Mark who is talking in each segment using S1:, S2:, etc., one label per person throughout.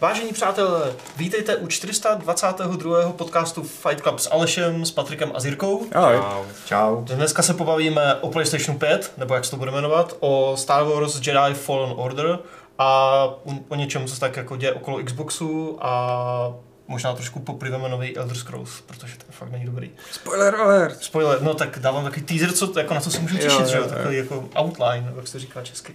S1: Vážení přátelé, vítejte u 422. podcastu Fight Club s Alešem, s Patrikem a Zirkou.
S2: Ahoj.
S3: Čau.
S1: Dneska se pobavíme o PlayStation 5, nebo jak se to bude jmenovat, o Star Wars Jedi Fallen Order a o, o něčem, co se tak jako děje okolo Xboxu a možná trošku popriveme nový Elder Scrolls, protože ten fakt není dobrý.
S2: Spoiler alert.
S1: Spoiler, no tak dávám takový teaser, co, jako na co se můžu
S2: Jo,
S1: těšit,
S2: jo,
S1: že jo,
S2: jo.
S1: takový jako outline, nebo jak se to říká česky.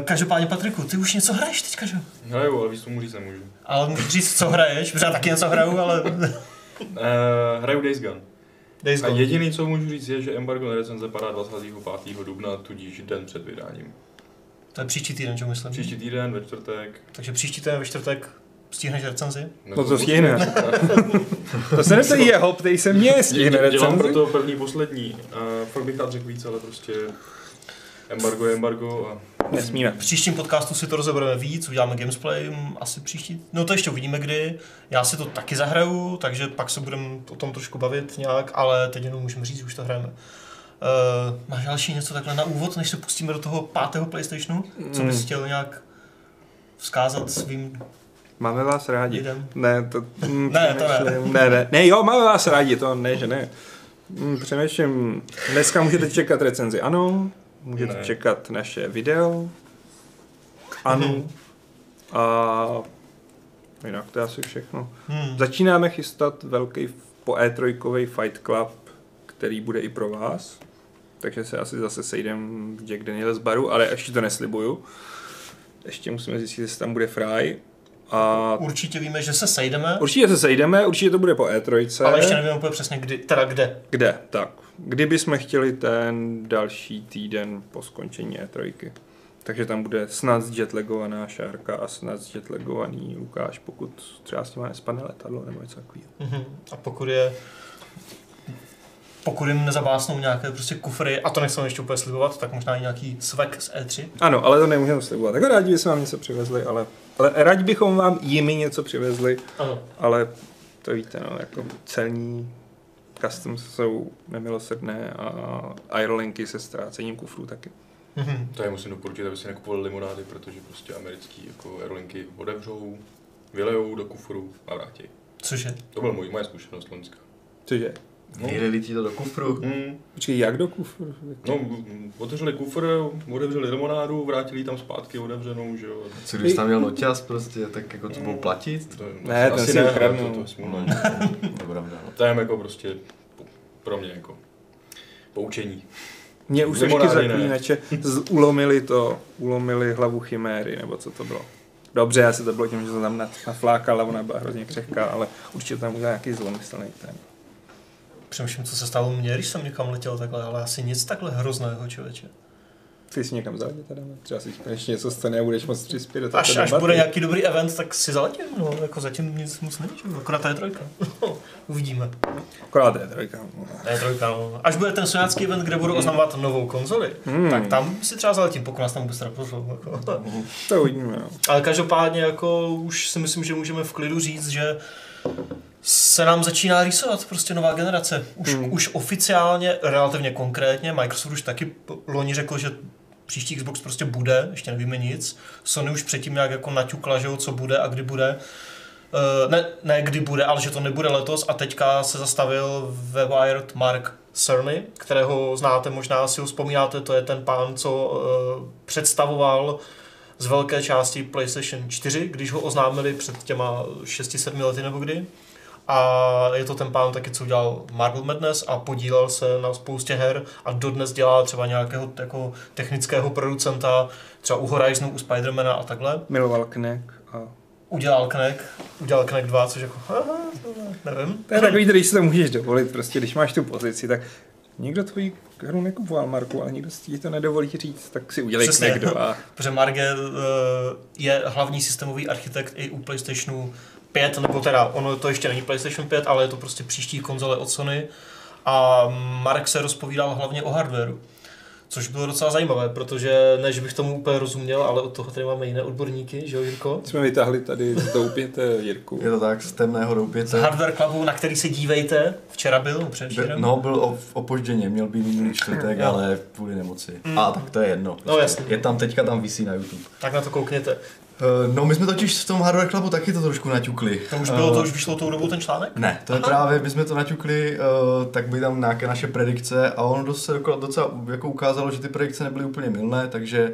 S1: Eh, Každopádně, Patriku, ty už něco hraješ teďka, že jo?
S3: Hraju, ale víc tomu říct nemůžu.
S1: Ale můžu říct, co hraješ, protože já taky něco hraju, ale...
S3: Eh, hraju Days Gone.
S1: Days
S3: A
S1: Gone.
S3: jediný, co můžu říct, je, že embargo na recenze padá 25. dubna, tudíž den před vydáním.
S1: To je příští týden, že jo, myslím.
S3: Příští týden, ve čtvrtek.
S1: Takže příští týden ve čtvrtek stihneš recenzi?
S3: nebo
S2: No to
S3: poslední.
S2: stihne. To se neptej jeho, ptej se mě, stihne
S3: Dělám
S2: recenzi.
S3: pro to první, poslední. A fakt bych rád řekl víc, ale prostě embargo je embargo a
S2: Nesmíme.
S1: V příštím podcastu si to rozebereme víc, uděláme gamesplay, mm, asi příští. No to ještě uvidíme kdy. Já si to taky zahraju, takže pak se budeme o tom trošku bavit nějak, ale teď jenom můžeme říct, už to hrajeme. Uh, máš další něco takhle na úvod, než se pustíme do toho pátého PlayStationu? Co bys chtěl nějak vzkázat svým
S2: Máme vás rádi.
S1: lidem?
S2: Ne, to... mm,
S1: Ne, to ne.
S2: přemýšlím. ne. Ne, ne, jo, máme vás rádi, to ne, že ne. Mm, Přemýšlím, dneska můžete čekat recenzi, ano. Můžete
S3: Ne.
S2: čekat naše video, ano. A jinak to je asi všechno.
S1: Hmm.
S2: Začínáme chystat velký po E3 Fight Club, který bude i pro vás. Takže se asi zase sejdem v Jack Daniels baru, ale ještě to neslibuju. Ještě musíme zjistit, jestli tam bude fry. A
S1: Určitě víme, že se sejdeme,
S2: určitě se sejdeme, určitě to bude po E3.
S1: ale ještě nevíme úplně přesně kdy, teda kde.
S2: Kde? Tak. Kdyby jsme chtěli ten další týden po skončení E3. Takže tam bude snad jetlegovaná Šárka a snad jetlegovaný Lukáš, pokud třeba s nima nespadne letadlo nebo něco takového.
S1: Mhm. A pokud je pokud jim nezabásnou nějaké prostě kufry, a to nechceme ještě úplně slibovat, tak možná i nějaký svek z E E3.
S2: Ano, ale to nemůžeme slibovat. Jako rádi bychom vám něco přivezli, ale, ale rádi bychom vám jimi něco přivezli,
S1: Ano.
S2: ale to víte, no, jako celní customs jsou nemilosrdné a aerolinky se ztrácením kufrů taky.
S1: Mhm.
S3: to je musím doporučit, aby si nekupovali limonády, protože prostě americký jako aerolinky odevřou, vylejou do kufru a vrátí.
S1: Cože?
S3: To byla můj, moje zkušenost loňská.
S2: Cože?
S3: No.
S4: Nejde ti to do kufru.
S3: Mm.
S2: Počkej, jak do kufru?
S3: No, mm, otevřeli kufr, otevřeli limonádu, vrátili ji tam zpátky otevřenou, že jo.
S4: Co když tam měl noťaz prostě, tak jako to budou platit?
S3: To, je-
S2: Ne, ten si ukradnul.
S3: to, to je smůla. že?
S4: Dobrá, no.
S3: To je jako prostě po- pro mě jako poučení.
S2: Mě už
S3: Limonády
S2: trošky
S3: ne.
S2: zaklínače z- ulomili to, ulomili hlavu chiméry, nebo co to bylo. Dobře, asi to bylo tím, že jsem tam na- naflákal a ona byla hrozně křehká, ale určitě tam udělal nějaký zlomyslný ten.
S1: Přemýšlím, co se stalo mně, když jsem někam letěl takhle, ale asi nic takhle hrozného, člověče.
S2: Ty jsi někam zaletět teda, ne? třeba si konečně něco stane a budeš moc přispět do
S1: Až,
S2: této
S1: až
S2: debaty.
S1: bude nějaký dobrý event, tak si zaletím, no, jako zatím nic moc není, že jo, akorát ta je trojka. Uvidíme.
S2: Akorát je trojka. no.
S1: Ta je trojka, no. Až bude ten sojácký event, kde budu oznamovat novou konzoli,
S2: Hmm,
S1: tak tam si třeba zaletím, pokud nás tam vůbec teda pozvou, jako.
S2: To uvidíme, no.
S1: Ale každopádně jako už si myslím, že můžeme v klidu říct, že se nám začíná rýsovat prostě nová generace. Už,
S2: Hmm.
S1: hmm. už oficiálně, relativně konkrétně, Microsoft už taky p- loni řekl, že příští Xbox prostě bude, ještě nevíme nic. Sony už předtím nějak jako naťukla, že jo, co bude a kdy bude. Eh, ne, ne kdy bude, ale že to nebude letos a teďka se zastavil ve Wired Mark Cerny, kterého znáte, možná si ho vzpomínáte, to je ten pán, co eh, představoval z velké části PlayStation 4, když ho oznámili před těma 6-7 lety nebo kdy. A je to ten pán taky, co udělal Marvel Madness a podílel se na spoustě her a dodnes dělá třeba nějakého jako technického producenta, třeba u Horizonu, u Spidermana a takhle.
S2: Miloval Knek a...
S1: Udělal Knek, udělal Knek 2, což jako, aha, tohle, nevím.
S2: To je takový, když si to můžeš dovolit, prostě když máš tu pozici, tak Nikdo tvoji hru nekupoval, Marku, ale nikdo ti to nedovolí říct, tak si udělej
S1: Přesně.
S2: Knek 2.
S1: Protože Margel eh, je hlavní systémový architekt i u PlayStationu 5, nebo teda ono to ještě není PlayStation 5, ale je to prostě příští konzole od Sony. A Mark se rozpovídal hlavně o hardwareu. Což bylo docela zajímavé, protože ne, že bych tomu úplně rozuměl, ale od toho tady máme jiné odborníky, že jo, Jirko?
S2: Jsme vytáhli tady z doupěte Jirku.
S4: Je to tak, z temného
S1: Z
S4: doupěte.
S1: Hardware Clubu, na který se dívejte, včera byl, no
S4: Be-
S1: předevčírem.
S4: No, byl op- opožděně, měl být minulý čtvrtek,
S1: Jo.
S4: ale kvůli nemoci. A tak to je jedno.
S1: Hmm. No, jasně.
S4: Je tam teďka, tam visí na YouTube.
S1: Tak na to koukněte.
S4: Eh, No, my jsme totiž v tom Hardware Clubu taky to trošku naťukli.
S1: To už bylo, to
S4: Eh,
S1: už vyšlo tou dobou ten článek?
S4: Ne, to je
S1: Aha.
S4: právě, my jsme to naťukli, eh, tak byly tam nějaké naše predikce a ono dost se dokola- docela jako ukázalo, že ty predikce nebyly úplně milné, takže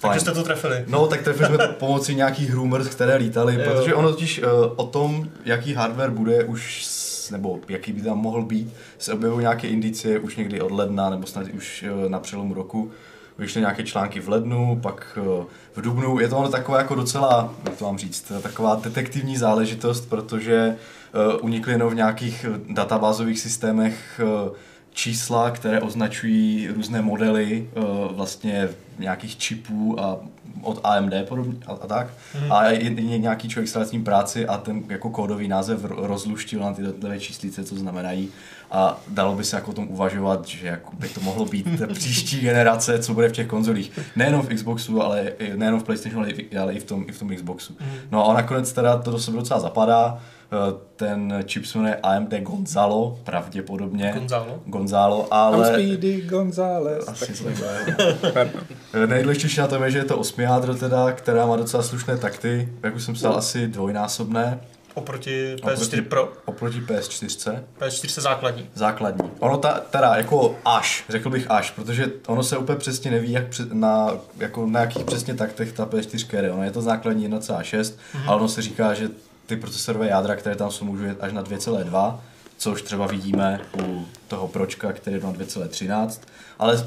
S1: Takže jste to trefili.
S4: No, tak trefili jsme to pomocí nějakých rumors, které lítaly,
S1: Jo.
S4: protože ono totiž eh, o tom, jaký hardware bude už, s- nebo jaký by tam mohl být, se objevují nějaké indicie už někdy od ledna, nebo snad už eh, na přelomu roku. Vyšly nějaké články v lednu, pak eh, v dubnu. Je to ono taková jako docela, jak to mám říct, eh, taková detektivní záležitost, protože eh, unikly jenom v nějakých eh, databázových systémech eh, čísla, které označují různé modely eh, vlastně nějakých čipů a od AMD podobně a, a tak. Hmm. A je, je nějaký člověk s tím práci a ten jako kódový název ro- rozluštil na ty jednotlivé číslice, co znamenají. A dalo by se jako o tom uvažovat, že jako by to mohlo být ta příští generace, co bude v těch konzolích. Nejenom v Xboxu, ale i- nejenom v PlayStationu, ale i, v- ale i v tom, i v tom Xboxu. No a nakonec teda to do sebe docela zapadá. Eh, Ten čip se jmenuje AMD Gonzalo, pravděpodobně.
S1: Gonzalo.
S4: Gonzalo, ale...
S2: Speedy González.
S4: Asi něco takového. Eh, Nejdůležitější na tom je, že je to osmihádro teda, která má docela slušné takty, jak už jsem psal, asi dvojnásobné
S1: Oproti
S4: Oproti-
S1: PS4 Pro,
S4: oproti PS4.
S1: PS4 základní.
S4: Základní. Ono ta, teda jako až, řekl bych až, protože ono se úplně přesně neví, jak před, na, jako na jakých přesně taktech ta P4 jede. Ono je to základní 1,6, mm-hmm. ale ono se říká, že ty procesorové jádra, které tam jsou, můžou jet až na 2,2, což třeba vidíme u toho Pročka, který je na 2,13, ale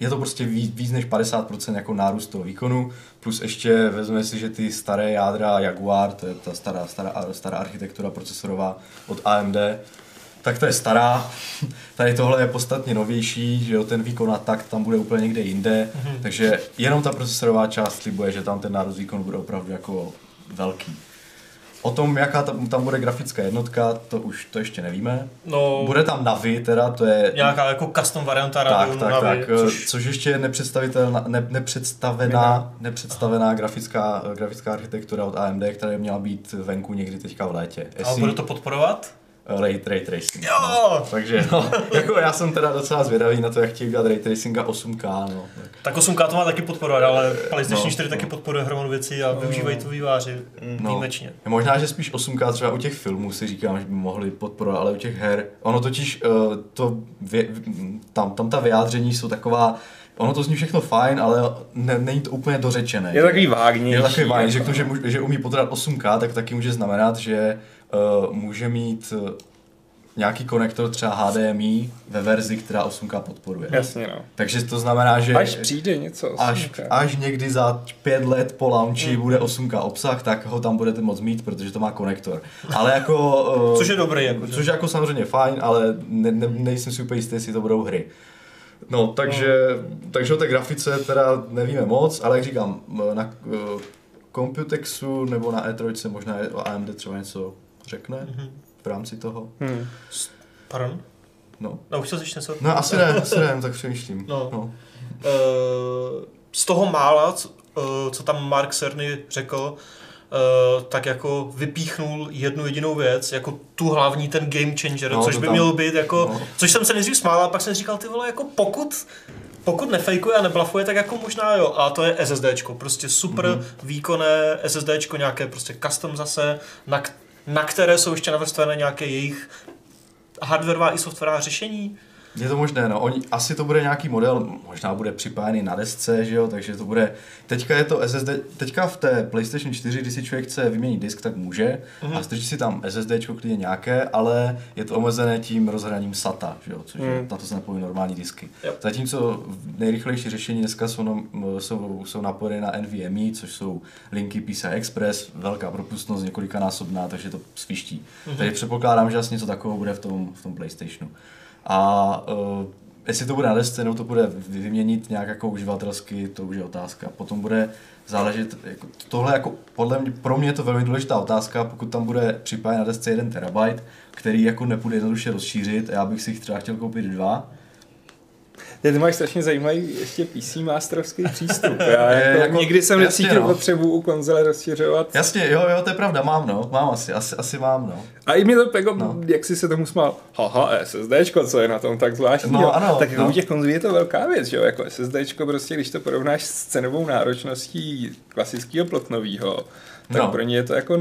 S4: je to prostě víc, víc než 50% jako nárůst toho výkonu, plus ještě vezme si, že ty staré jádra Jaguar, to je ta stará, stará, stará architektura procesorová od AMD, tak to je stará. Tady tohle je podstatně novější, že jo, ten výkon a tak tam bude úplně někde jinde. Mm-hmm.
S1: Mhm.
S4: Takže jenom ta procesorová část slibuje, že tam ten nárůst výkonu bude opravdu jako velký. O tom, jaká tam, tam bude grafická jednotka, to už to ještě nevíme.
S1: No,
S4: Bude tam Navi, teda to je
S1: nějaká jako custom varianta
S4: tak,
S1: Radeonu
S4: tak,
S1: Navi,
S4: tak, což,
S1: což
S4: což ještě je nepředstavitelná, ne, nepředstavená, nepředstavená grafická, eh, grafická architektura od AMD, která by měla být venku někdy teďka v létě.
S1: a
S4: Jestli-
S1: bude to podporovat?
S4: Ray, ray tracing.
S1: Jo!
S4: No. Takže no, jako já jsem teda docela zvědavý na to, jak chtějí udělat ray tracinga 8K, no. Tak.
S1: Tak 8K to má taky podporovat, ale PlayStation
S4: No,
S1: 4 taky
S4: no. Mm.
S1: podporuje hromadu věcí a využívají to výváři
S4: No.
S1: výjimečně.
S4: Možná, že spíš 8K třeba u těch filmů si říkám, že by mohli podporovat, ale u těch her, ono totiž uh, to vě, m, tam, tam ta vyjádření jsou taková, ono to zní všechno fajn, ale ne, není to úplně dořečené.
S2: Je takový jako vágnější. no.
S4: Je takový vážný, že, to, že, mu- že umí podat 8K, tak taky může znamenat, že uh, může mít eh, nějaký konektor třeba HDMI ve verzi, která 8K podporuje.
S2: Jasně no.
S4: Takže to znamená, že
S2: Až přijde něco.
S4: až,
S2: osmka.
S4: až někdy za pět let po launchi bude 8K obsah, tak ho tam budete moc mít, protože to má konektor. Ale jako... eh,
S1: Což je dobrý, jako, že?
S4: což je jako samozřejmě fajn, ale ne, ne, nejsem si úplně jistý, jestli to budou hry. No, takže, no. takže o té grafice teda nevíme moc, ale jak říkám, m, na eh, Computexu nebo na E3 možná je- o AMD třeba něco řekne v rámci toho.
S2: Hmm.
S1: Pardon?
S4: No,
S1: No, už jsi něco?
S4: no asi ne, asi ne, tak přemýšlím.
S1: No.
S4: No.
S1: Eh, z toho mála, co, eh, co tam Mark Cerny řekl, eh, tak jako vypíchnul jednu jedinou věc, jako tu hlavní, ten game changer,
S4: No,
S1: no, což
S4: to
S1: by
S4: tam-
S1: mělo být jako,
S4: no.
S1: no. což jsem se nejdřív smál, a pak jsem říkal, ty vole, jako pokud pokud nefejkuje a neblafuje, tak jako možná jo. A to je SSDčko, prostě super
S4: Mhm.
S1: mm-hmm. výkonné SSDčko, nějaké prostě custom zase, na, k- na které jsou ještě navrstvené nějaké jejich hardwareová i softwarová řešení.
S4: Je to možné, no. Oni, asi to bude nějaký model, možná bude připájený na desce, že jo, takže to bude... Teďka je to SSD, teďka v té PlayStation 4, když si člověk chce vyměnit disk, tak může mm-hmm. a strčí si tam SSD klidně nějaké, ale je to omezené tím rozhraním SATA, že jo, což mm. na to se napojí normální disky.
S1: Jo.
S4: Zatímco nejrychlejší řešení dneska jsou, na, jsou, jsou napojené na NVMe, E, což jsou linky PCI Express, velká propustnost, několikanásobná, takže to sviští. Mm-hmm. Takže předpokládám, že asi něco takového bude v tom, v tom PlayStationu. A uh, jestli to bude na desce, nebo to bude vy- vyměnit nějak jako uživatelsky, to už je otázka. Potom bude záležet, jako, tohle jako podle mě, pro mě je to velmi důležitá otázka, pokud tam bude připájen na desce 1 terabyte, který jako nepůjde jednoduše rozšířit, a já bych si jich třeba chtěl koupit dva,
S2: Ty ty máš strašně zajímavý ještě PC masterovský přístup. Já
S4: Je,
S2: jako,
S4: jako-
S2: nikdy jsem
S4: jasně,
S2: necítil
S4: no.
S2: potřebu u konzole rozšiřovat.
S4: Jasně, jo, jo, to je pravda, mám no, mám asi, asi, asi mám no.
S2: A i mi to pego,
S4: No.
S2: jak jsi se tomu smál, haha, SSDčko, co je na tom tak zvláštní.
S4: No, ano,
S2: tak jako
S4: no.
S2: u těch konzolí je to velká věc, že jo, jako SSDčko prostě, když to porovnáš s cenovou náročností klasického plotnového, tak
S4: No.
S2: no. pro ně je to jako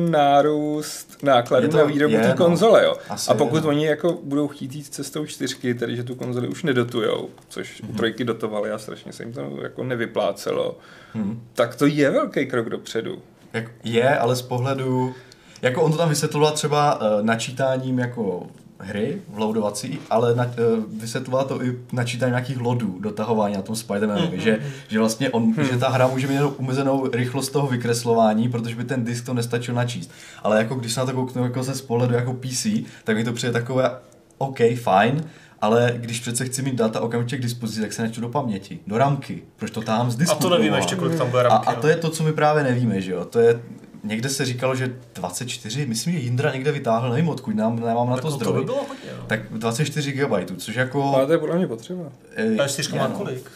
S2: nárůst nákladů
S4: Je to-
S2: na výrobu
S4: je,
S2: té
S4: no.
S2: konzole, jo.
S4: Asi
S2: a
S4: je,
S2: pokud
S4: no.
S2: oni jako budou chtít jít cestou čtyřky, tedy že tu konzoli už nedotujou, což
S4: Mhm.
S2: mm-hmm. trojky dotovali a strašně se jim to jako nevyplácelo, mm-hmm.
S4: Mhm.
S2: tak to je velký krok dopředu.
S4: Jak je, ale z pohledu, jako on to tam vysvětloval třeba eh, načítáním jako hry vloudovací, ale na, eh, vysvětloval to i načítáním nějakých lodů, dotahování na tom
S1: Mhm,
S4: Spider-Manovi, že, že vlastně on, že ta hra může mít jenom omezenou rychlost toho vykreslování, protože by ten disk to nestačil načíst. Ale jako když se na to kouknu jako se z pohledu jako PC, tak mi to přijde takové OK, fajn, ale když přece chci mít data okamžitě k dispozici, tak se načtu do paměti, do ramky. Proč to tahám z disku?
S1: A to nevíme
S4: domova?
S1: ještě, kolik tam bude
S4: A,
S1: ramky.
S4: a to je to, co my právě nevíme, že jo? To je, někde se říkalo, že 24, myslím, že Jindra někde vytáhl, nevím odkud, nám, nemám na Jako to
S1: to, to
S4: zdroj.
S1: by bylo hodně. No.
S4: Tak 24 GB, což
S2: Ale
S4: jako...
S2: to je podle mě potřeba.
S4: eh,
S1: A čtyřka má
S4: já, no.
S1: kolik?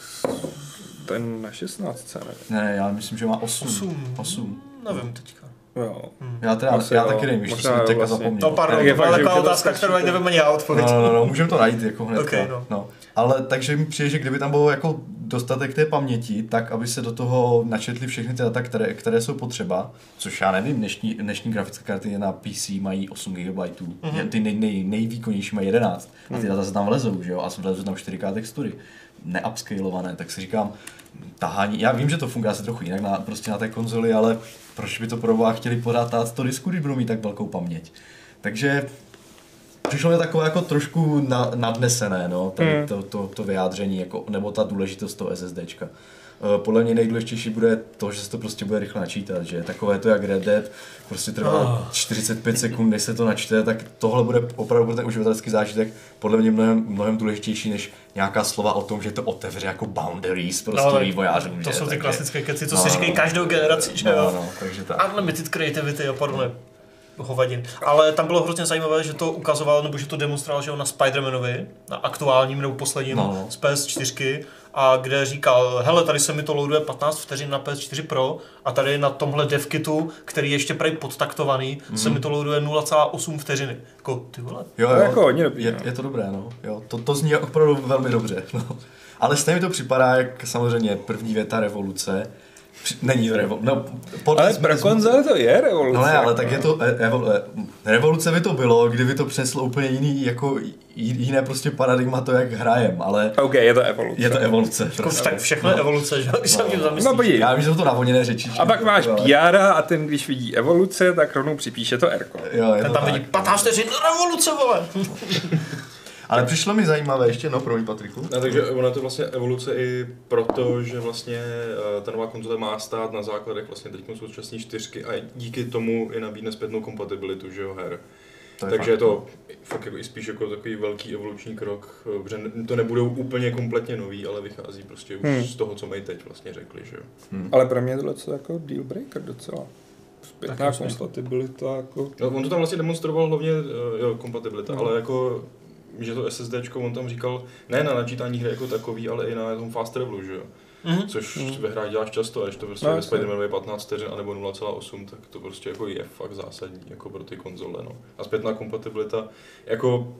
S2: Ten na 16, ne?
S4: Ne, ne, já myslím, že má 8.
S1: Osm.
S4: 8.
S1: Nevím teďka.
S2: Jo.
S4: Já teda,
S2: Asi
S4: já
S2: jo,
S4: taky nevím, že
S2: možná
S4: jsem
S2: jo,
S4: teďka
S2: vlastně.
S4: zapomněl.
S1: No pardon,
S2: tak je
S1: to byla
S2: fakt, že
S1: taková
S2: by to
S1: otázka,
S2: stačí.
S1: kterou ani nevím ani já odpověď.
S4: No, no, no, no, můžeme to najít jako hned.
S1: Ok, no.
S4: no. Ale takže mi přijde, že kdyby tam bylo jako dostatek té paměti, tak aby se do toho načetli všechny ty data, které, které jsou potřeba, což já nevím, dnešní, dnešní grafické karty na PC mají 8 GB,
S1: Mhm.
S4: mm-hmm. ty nej, nej, nejvýkonnější mají 11 a ty data se tam vlezou, že jo, a vlezou tam 4K textury, neupscalované, tak si říkám, tahání, já vím, že to funguje asi trochu jinak na, prostě na té konzoli, ale proč by to pro boha chtěli pořád tát z toho disku, když budou mít tak velkou paměť. Takže Přišlo mi takové jako trošku na, nadnesené, no, tady hmm. to, to, to vyjádření, jako, nebo ta důležitost toho SSDčka. Eh, Podle mě nejdůležitější bude to, že se to prostě bude rychle načítat, že takové to jak Red Dead, prostě trvá
S1: Ah.
S4: 45 sekund, než se to načte, tak tohle bude opravdu pro ten uživatelský zážitek podle mě mnohem, mnohem důležitější, než nějaká slova o tom, že to otevře jako boundaries prostě no, vývojářům.
S1: to
S4: že?
S1: jsou ty
S4: Takže-
S1: klasické keci, co
S4: No,
S1: si
S4: no,
S1: říkají
S4: no.
S1: každou generaci, že
S4: No,
S1: jo?
S4: no, takže tak.
S1: Unlimited creativity a podobně hovadin. Ale tam bylo hrozně zajímavé, že to ukazoval, nebo že to demonstroval, že jo, na Spider-Manovi, na aktuálním nebo posledním
S4: No.
S1: no. z PS4, a kde říkal, hele, tady se mi to loaduje 15 vteřin na PS4 Pro a tady na tomhle devkitu, který je ještě prej podtaktovaný, mm.
S4: Mhm.
S1: se mi to loaduje 0,8 vteřiny. Jako, ty vole.
S4: Jo,
S2: To
S4: jo,
S2: je jako hodně dobrý,
S4: je,
S2: no.
S4: je to dobré, no. Jo, to, to zní opravdu velmi dobře, no. Ale stejně mi to připadá, jak samozřejmě první věta revoluce. Při- Není to revoluce, no, pod,
S2: Ale pro konzole to je revoluce.
S4: No ne, ale
S2: jako.
S4: tak je to, e- evo- e- revoluce by to bylo, kdyby to přeslo úplně jiný, jako j- jiné prostě paradigma to, jak hrajem, ale
S2: OK, je to evoluce.
S4: je to evoluce.
S1: Jako,
S4: Prostě.
S1: tak všechno je evoluce, že jo, když se o tím
S2: No
S1: zamyslíš.
S2: podívej.
S4: Já vím, že jsou to navoněné řeči.
S2: A pak máš
S4: ale-
S2: PR a ten, když vidí evoluce, tak rovnou připíše to R.
S4: Jo, je
S1: Ten
S4: to
S1: tam
S4: tak.
S1: vidí 15 vteřin revoluce, vole.
S4: Ale přišlo mi zajímavé ještě, no, promiň Patriku.
S3: No, takže ona je to vlastně evoluce i proto, že vlastně eh, ta nová konzole má stát na základech vlastně teď současné čtyřky a díky tomu i nabídne zpětnou kompatibilitu, že jo, her.
S4: To je
S3: Takže
S4: fakt. no.
S3: je to fakt jako i spíš jako takový velký evoluční krok, eh, protože ne- to nebudou úplně kompletně nový, ale vychází prostě už
S2: Hmm.
S3: z toho, co mají teď vlastně řekli, že jo.
S4: Hmm.
S2: Ale pro mě je tohle co jako deal breaker docela. Zpětná
S1: Tak jasně.
S2: kompatibilita jako...
S3: No, on to tam vlastně demonstroval hlavně eh, jo, kompatibilita,
S2: No.
S3: ale jako že to SSD, on tam říkal, ne na načítání hry jako takový, ale i na tom fast travelu, že jo.
S1: Mhm.
S3: Což
S2: Mhm.
S3: ve hrách děláš často, a když to prostě
S2: No,
S3: no, ve
S2: jasně.
S3: Spider-Manu je 15 vteřin anebo 0,8, tak to prostě jako je fakt zásadní jako pro ty konzole. No. A zpětná kompatibilita, jako,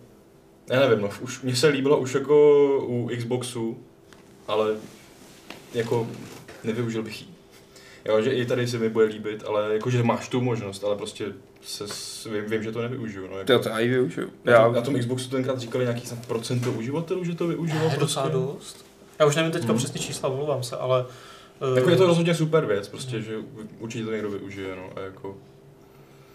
S3: já nevím, no, už, mně se líbila už jako u Xboxu, ale jako nevyužil bych jí. Jo, že i tady se mi bude líbit, ale jakože máš tu možnost, ale prostě se, s- vím, vím, že to nevyužiju. No, jako,
S2: To, to já ji využiju.
S3: na,
S2: Já,
S3: tom, na tom Xboxu tenkrát říkali nějaký snad procento uživatelů, že to využilo. prostě.
S1: Je docela dost. Já už nevím teďka přesně čísla, omlouvám se, ale... eh,
S3: Jako je to rozhodně super věc,
S1: Hmm.
S3: prostě, že určitě to někdo využije, no, a jako...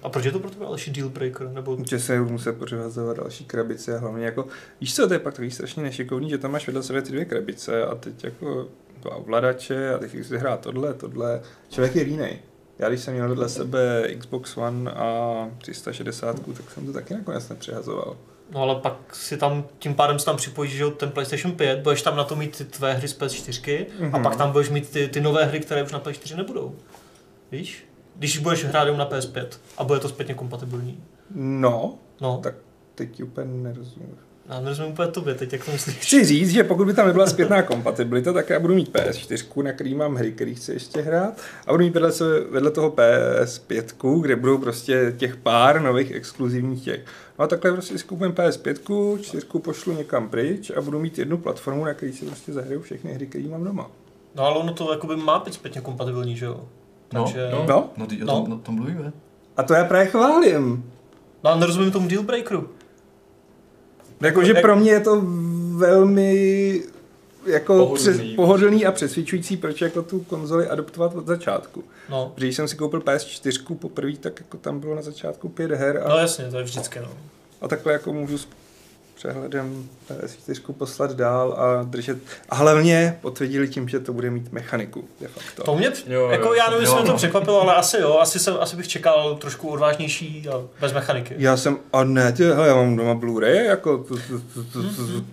S1: A proč je to pro tebe Aleši deal breaker? Nebo...
S2: že se budu muset pořivazovat další krabice a hlavně jako... Víš co, to je pak takový strašně nešikovný, že tam máš vedle sebe ty dvě krabice a teď jako dva ovladače a teď chci hrát tohle, tohle. Člověk je línej. Já když jsem měl vedle sebe Xbox One a 360, tak jsem to taky nakonec nepřihazoval.
S1: No ale pak si tam, tím pádem si tam připojíš že jo, ten PlayStation 5, budeš tam na to mít ty tvé hry z PS4 mm-hmm. a
S2: Mhm.
S1: pak tam budeš mít ty, ty nové hry, které už na PS4 nebudou. Víš? Když budeš hrát jenom na PS5 a bude to zpětně kompatibilní.
S2: No,
S1: No, tak.
S2: tak teď ti úplně nerozumím.
S1: Náměr jsme úplně tobě teď, jak to myslíš?
S2: Chci říct, že pokud by tam nebyla zpětná kompatibilita, tak já budu mít PS4, na který mám hry, který chci ještě hrát. A budu mít vedle, sebe- vedle toho PS5, kde budou prostě těch pár nových exkluzivních těch. No a takhle prostě si koupím PS5, 4 pošlu někam pryč a budu mít jednu platformu, na který si prostě zahraju všechny hry, které mám doma.
S1: No ale ono to jakoby má být zpětně kompatibilní, že jo?
S4: No,
S1: Takže...
S3: no.
S2: No
S4: No, teď o
S1: No.
S4: tom, no. tom mluvíme.
S2: a to já právě chválím.
S1: no ale nerozumím tomu dealbreakeru.
S2: Jakože
S1: Jak-
S2: pro mě je to velmi jako
S3: Pohodlný.
S2: pohodlný, přes, pohodlný a přesvědčující, proč jako tu konzoli adoptovat od začátku.
S1: No.
S2: Protože když jsem si koupil PS4 poprvé, tak jako tam bylo na začátku pět her a,
S1: No jasně, to je vždycky, no.
S2: a takhle jako můžu s přehledem PS4 poslat dál a držet. A hlavně potvrdili tím, že to bude mít mechaniku de facto.
S1: To mě,
S3: Jo,
S1: jo, jako
S3: jo.
S1: já nevím, jestli
S4: Jo,
S1: mě to
S4: no.
S1: překvapilo, ale asi jo, asi, jsem, asi bych čekal trošku odvážnější a bez mechaniky.
S2: Já jsem, a ne, ty, hele, já mám doma Blu-ray, jako to, to, to, to, to.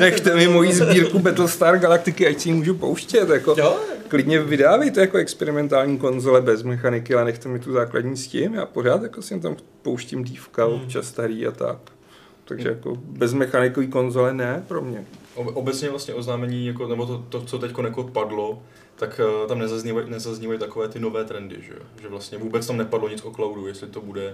S2: Nechte mi moji sbírku Battlestar Galactiky, ať si ji můžu pouštět, jako.
S1: Jo,
S2: Klidně vydávejte jako experimentální konzole bez mechaniky, ale nechte mi tu základní s tím. Já pořád jako si tam pouštím dívka,
S1: Hmm.
S2: občas starý a tak. Takže jako bez mechanikový konzole ne pro mě.
S3: Ob- Obecně vlastně oznámení, jako, nebo to, to co teď jako padlo, tak eh, tam nezaznívají, nezaznívají takové ty nové trendy, že, jo? že vlastně vůbec tam nepadlo nic o cloudu, jestli to bude uh,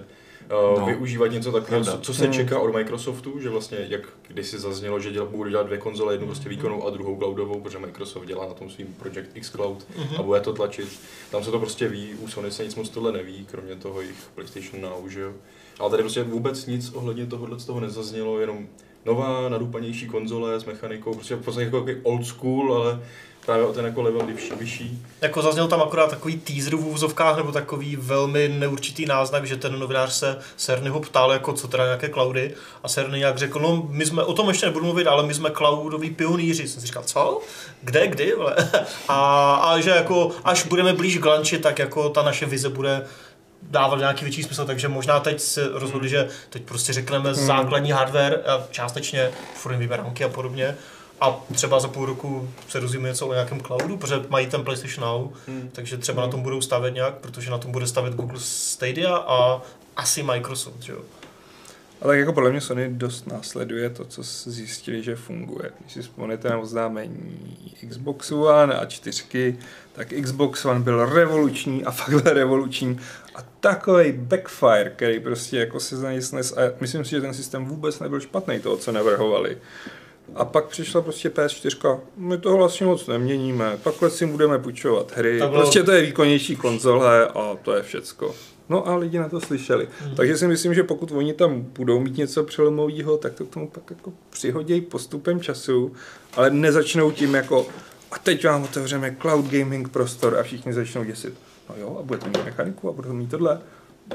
S4: No.
S3: no. využívat něco takového, co,
S4: Pravda.
S3: co se
S2: Hmm.
S3: čeká od Microsoftu, že vlastně, jak kdysi zaznělo, že děla, budou dělat dvě konzole, jednu prostě výkonnou a druhou cloudovou, protože Microsoft dělá na tom svým Project X Cloud
S1: Mhm.
S3: mm-hmm. a bude to tlačit. Tam se to prostě ví, u Sony se nic moc tohle neví, kromě toho jejich PlayStation Now, že jo. Ale tady prostě vůbec nic ohledně tohohle z toho nezaznělo, jenom nová, nadupanější konzole s mechanikou, prostě v podstatě jako takový old school, ale právě o ten jako level vyšší, vyšší.
S1: Jako zazněl tam akorát takový teaser v úvozovkách, nebo takový velmi neurčitý náznak, že ten novinář se Cernyho ptal, jako co teda nějaké cloudy. A Cerny nějak řekl, no my jsme, o tom ještě nebudu mluvit, ale my jsme cloudoví pionýři. Jsem si říkal, co? Kde, kdy? Vole? A, a, že jako až budeme blíž k lanči, tak jako ta naše vize bude dával nějaký větší smysl, takže možná teď se rozhodli, že teď prostě řekneme základní hardware a částečně furt jim ramky a podobně. A třeba za půl roku se dozvíme něco o nějakém cloudu, protože mají ten PlayStation Now,
S3: Hmm.
S1: takže třeba na tom budou stavět nějak, protože na tom bude stavět Google Stadia a asi Microsoft, že jo?
S2: A tak jako podle mě Sony dost následuje to, co s- zjistili, že funguje. Když si vzpomenete na oznámení Xbox One a čtyřky, tak Xbox One byl revoluční a fakt byl revoluční. A takový backfire, který prostě jako se za nic nes... A myslím si, že ten systém vůbec nebyl špatný toho, co navrhovali. A pak přišla prostě PS4, my toho vlastně moc neměníme, takhle si budeme půjčovat hry,
S1: To bylo-
S2: prostě to je výkonnější konzole a to je všecko. No a lidi na to slyšeli.
S1: Mhm.
S2: Takže si myslím, že pokud oni tam budou mít něco přelomového, tak to k tomu pak jako přihodějí postupem času, ale nezačnou tím jako a teď vám otevřeme cloud gaming prostor a všichni začnou děsit. No jo, a budete mít mechaniku a budete mít tohle.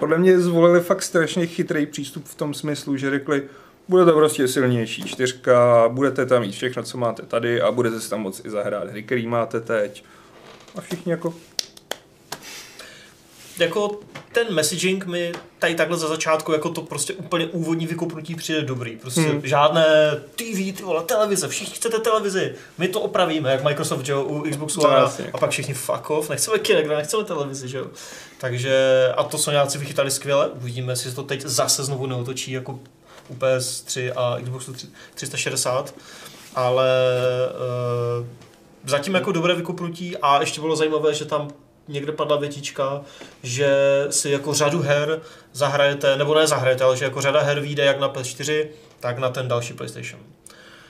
S2: Podle mě zvolili fakt strašně chytrý přístup v tom smyslu, že řekli, bude to prostě silnější čtyřka, budete tam mít všechno, co máte tady a budete si tam moc i zahrát hry, který máte teď. A všichni jako,
S1: Jako ten messaging mi tady takhle za začátku, jako to prostě úplně úvodní vykopnutí přijde dobrý. Prostě
S2: Hmm.
S1: hmm. žádné TV, ty vole, televize, všichni chcete televizi, my to opravíme, jak Microsoft, že jo, u Xboxu
S2: No,
S1: One a,
S2: jasně.
S1: a pak všichni fuck off, nechceme Kinect, nechceme televizi, že jo. Takže a to Sonyáci vychytali skvěle, uvidíme, jestli se to teď zase znovu neotočí jako u PS3 a Xboxu 3- 360, ale eh, zatím jako dobré vykopnutí a ještě bylo zajímavé, že tam někde padla větička, že si jako řadu her zahrajete, nebo ne zahrajete, ale že jako řada her vyjde jak na PS4, tak na ten další PlayStation.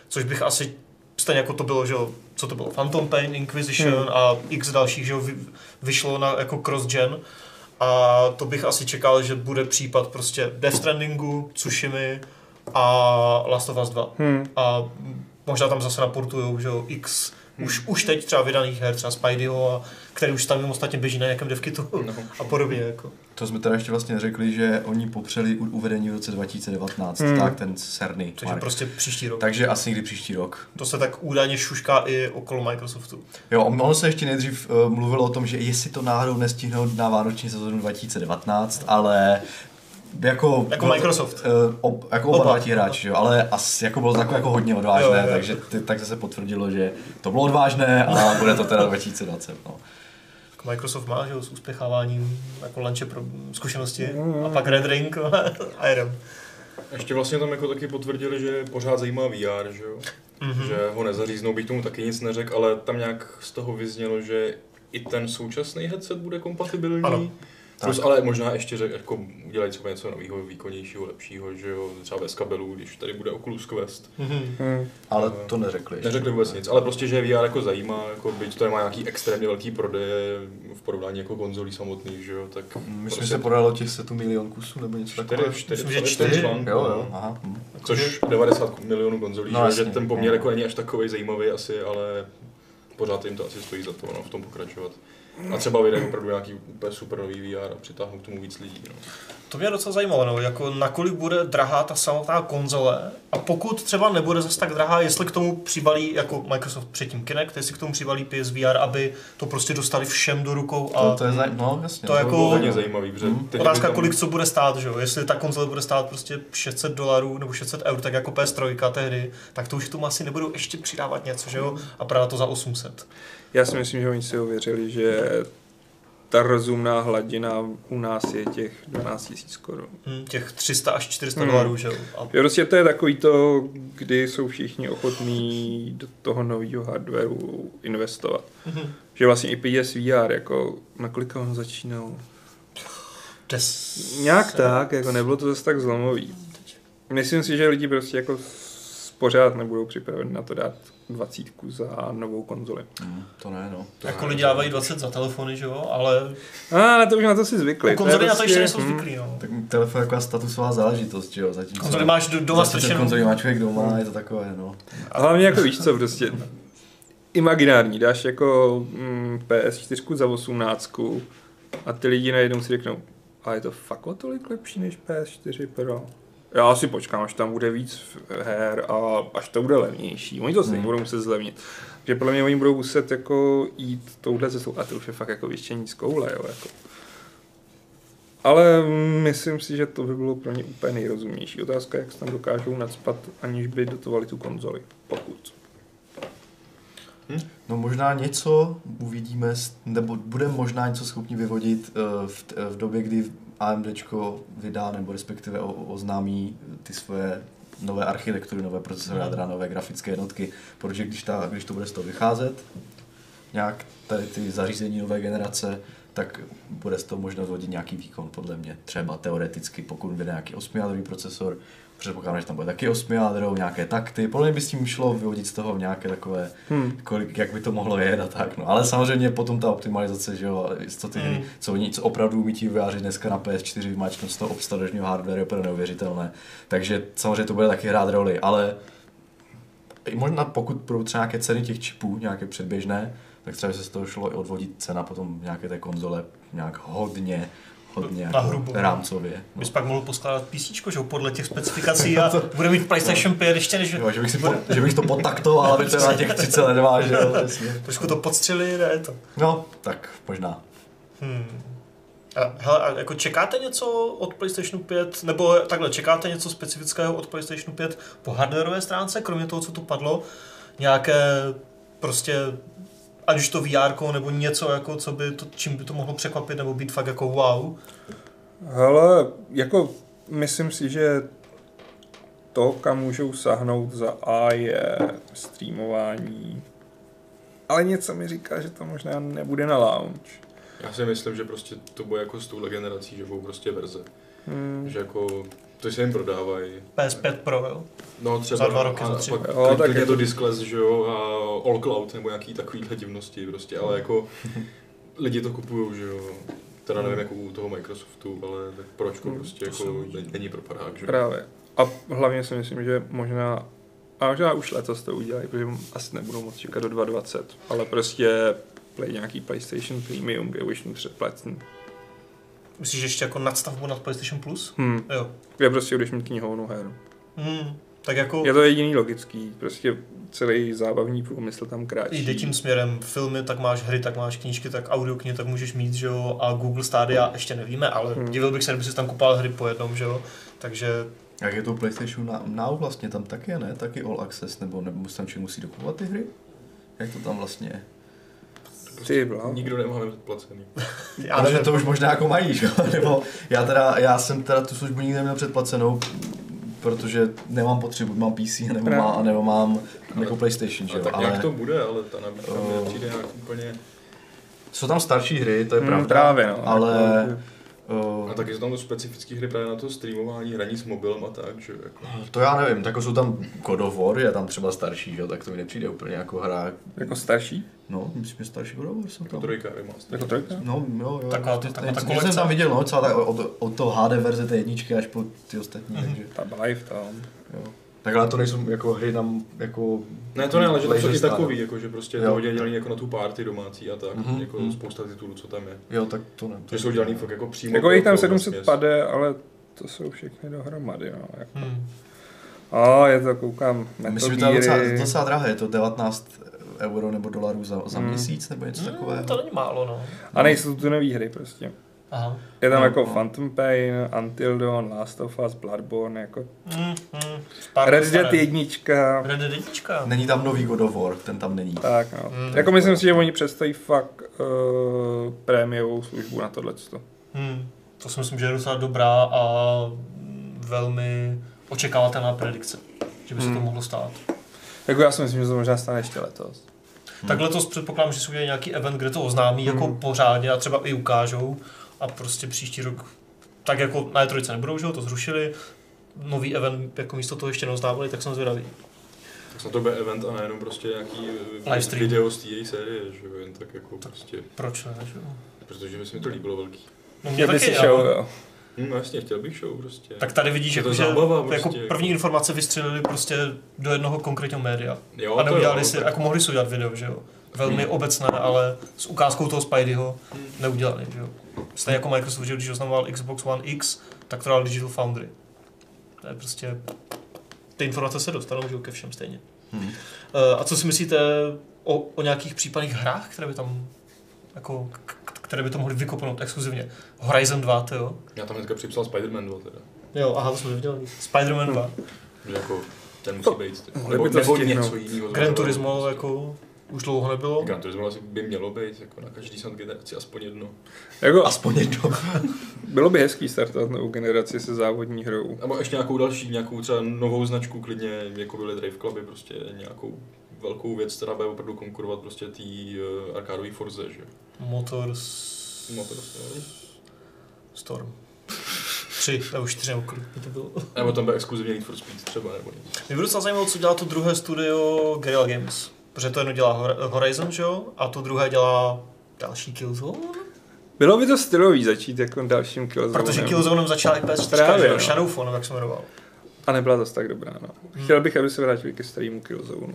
S1: Což bych asi stejně jako to bylo, že jo, co to bylo, Phantom Pain, Inquisition
S2: Hmm.
S1: hmm. a x dalších, že jo, vy, vyšlo na jako cross-gen a to bych asi čekal, že bude případ prostě Death Strandingu, Tsushima a Last of Us 2
S2: hm,
S1: a možná tam zase naportujou, že jo, x už, už teď třeba vydaných her, třeba Spideyho, a který už tam ostatně běží na nějakém devkitu
S3: No.
S1: a podobně. Jako.
S4: To jsme teda ještě vlastně neřekli, že oni popřeli u- uvedení v roce 2019,
S2: Hmm.
S4: tak ten serný.
S1: Takže prostě příští rok.
S4: Takže asi někdy příští rok.
S1: To se tak údajně šušká i okolo Microsoftu.
S4: Jo, ono se ještě nejdřív uh, mluvilo o tom, že jestli to náhodou nestihnou na vánoční sezónu 2019, ale jako...
S1: Jako
S4: bylo to-
S1: Microsoft.
S4: eh, ob, jako oba,
S1: Oba.
S4: oba. ti hráči, jo, ale asi jako bylo to takové jako hodně odvážné,
S1: Jo,
S4: jo,
S1: jo.
S4: jo. takže ty, tak se potvrdilo, že to bylo odvážné a bude to teda 2020, no.
S1: Tak Microsoft má, že jo, s uspěcháváním jako lanče pro zkušenosti a pak Red Ring a Iron.
S3: Ještě vlastně tam jako taky potvrdili, že pořád zajímá VR, že jo?
S4: Mhm.
S3: Mm-hmm. Že ho nezaříznou, bych tomu taky nic neřekl, ale tam nějak z toho vyznělo, že i ten současný headset bude kompatibilní.
S1: Ano.
S3: Plus, ale možná ještě řek, jako udělají třeba něco nového, výkonnějšího, lepšího, že jo, třeba bez kabelů, když tady bude Oculus Quest.
S2: hmm.
S4: Ale to neřekli. ještě.
S3: Neřekli vůbec nic, ale prostě, že je VR jako zajímá, jako byť to má nějaký extrémně velký prodeje v porovnání jako konzolí samotných, že jo, tak
S4: Myslím,
S3: prostě
S4: že se podalo těch setů milion kusů nebo něco takového.
S3: čtyři, čtyři,
S1: Myslím, že
S3: čtyři,
S1: čtyři.
S3: čtyři článků,
S4: Jo,
S3: no.
S4: jo, aha. hm.
S3: Což 90 milionů konzolí,
S4: No
S3: no, že
S4: jasně.
S3: ten poměr jako není až takový zajímavý asi, ale pořád jim to asi stojí za to no, v tom pokračovat. A třeba vyjde opravdu nějaký úplně super nový VR a přitáhnou k tomu víc lidí. No.
S1: To mě docela zajímalo, no, jako nakolik bude drahá ta samotná konzole a pokud třeba nebude zas tak drahá, jestli k tomu přibalí, jako Microsoft předtím Kinect, jestli k tomu přibalí PSVR, aby to prostě dostali všem do rukou a
S4: To, to je zaj... no, jasně.
S1: To jako-
S3: To je zajímavý, protože
S4: Mhm.
S3: teď
S1: Otázka,
S3: by
S1: kolik co bude stát, že jo? Jestli ta konzole bude stát prostě 600 dolarů nebo 600 eur, tak jako PS3 tehdy, tak to už k tomu asi nebudou ještě přidávat něco, že jo? A právě to za 800.
S2: Já si myslím, že oni si uvěřili, že ta rozumná hladina u nás je těch 12 000 korun.
S1: Hm, těch 300 až 400
S2: Hmm.
S1: dolarů, že jo? A
S2: Jo, Prostě to je takový to, kdy jsou všichni ochotní do toho nového hardwareu investovat.
S1: Mhm.
S2: Že vlastně i PSVR, jako na kolika on začínal?
S1: des...
S2: Nějak tak, jako nebylo to zase tak zlomový. Myslím si, že lidi prostě jako s- pořád nebudou připraveni na to dát dvacítku za novou konzoli.
S4: Hm, To ne, no.
S1: Jako lidi dávají 20 za telefony, že jo? Ale
S2: A to už na to si zvykli.
S1: u konzoly na to ještě nejsou
S2: hm.
S1: zvyklí, no.
S4: Tak telefon je taková statusová záležitost, že jo, zatím.
S1: Konzoli máš do, doma strčenou.
S4: Konzoli má člověk doma, je to takové, no.
S2: A hlavně jako víš co, prostě imaginární, dáš jako mm, PS4 za 18 a ty lidi najednou si řeknou, a je to fakt o tolik lepší než PS4 Pro. Já si počkám, až tam bude víc her a až to bude levnější. Oni to stejně
S4: Hmm.
S2: budou muset zlevnit. Že podle mě oni budou muset jako jít touhle cestou. A to už je fakt jako věštění z koule, jo, jako. Ale myslím si, že to by bylo pro ně úplně nejrozumnější. Otázka, jak se tam dokážou nadspat, aniž by dotovali tu konzoli. Pokud.
S4: No možná něco uvidíme, s- nebo bude možná něco schopni vyvodit eh, v, t- eh, v době, kdy AMDčko vydá, nebo respektive o, oznámí ty svoje nové architektury, nové procesory jádra, nové grafické jednotky, protože když, ta, když to bude z toho vycházet, nějak tady ty zařízení nové generace, tak bude z toho možno vodit nějaký výkon, podle mě. Třeba teoreticky, pokud bude nějaký osmijádrový procesor, předpokládám, že tam bude taky osmijádrový, nějaké takty. Podle mě by s tím šlo vyvodit z toho nějaké takové, hmm. kolik, jak by to mohlo jet a tak. No, ale samozřejmě potom ta optimalizace, že jo, a co ty, hmm. co oni co opravdu umí ti vyvářit dneska na PS4, vymáčknout z toho obstarožního hardware, je opravdu neuvěřitelné. Takže samozřejmě to bude taky hrát roli, ale i možná pokud budou třeba nějaké ceny těch čipů, nějaké předběžné, tak třeba by se z toho šlo i odvodit cena potom nějaké té konzole nějak hodně, hodně
S1: Na
S4: jako
S1: hrubo.
S4: rámcově. No.
S1: Bys pak mohl poskládat písíčko, že jo, podle těch specifikací a bude mít PlayStation 5 ještě, než
S4: Jo, že, bych si po, že bych to potaktoval, aby to na těch 3,2, že jo, přesně.
S1: trošku to podstřeli, ne, to.
S4: No, tak možná.
S1: Hmm. A, hele, a jako čekáte něco od PlayStation 5, nebo takhle, čekáte něco specifického od PlayStation 5 po hardwareové stránce, kromě toho, co tu padlo, nějaké prostě, ať už to VR nebo něco, jako, co by to, čím by to mohlo překvapit, nebo být fakt jako wow.
S2: Hele, jako myslím si, že to, kam můžou sahnout za A, je streamování. Ale něco mi říká, že to možná nebude na lounge.
S3: Já si myslím, že prostě to bude jako s touhle generací, že budou prostě verze.
S2: Hmm.
S3: Že jako to se jim prodávají.
S1: PS5 Pro, jo.
S3: No třeba
S1: Za dva roky,
S3: a,
S1: za
S3: a
S1: tři.
S3: pak
S2: Jo, tak
S3: klidně
S2: jako-
S3: to Diskless, že jo, a All Cloud nebo nějaký takovýhle divnosti prostě, ale jako lidi to kupují, že jo. Teda
S4: Hmm.
S3: nevím, jako u toho Microsoftu, ale tak pročko prostě jako není- není pro padák, že jo.
S2: Právě. A hlavně si myslím, že možná a možná už letos to udělají, protože asi nebudou moc čekat do 2020, ale prostě play nějaký PlayStation Premium, kde už jim předplatný.
S1: Myslíš, že ještě jako nadstavbu nad PlayStation Plus?
S2: Hmm.
S1: Jo.
S2: Kde prostě budeš mít knihovnu her.
S1: Hmm. Tak jako
S2: Je to jediný logický, prostě celý zábavní průmysl tam kráčí.
S1: jde tím směrem, filmy, tak máš hry, tak máš knížky, tak audioknihy, tak můžeš mít, že jo, a Google Stadia ještě nevíme, ale
S2: Hmm.
S1: divil bych se, kdyby si tam kupoval hry po jednom, že jo, takže
S4: Jak je to PlayStation Now- Now vlastně, tam taky je, ne? Taky All Access, nebo, nebo se tam či musí dokupovat ty hry? Jak to tam vlastně je?
S2: Ty Prostě
S4: no.
S2: blá.
S3: Nikdo nemá předplacený.
S1: já
S4: Ale
S1: nevím.
S4: že to už možná jako mají, že? jo? nebo já teda, já jsem teda tu službu nikdy neměl předplacenou, protože nemám potřebu, mám PC, nebo, má, nebo mám jako PlayStation, že
S3: Ale
S4: jo?
S3: tak
S4: ale
S3: nějak to bude, ale ta nabídka
S4: Eh,
S3: mi přijde nějak úplně...
S4: jsou tam starší hry, to je
S2: Hmm,
S4: pravda,
S2: právě, no.
S4: ale
S2: Jako-
S4: eh,
S3: A taky jsou tam to specifické hry právě na to streamování, hraní s mobilem a tak, že jo, jako.
S4: to já nevím, tak jsou tam God of War, je tam třeba starší, že jo, tak to mi nepřijde úplně jako hra,
S2: Jako starší?
S4: no, myslím, že starší God of War jsou
S3: Jako
S4: tam.
S3: trojka remaster.
S2: Jako trojka?
S4: No, jo, jo.
S1: Taková to-
S4: to,
S1: taková ta
S4: něco jsem
S1: kolekce.
S4: tam viděl, no, celá ta, od, od toho HD verze té jedničky až po ty ostatní,
S1: Mhm.
S4: takže,
S2: Ta live tam.
S4: jo. Takhle to nejsou jako hry tam, jako...
S3: Ne, to ne, ale že tam jsou i
S4: playlista,
S3: takový, jako, že prostě
S4: Jo.
S3: to hodně dělaný jako na tu party domácí a tak,
S4: Mhm,
S3: jako
S4: mhm.
S3: spousta titulů, co tam je.
S4: Jo, tak to ne. to
S3: Že jsou dělaný fakt jako vlastně přímo.
S2: Jako jich tam
S3: pro- pro
S2: 700
S3: směs.
S2: pade, ale to jsou všechny dohromady, no. Jako.
S1: Hmm.
S2: A je to, koukám,
S4: Myslím, že to je docela, docela drahé, je to 19 euro nebo dolarů za, za
S2: Hmm.
S4: měsíc nebo něco takového.
S1: Hmm, Mhm. to není málo, no.
S2: A nejsou to nové hry prostě.
S1: Aha.
S2: Je tam
S4: No,
S2: jako
S4: no.
S2: Phantom Pain, Until Dawn, Last of Us, Bloodborne, jako
S1: Hmm, hmm. Pár
S2: Red Dead
S1: staré.
S2: jednička.
S1: Red Dead jednička.
S4: Není tam nový God of War, ten tam není.
S2: Tak no.
S1: Mm.
S2: Jako myslím si, že oni představí fakt uh, prémiovou službu na tohleto.
S1: Hmm. To si myslím, že je docela dobrá a mm, velmi očekávatelná predikce, že by se to
S2: Hmm.
S1: mohlo stát.
S2: Jako já si myslím, že to možná stane ještě letos.
S1: Hmm. Takhle to předpokládám, že si udělají nějaký event, kde to oznámí hmm. jako pořádně a třeba i ukážou a prostě příští rok tak jako na E3 nebudou, že jo, to zrušili, nový event jako místo toho ještě neoznámili, tak jsem zvědavý.
S3: Tak snad to bude event a nejenom prostě nějaký eh,
S1: Livestream.
S3: video z té série, že jo, jen tak jako prostě,
S1: Proč ne, že jo?
S3: protože by se mi to líbilo velký.
S1: No,
S2: Chtěl by si
S1: ale-
S2: show, jo.
S3: Hm, jasně, chtěl bych show prostě.
S1: Tak tady vidíš,
S3: Je to
S1: jako, že
S3: zábava
S1: prostě, jako
S3: prostě, jako.
S1: první informace vystřelili prostě do jednoho konkrétního média.
S3: jo,
S1: a
S3: to
S1: neudělali
S3: jo,
S1: si,
S3: tak-
S1: jako mohli si udělat video, že jo. Velmi
S3: Hmm.
S1: obecné, ale s ukázkou toho Spideyho
S3: Hmm.
S1: neudělali, že jo. Stejně jako Microsoft, že když oznamoval Xbox One X, tak to dal Digital Foundry. To je prostě... Ty informace se dostanou, že jo, ke všem stejně.
S4: Hmm.
S1: Eh, A co si myslíte o, o nějakých případných hrách, které by tam jako, k- k- které by to mohly vykopnout exkluzivně. Horizon 2, to jo?
S3: Já tam hnedka připsal Spider-Man 2 teda.
S1: Jo, aha, to jsme viděli. Spider-Man 2.
S3: Že jako ten musí být. ty.
S2: mohli
S3: Nebo,
S2: by to No,
S3: nebo
S2: stihnout.
S3: něco jiného.
S1: Gran Turismo jako už dlouho nebylo.
S3: Gran Turismo asi by mělo být, jako na každý snad generaci aspoň jedno.
S2: Jako,
S4: Aspoň jedno.
S2: bylo by hezký startovat novou generaci se závodní hrou.
S3: Nebo ještě nějakou další, nějakou třeba novou značku klidně, jako byly Drive Cluby, prostě nějakou velkou věc, která bude opravdu konkurovat prostě tý uh, arkádový Forze, že?
S1: Motors...
S3: Motors, jo.
S1: Storm. Tři, nebo čtyři, nebo kolik by to bylo.
S3: Nebo tam bude exkluzivně Need for Speed třeba, nebo něco.
S1: Mě by docela zajímalo, co dělá to druhé studio Guerrilla Games. Protože to jedno dělá Hor- Horizon, že jo? A to druhé dělá další Killzone?
S2: Bylo by to stylový začít jako dalším Killzone.
S1: Protože Killzonem začal i PS4,
S2: Právě,
S1: že jo?
S2: no.
S1: Shadowfall, nebo jak se jmenoval.
S2: A nebyla zase tak dobrá, no.
S1: Hmm.
S2: Chtěl bych, aby se vrátili ke starému Killzone.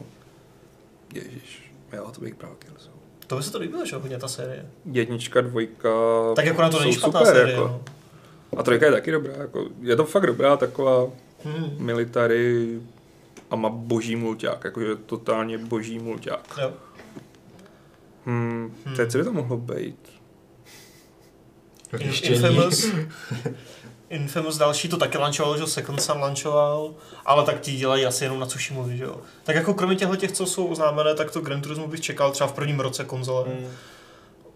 S2: Ježíš, jo, to bych bral Killzone.
S1: Hmm. To by se to líbilo, že jo? Hodně ta série.
S2: Jednička, dvojka,
S1: Tak jako na to
S2: jsou
S1: není špatná
S2: super,
S1: série,
S2: jako.
S1: no.
S2: A trojka je taky dobrá, jako, je to fakt dobrá taková
S1: Hmm.
S2: military a má boží mulťák, jakože totálně boží mulťák.
S1: Jo.
S2: Hmm,
S1: Hmm.
S2: teď co by to mohlo být?
S1: In- Infamous. Infamous další to taky lančoval, že jo, Second Sun lančoval, ale tak ti dělají asi jenom na co mluví, že jo. Tak jako kromě těchto těch, co jsou oznámené, tak to Gran Turismo bych čekal třeba v prvním roce konzole. Mm.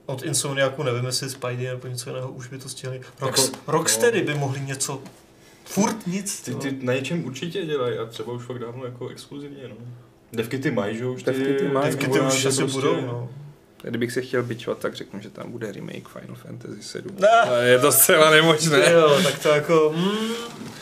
S1: Od Insomniaku nevím, jestli Spidey nebo něco jiného už by to stihli. Rock,
S3: Jako-
S1: jako, Rocksteady by mohli něco, furt nic,
S3: Ty,
S1: ty,
S2: No.
S3: ty na něčem určitě dělají a třeba už fakt dávno jako exkluzivně, no. Devky ty mají, že jo, už ty, prostě
S2: Devky ty mají.
S1: Devky ty už asi
S2: prostě-
S1: budou, no.
S2: Kdybych se chtěl bičovat, tak řeknu, že tam bude remake Final Fantasy 7.
S1: Ne.
S2: Ale Je to zcela nemožné.
S1: Jo, tak to jako... Mm,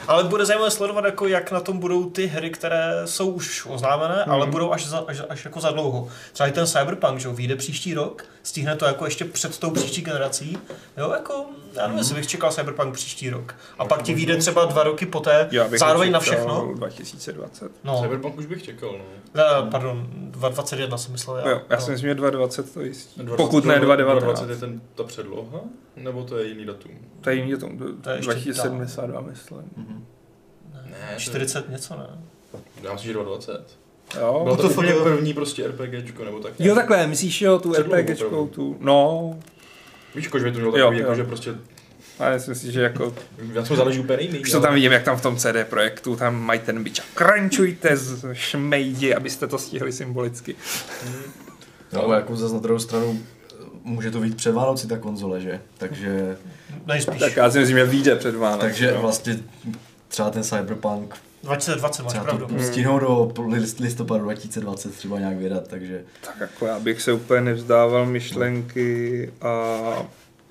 S1: ale bude zajímavé sledovat, jako jak na tom budou ty hry, které jsou už oznámené, mm. ale budou až, za, až, až jako za dlouho. Třeba i ten Cyberpunk, že jo, vyjde příští rok, stihne to jako ještě před tou příští generací. Jo, jako, já nevím, jestli bych čekal Cyberpunk příští rok. A pak ti vyjde třeba dva roky poté,
S2: Já bych
S1: zároveň na
S2: čekal
S1: všechno.
S2: 2020.
S1: No,
S3: Cyberpunk už bych čekal, no.
S1: ne, pardon, 2021 jsem myslel já.
S2: Jo, já si
S1: no.
S2: myslím, že 2020 to jistí.
S3: 20,
S2: Pokud ne
S3: 2020 je
S2: 2019.
S3: ten, ta předloha, nebo to je jiný datum?
S2: To je jiný, je to
S1: To je ještě
S2: 2072, myslím.
S4: Mhm.
S3: Ne, to-
S1: 40 něco, ne?
S3: Já myslím, že 2020.
S2: Jo.
S3: Bylo to
S1: to
S3: úplně
S1: fakt-
S3: první prostě RPGčko, nebo tak nějak.
S2: jo, takhle, myslíš, jo, tu
S3: Předlohu
S2: RPGčkou,
S3: opravdu.
S2: tu, no,
S3: Víš, jako, že by to mělo
S2: Jo,
S3: takový, jako,
S2: jo.
S3: že prostě,
S2: a já si myslím, že jako
S3: na tom záleží úplně nejméně.
S2: Už to tam vidím, jak tam v tom CD projektu, tam mají ten bič. Krančujte z šmejdi, abyste to stihli symbolicky.
S3: Hmm.
S4: No, ale jako zase na druhou stranu, může to být před Vánoci ta konzole, že? Takže,
S1: Nejspíš.
S2: Tak já si myslím, že vyjde před Vánoc. no.
S4: takže vlastně třeba ten Cyberpunk
S1: 2020, máš
S4: Třeba
S1: pravdu.
S4: to stihnou do list- listopadu 2020 třeba nějak vydat, takže
S2: Tak jako já bych se úplně nevzdával myšlenky a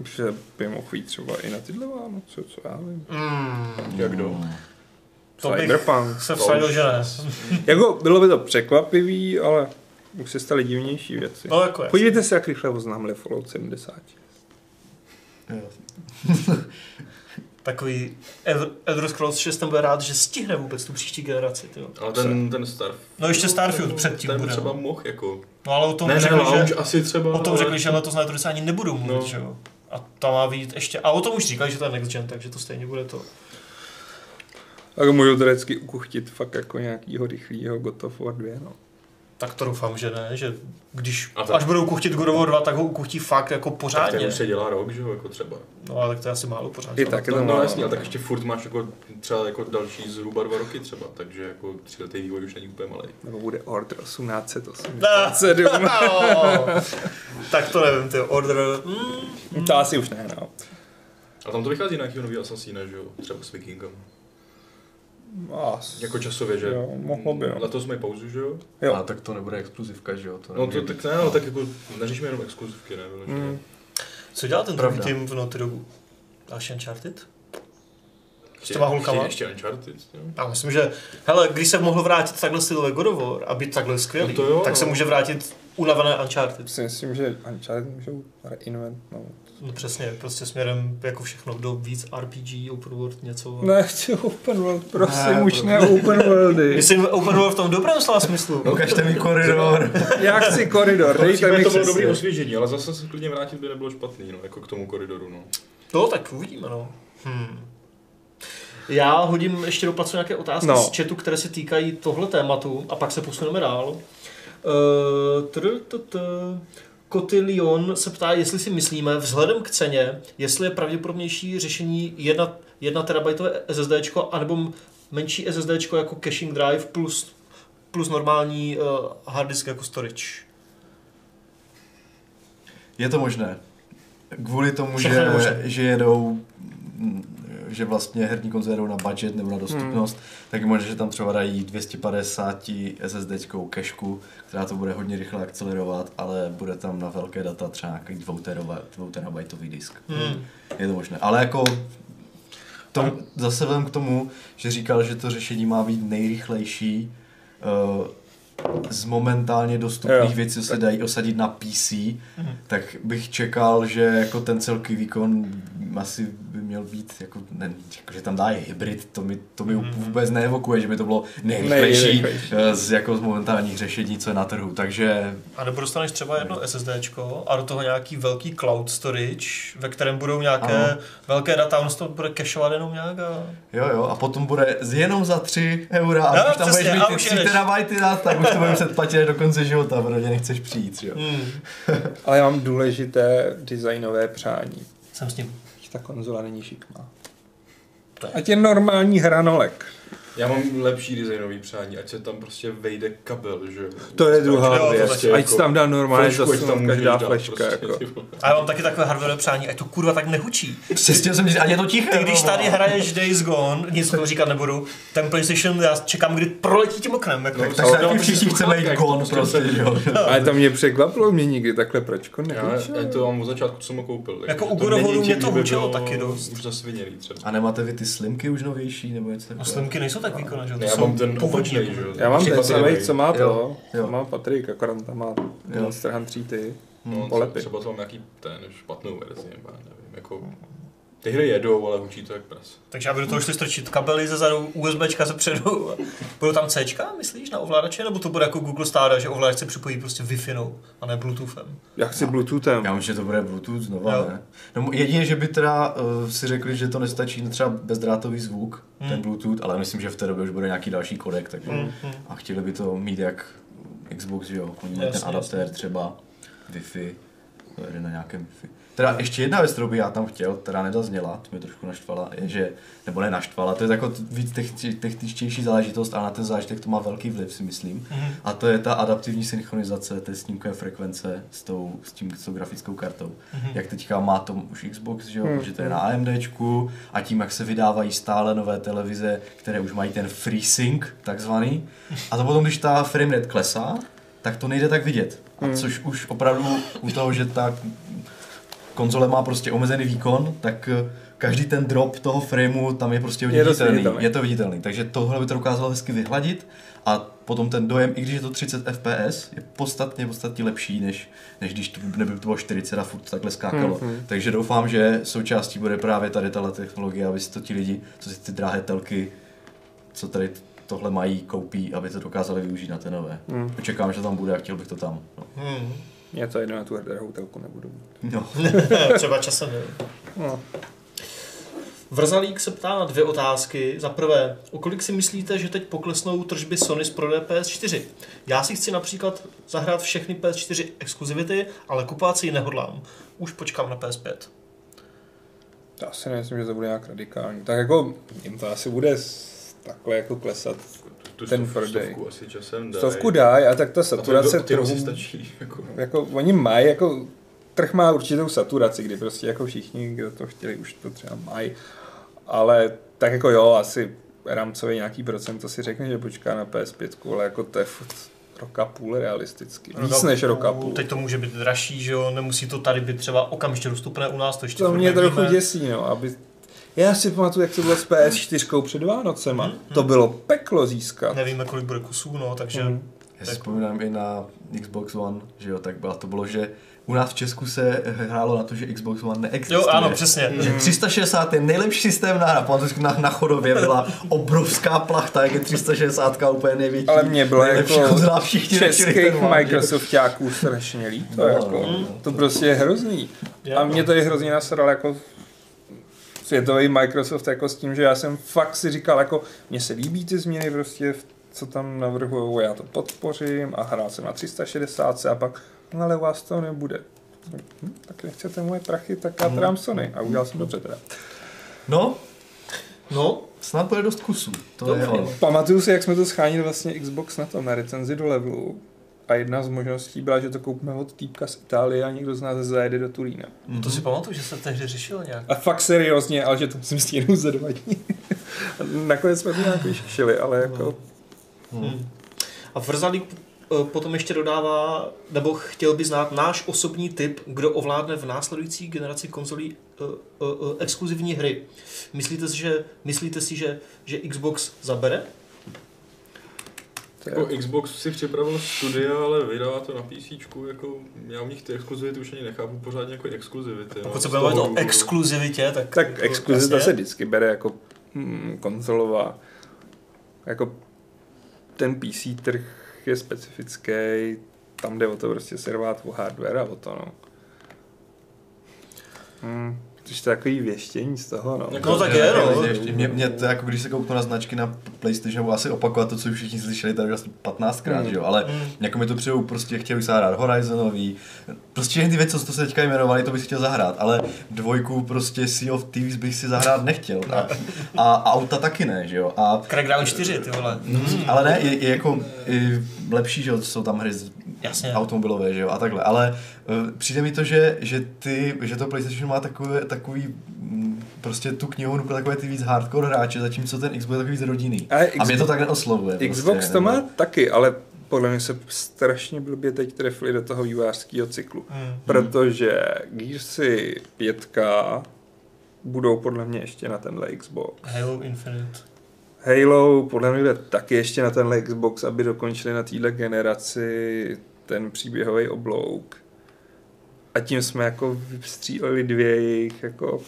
S2: že by mohl jít třeba i na tyhle Vánoce, co já vím.
S1: Mm,
S3: Jak do?
S1: to bych
S2: Cyberpunk.
S1: se
S3: to
S1: vsadil,
S3: už-
S1: že ne.
S2: Jako bylo by to překvapivý, ale už se staly divnější věci.
S1: No jako je.
S2: Podívejte se, jak rychle oznámili Fallout 70.
S4: jo.
S1: Takový Ev- Elder Scrolls 6 ten bude rád, že stihne vůbec tu příští generaci. Tyjo.
S3: Ale ten, ten Starfield...
S1: No ještě Starfield předtím
S3: ten
S1: bude.
S3: třeba mohl, jako...
S1: No ale o tom
S3: Ne, ne,
S1: řekli,
S3: lounge
S1: že,
S3: asi třeba...
S1: o tom
S3: ale-
S1: řekli, že letos na E3 ani nebudou mluvit,
S3: No.
S1: že jo. A tam má být ještě, a o tom už říkali, že to je next gen, takže to stejně bude to.
S2: Tak můžu to vždycky ukuchtit fakt jako nějakýho rychlýho God of War 2, no.
S1: Tak to doufám, že ne, že když,
S3: A tak-
S1: až budou kuchtit God of War 2, tak ho ukuchtí fakt jako
S3: Tak ten
S1: pořádně.
S3: už se dělá rok, že jo, jako třeba.
S1: No ale tak to je asi málo pořádně.
S2: I tak je to
S3: No, no
S2: málo,
S3: jasně, ale
S2: no.
S3: tak ještě furt máš jako třeba jako další zhruba dva roky třeba, takže jako tříletý vývoj už není úplně malý.
S2: Nebo bude Order 1887.
S1: Ne. tak to nevím, ty order. Mm.
S2: to asi už ne, no.
S3: A tam to vychází na nějakého nového asasína, že jo, třeba s Vikingem.
S2: As.
S3: Jako časově, že?
S2: Jo, mohlo by, jo.
S3: Letos mají pauzu, že jo?
S2: Jo.
S4: A tak to nebude exkluzivka, že jo? To
S3: No to
S4: nemůže
S3: tak
S4: být.
S3: ne, ale tak jako neřešíme jenom exkluzivky, ne? vyloženě.
S2: Mm.
S1: Co dělá ten druhý
S4: Pravda.
S1: tým v Naughty Dogu? Další Uncharted?
S3: Ještě-
S1: těma holkama?
S3: ještě- Ještě Uncharted, jo.
S1: Já myslím, že hele, když se mohl vrátit takhle stylové God of War a být takhle skvělý,
S3: No to jo,
S1: tak
S3: no.
S1: se může vrátit unavené Uncharted.
S2: Si myslím, že Uncharted můžou reinventnout.
S1: No přesně, prostě směrem jako všechno, do víc RPG, open world, něco.
S2: Ne, No, chci open world, prosím,
S4: Ne,
S2: už
S4: pro-
S2: ne open worldy.
S1: Myslím open world v tom dobrém slova smyslu.
S3: No,
S4: Ukažte mi koridor.
S2: Já chci koridor, dejte mi
S3: to bylo
S2: křeslo.
S3: dobrý osvěžení, ale zase se klidně vrátit by nebylo špatný, no, jako k tomu koridoru, no.
S1: No, tak uvidíme, no. Hmm. Já hodím ještě do placu nějaké otázky
S2: No.
S1: no. z chatu, které se týkají tohle tématu a pak se posuneme dál. Eh, Uh, Kotilion se ptá, jestli si myslíme, vzhledem k ceně, jestli je pravděpodobnější řešení 1, 1 terabajtové SSD, anebo m- menší SSD jako caching drive plus, plus normální uh, hard disk jako storage.
S4: Je to možné. Kvůli tomu,
S1: Všechno
S4: že,
S1: je možné.
S4: že jedou mm, že vlastně herní konze jedou na budget nebo na dostupnost, hmm. tak je možné, že tam třeba dají 250 SSD kešku, která to bude hodně rychle akcelerovat, ale bude tam na velké data třeba nějaký 2 teraba- 2 terabajtový disk.
S1: Hmm.
S4: Je to možné. Ale jako to, zase vzhledem k tomu, že říkal, že to řešení má být nejrychlejší uh, z momentálně dostupných
S2: Jo.
S4: jo. věcí, co se dají osadit na PC, tak bych čekal, že jako ten celkový výkon asi by měl být, jako, ne, jako že tam dá je hybrid, to mi, to
S1: Mhm.
S4: mi vůbec neevokuje, že by to bylo nejrychlejší,
S2: Nejrychlejší.
S4: eh, z, jako z momentálních řešení, co je na trhu. Takže
S1: A nebo dostaneš třeba
S3: Hmm.
S1: jedno SSD a do toho nějaký velký cloud storage, ve kterém budou nějaké
S4: Ano.
S1: velké data, ono se to bude cashovat jenom nějak a...
S4: Jo, jo, a potom bude z- jenom za 3 eura a
S1: No,
S4: už tam
S1: přesně,
S4: budeš
S1: a
S4: mít ty
S1: už
S4: 3
S1: jedeš.
S4: terabajty dat, tak už to budeš muset platit až do konce života, protože nechceš přijít, jo.
S1: Hmm.
S2: Ale já mám důležité designové přání.
S1: Jsem s ním.
S2: Ta konzola není šikmá.
S1: To je-
S2: Ať je normální hranolek.
S3: Já mám lepší designový přání, ať se tam prostě vejde kabel, že jo.
S2: To je
S1: Jo, to
S2: druhá věc.
S1: taky.
S2: Ať se tam dá normálně
S3: Flešku, ať jako tam
S2: zasunout
S3: můžeš
S2: každá
S3: dát
S2: fleška.
S3: prostě,
S2: Jako.
S3: ty vole.
S1: A já mám taky takové hardware přání, ať to kurva tak nehučí.
S4: Přesně jsem říct, a je to tiché.
S1: Ty, když
S4: no,
S1: tady
S4: no.
S1: hraješ Days Gone, nic toho říkat nebudu, ten PlayStation, já čekám, kdy proletí tím oknem. Jako.
S4: Tak
S3: Ale
S4: se taky
S3: dám si
S4: všichni chceme jít
S3: sluchátka,
S4: kon
S3: jako
S4: prostě,
S3: prostě.
S4: jo.
S2: Ale to mě překvapilo, mě nikdy takhle pračko
S3: Já, já
S2: nevyčel.
S3: to mám od začátku, co jsem ho koupil. takže
S1: Jako
S3: to
S1: u God of
S3: není
S1: Waru
S3: tím,
S1: mě
S3: že
S1: to
S3: by
S1: hučelo
S3: bylo
S1: taky dost.
S3: Už zasvinělý třeba.
S4: A nemáte vy ty slimky už novější, nebo něco
S1: No,
S4: takového?
S1: slimky nejsou tak výkonné, že jo?
S3: Ne,
S1: To
S3: já
S1: jsou jako-
S3: mám ten
S1: původní.
S3: opačný, že jo.
S2: Já mám ten
S3: Připasený.
S2: samý, co má to.
S4: Jo,
S2: To
S4: jo.
S2: má Patrik, akorát tam má Monster Hunt 3 ty.
S3: No,
S2: Polepy.
S3: třeba to mám nějaký ten špatnou verzi, nebo já nevím, jako... Ty hry jedou, ale hučí to jak pras.
S1: Takže aby do toho šli strčit kabely ze zadu, USBčka ze předu. a Budou tam Cčka, myslíš, na ovladače? Nebo to bude jako Google Stadia, že ovladač se připojí prostě wi a ne Bluetoothem?
S2: Já chci Bluetoothem.
S4: Já myslím, že to bude Bluetooth
S1: Jo.
S4: znova, ne? No, jedině, že by teda uh, si řekli, že to nestačí třeba bezdrátový zvuk, hmm. ten Bluetooth, ale myslím, že v té době už bude nějaký další kodek, takže hmm.
S1: Mm-hmm.
S4: a chtěli by to mít jak Xbox, že jo, oni mají ten
S1: Jasně,
S4: adaptér třeba Wi-Fi, to jede na nějakém Wi-Fi. Teda ještě jedna věc, kterou bych já tam chtěl, která nedazněla, to mě trošku naštvala, je, že, nebo ne naštvala, to je jako t- víc techni- techničtější záležitost, ale na ten zážitek to má velký vliv, si myslím.
S1: Mhm.
S4: A to je ta adaptivní synchronizace té snímkové frekvence s tou, s, tím, s tou grafickou kartou.
S1: Mhm.
S4: Jak teďka má to už Xbox, že jo,
S2: Mhm.
S4: protože to je na AMDčku a tím, jak se vydávají stále nové televize, které už mají ten FreeSync takzvaný. A to potom, když ta frame rate klesá, tak to nejde tak vidět. A což už opravdu u toho, že ta konzole má prostě omezený výkon, tak eh, každý ten drop toho frameu tam je prostě hodně
S2: Je to
S4: viditelný.
S2: viditelný.
S4: Je to viditelný. Takže tohle by to dokázalo hezky vyhladit a potom ten dojem, i když je to 30 fps, je podstatně, podstatně lepší, než, než když to, neby to bylo 40 a furt takhle skákalo. Mm-hmm. Takže doufám, že součástí bude právě tady tahle technologie, aby si to ti lidi, co si ty drahé telky, co tady t- tohle mají, koupí, aby to dokázali využít na ty nové. Mm. Očekávám, že to tam bude a chtěl bych to tam. No.
S1: Hmm.
S2: Já to jedno na tu drahou telku nebudu.
S4: No.
S1: Třeba časem. nevím.
S2: No.
S1: Vrzalík se ptá na dvě otázky. Za prvé, o kolik si myslíte, že teď poklesnou tržby Sony z prodeje PS4? Já si chci například zahrát všechny PS4 exkluzivity, ale kupovat si ji nehodlám. Už počkám na PS5.
S2: To asi nemyslím, že to bude nějak radikální. Tak jako, jim to asi bude s- takhle jako klesat.
S3: Tu
S2: Ten
S3: stov-
S2: prodej.
S3: stovku asi časem daj.
S2: Stovku dá, a tak ta
S3: A to-
S2: saturace
S3: to ty
S2: trhu,
S3: asi stačí. Jako.
S2: jako oni mají, jako trh má určitou saturaci, kdy prostě jako všichni, kdo to chtěli, už to třeba mají. Ale tak jako jo, asi rámcový nějaký procent, to si řekne, že počká na PS5, ale jako to je furt roka půl realisticky. Víc než roka půl.
S1: Teď to může být dražší, že jo? Nemusí to tady být třeba okamžitě dostupné u nás, to ještě
S2: To
S1: furt
S2: mě
S1: nevíme.
S2: trochu děsí, no, aby... Já si pamatuju, jak to bylo s PS4 před Vánocema. To bylo peklo získat.
S1: Nevíme, kolik bude kusů, no, takže...
S2: Mhm.
S4: Já si vzpomínám i na Xbox One, že jo, tak byla to bylo, že u nás v Česku se hrálo na to, že Xbox One neexistuje.
S1: Jo, ano, přesně.
S2: Mhm.
S1: Hmm.
S4: Že 360 je nejlepší systém na hra. Pamatuju, na, na chodově byla obrovská plachta, jak je 360 úplně největší.
S2: Ale mě bylo
S4: nejlepší
S2: jako
S4: konzola, všichni řešili
S2: Českých
S4: ten One, že jo.
S2: Microsoftáků strašně líto,
S4: No,
S2: jako.
S4: no.
S2: To prostě je hrozný.
S1: Já
S2: A
S1: to-
S2: mě to je hrozně nasral, jako světový Microsoft, jako s tím, že já jsem fakt si říkal, jako, mně se líbí ty změny prostě, v- co tam navrhujou, já to podpořím a hrál jsem na 360 a pak, no ale u vás to nebude. Hm, tak nechcete moje prachy, tak já trám Sony. A udělal jsem dobře teda.
S4: No,
S1: No,
S4: snad bude dost kusů. To
S1: Dobře.
S4: je ono.
S2: Pamatuju si, jak jsme to schánili vlastně Xbox na tom, na recenzi do levelu. A jedna z možností byla, že to koupíme od týpka z Itálie a někdo z nás zajede do Turína.
S1: To si pamatuju, že se tehdy řešil nějak.
S2: A fakt seriózně, ale že to musím stihnout za dva dní. A Nakonec jsme to nějak vyšili, ale jako...
S1: Hmm. A Vrzalík eh, potom ještě dodává, nebo chtěl by znát náš osobní tip, kdo ovládne v následující generaci konzolí eh, eh, eh, exkluzivní hry. Myslíte si, že, myslíte si, že, že Xbox zabere?
S2: To
S3: Jako
S2: je,
S3: Xbox si připravil studia, ale vydává to na PC, jako já u nich ty exkluzivity už ani nechápu pořádně jako exkluzivity.
S1: Pokud se
S3: Z
S1: budeme
S3: toho
S1: o
S3: důvodu.
S1: exkluzivitě, tak...
S2: tak exkluzita
S1: jasně.
S2: se vždycky bere jako mm, konzolová. Jako ten PC trh je specifický, tam jde o to prostě servát o hardware a o to, no. Hmm, to je takový věštění z toho, no.
S1: No tak je, no.
S4: Ještě, mě, mě to jako když se kouknu na značky na PlayStation, nebo asi opakovat to, co už všichni slyšeli tady asi 15krát,
S2: Mm.
S4: že jo, ale
S1: Mm.
S4: jako mi to přijde prostě chtěl bych zahrát Horizonový, prostě všechny ty věci, co jste se teďka jmenovali, to bych si chtěl zahrát, ale dvojku prostě Sea of Thieves bych si zahrát nechtěl a, a, a auta taky ne, že jo, a
S1: Crackdown 4, ty vole.
S4: Mm. Ale ne, je, je jako je lepší, že jo, jsou tam hry z-
S1: Jasně.
S4: automobilové, že jo, a takhle. Ale eh, přijde mi to, že, že, ty, že to PlayStation má takové, takový, mm, prostě tu knihovnu pro takové ty víc hardcore hráče, zatímco ten Xbox je takový z rodiny.
S2: Ale
S4: a mě to tak neoslovuje.
S2: Xbox
S4: prostě,
S2: to má
S4: nebo-
S2: taky, ale podle mě se strašně blbě teď trefili do toho vývářského
S4: Mhm.
S2: cyklu.
S1: Mm.
S2: Protože Gearsy 5 budou podle mě ještě na tenhle Xbox.
S1: Halo Infinite.
S2: Halo podle mě jde taky ještě na tenhle Xbox, aby dokončili na téhle generaci ten příběhový oblouk. A tím jsme jako vystříleli dvě jejich jako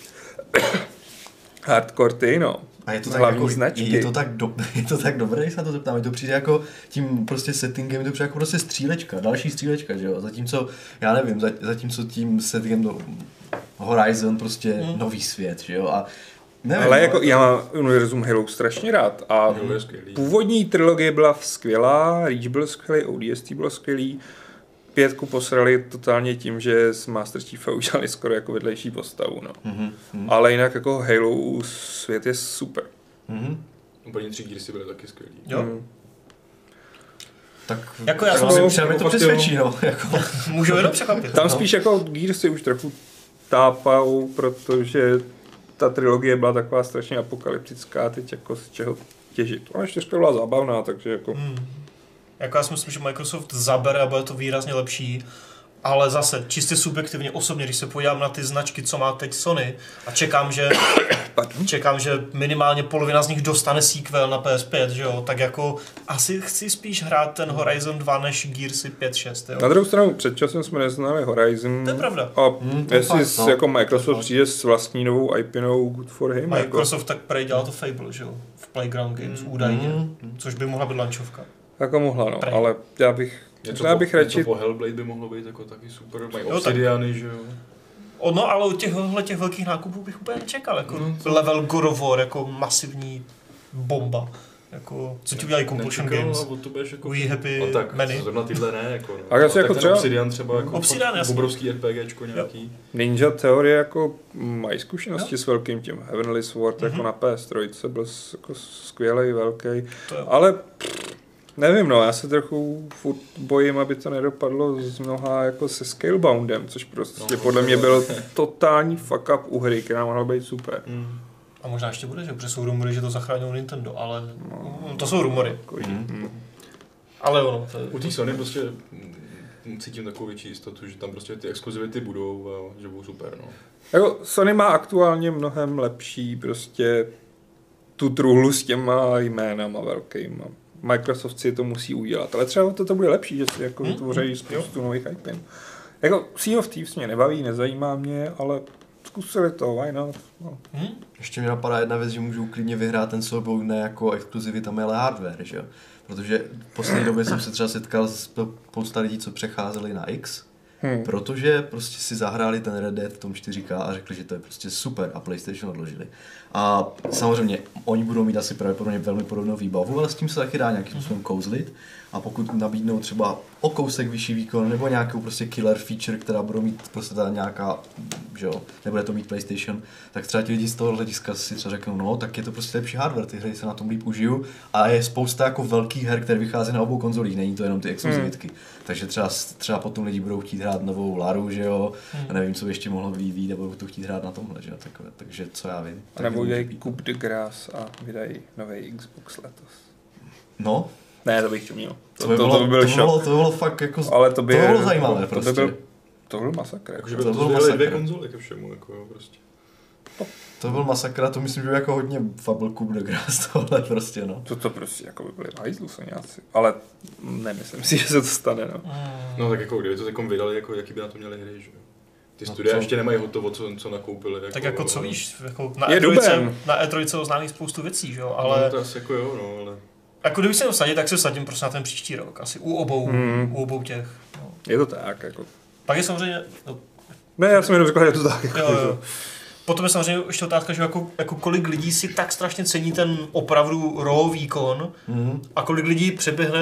S2: hardcore ty, no.
S4: A je to, tak,
S2: hlavní
S4: jako,
S2: značky.
S4: je to tak, do, je to tak dobré, když se na to zeptám, mi to přijde jako tím prostě settingem, mi to přijde jako prostě střílečka, další střílečka, že jo, zatímco, já nevím, za, zatímco tím settingem do Horizon prostě
S1: Mm.
S4: nový svět, že jo, a nevím,
S2: Ale
S4: no,
S2: jako já mám univerzum Halo strašně rád a
S3: Halo je skvělý.
S2: Původní trilogie byla skvělá, Reach byl skvělý, ODST bylo skvělý, pětku posrali totálně tím, že z Master Chiefa udělali skoro jako vedlejší postavu. No.
S4: Mhm, mhm,
S2: Ale jinak jako Halo svět je super.
S4: mhm.
S3: Úplně tři díly si byly taky skvělý.
S1: Jo?
S2: Mm.
S4: Tak
S1: Jako já
S4: tak
S1: jsem
S4: asi
S2: to
S4: třeba mi to
S2: opatil.
S4: přesvědčí, no. Jako.
S1: Můžu jenom překvapit.
S4: No.
S2: Tam spíš jako Gears si už trochu tápal, protože ta trilogie byla taková strašně apokalyptická, teď jako z čeho těžit. Ona čtyřka byla zábavná, takže jako...
S1: Hmm. Jako já si myslím, že Microsoft zabere a bude to výrazně lepší. Ale zase, čistě subjektivně, osobně, když se podívám na ty značky, co má teď Sony a čekám, že,
S2: Pardon.
S1: čekám, že minimálně polovina z nich dostane sequel na PS5, že jo, tak jako asi chci spíš hrát ten Horizon 2 než Gearsy 5, 6,
S2: Na
S1: jo.
S2: druhou stranu, před časem jsme neznali Horizon.
S1: To je pravda.
S2: A
S4: Hmm, to je
S2: jestli
S4: fakt,
S2: s-
S4: no.
S2: jako
S4: To je
S2: Microsoft
S4: fakt.
S2: přijde s vlastní novou IPinou Good for Him, jako, Mm-hmm.
S1: Microsoft tak prej dělal to Fable, že jo, v Playground Games
S3: Mm.
S1: údajně,
S4: Mm.
S1: což by mohla být lančovka.
S2: jako mohla, no,
S1: Prej.
S2: ale já bych, já bych
S3: po,
S2: radši
S3: něco po Hellblade by mohlo být jako taky super, mají
S1: Jo, No tak-
S3: obsidiany, že jo.
S1: Ono, ale od těchhle těch velkých nákupů bych úplně nečekal. Jako
S3: No, to-
S1: level God of War, jako masivní bomba. Jako, co ti udělají Compulsion
S3: Nečekal,
S1: Games?
S3: a od tebe jako...
S1: We Happy
S3: A tak
S1: Many?
S3: zrovna tyhle ne, jako no.
S2: A já si
S3: tak
S2: jako
S3: ten
S2: třeba-
S3: Obsidian třeba jako
S1: Obsidian,
S3: fakt
S1: jasně.
S3: obrovský RPGčko nějaký.
S2: Ninja Theory jako mají zkušenosti s velkým tím. Heavenly Sword mm-hmm. jako na PS3 byl s- jako skvělý, velký,
S1: To jo.
S2: ale pff, nevím, no, já se trochu furt bojím, aby to nedopadlo z mnoha jako se Scaleboundem, což prostě
S3: No,
S2: no, podle
S3: to
S2: mě
S3: jo.
S2: byl totální fuck up u hry, která mohla být super.
S3: Mm.
S1: A možná ještě bude, že protože jsou rumory, že to zachránil Nintendo, ale mm, to jsou rumory.
S2: Jako,
S4: Mhm.
S2: mm.
S1: Ale ono, to
S3: U té Sony prostě mm, cítím takovou větší jistotu, že tam prostě ty exkluzivity budou a že budou super, no.
S2: jako Sony má aktuálně mnohem lepší prostě tu truhlu s těma jménama velkýma. Microsoft si to musí udělat, ale třeba to, to bude lepší, že si jako
S1: Hmm,
S2: vytvoří spoustu nových IPin. Jako Sea of Thieves mě nebaví, nezajímá mě, ale zkusili to, why not? No.
S1: Hm?
S4: Ještě mi napadá jedna věc, že můžu klidně vyhrát ten souboj ne jako exkluzivitami, ale hardware, že jo? Protože v poslední době jsem se třeba setkal s spousta lidí, co přecházeli na X,
S2: Hmm.
S4: protože prostě si zahráli ten Red Dead v tom 4K a řekli, že to je prostě super a PlayStation odložili. A samozřejmě oni budou mít asi pravděpodobně velmi podobnou výbavu, ale s tím se taky dá nějakým způsobem kouzlit. A pokud nabídnou třeba o kousek vyšší výkon nebo nějakou prostě killer feature, která budou mít prostě ta nějaká, že jo, nebude to mít PlayStation, tak třeba ti lidi z toho hlediska si třeba řeknou, no, tak je to prostě lepší hardware, ty hry se na tom líp užiju a je spousta jako velkých her, které vychází na obou konzolích, není to jenom ty exkluzivitky. Hmm. Takže třeba, třeba potom lidi budou chtít hrát novou Laru, že jo,
S2: Hmm.
S4: a nevím, co by ještě mohlo vyvíjet a budou to chtít hrát na tomhle, že jo, takové, takže co já vím.
S2: A
S4: Tak
S2: nebo
S4: může
S2: udělají
S4: být.
S2: Coup de Grace a vydají nový Xbox letos.
S4: No,
S2: Ne, to bych měl.
S4: to, by bylo, to,
S2: by
S4: bylo,
S2: byl
S4: to, bylo,
S2: šok.
S4: to bylo fakt jako,
S2: Ale to by,
S4: to bylo zajímavé
S2: to,
S4: prostě.
S2: by byl, to byl masakr. Jako.
S3: Jakože by
S4: To
S3: to,
S4: byl
S3: to dvě
S4: masakr.
S3: konzole ke všemu, jako jo, prostě.
S4: to byl masakr a to myslím, že byl jako hodně fable Coup de Grace tohle prostě, no.
S2: To, to prostě jako by byly hajzlu soňáci. Ale nemyslím si, že se to stane, no.
S1: Hm?
S3: No tak jako, kdyby to takom vydali, jako jaký by na to měli hry, že jo. Ty
S4: No
S3: studia
S4: co?
S3: ještě nemají hotovo, co, co nakoupili. Jako,
S1: Tak jako co víš, jako na,
S2: Je
S1: E3,
S2: duben.
S1: na E E3 oznámí spoustu věcí, že jo,
S3: Ale... No,
S1: ale
S3: to asi jako jo, no, ale...
S1: jako kdyby se měl vsadit, tak se vsadím prostě na ten příští rok, asi u obou,
S2: Mhm.
S1: u obou těch. No.
S2: Je to tak, jako.
S1: Pak je samozřejmě, no,
S2: Ne, já jsem jenom řekl, že je to tak, jako.
S1: Jo, jo. Potom je samozřejmě ještě otázka, že jako, jako kolik lidí si tak strašně cení ten opravdu raw výkon
S4: Mhm.
S1: a kolik lidí přeběhne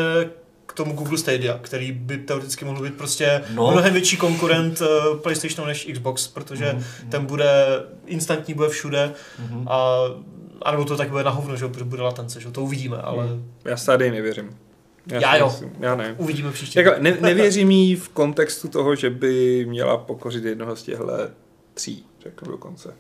S1: k tomu Google Stadia, který by teoreticky mohl být prostě
S4: No.
S1: no. mnohem větší konkurent eh, PlayStationu než Xbox, protože mm. ten bude instantní, bude všude
S4: Mhm.
S1: a a nebo to tak bude na hovno, že jo, protože bude latence, že jo, to uvidíme, ale
S2: Já Stadii nevěřím.
S1: Já
S2: si
S1: jo.
S2: Myslím, já ne.
S1: uvidíme příště.
S2: Jako, ne, nevěřím jí v kontextu toho, že by měla pokořit jednoho z těchto tří, řekl dokonce.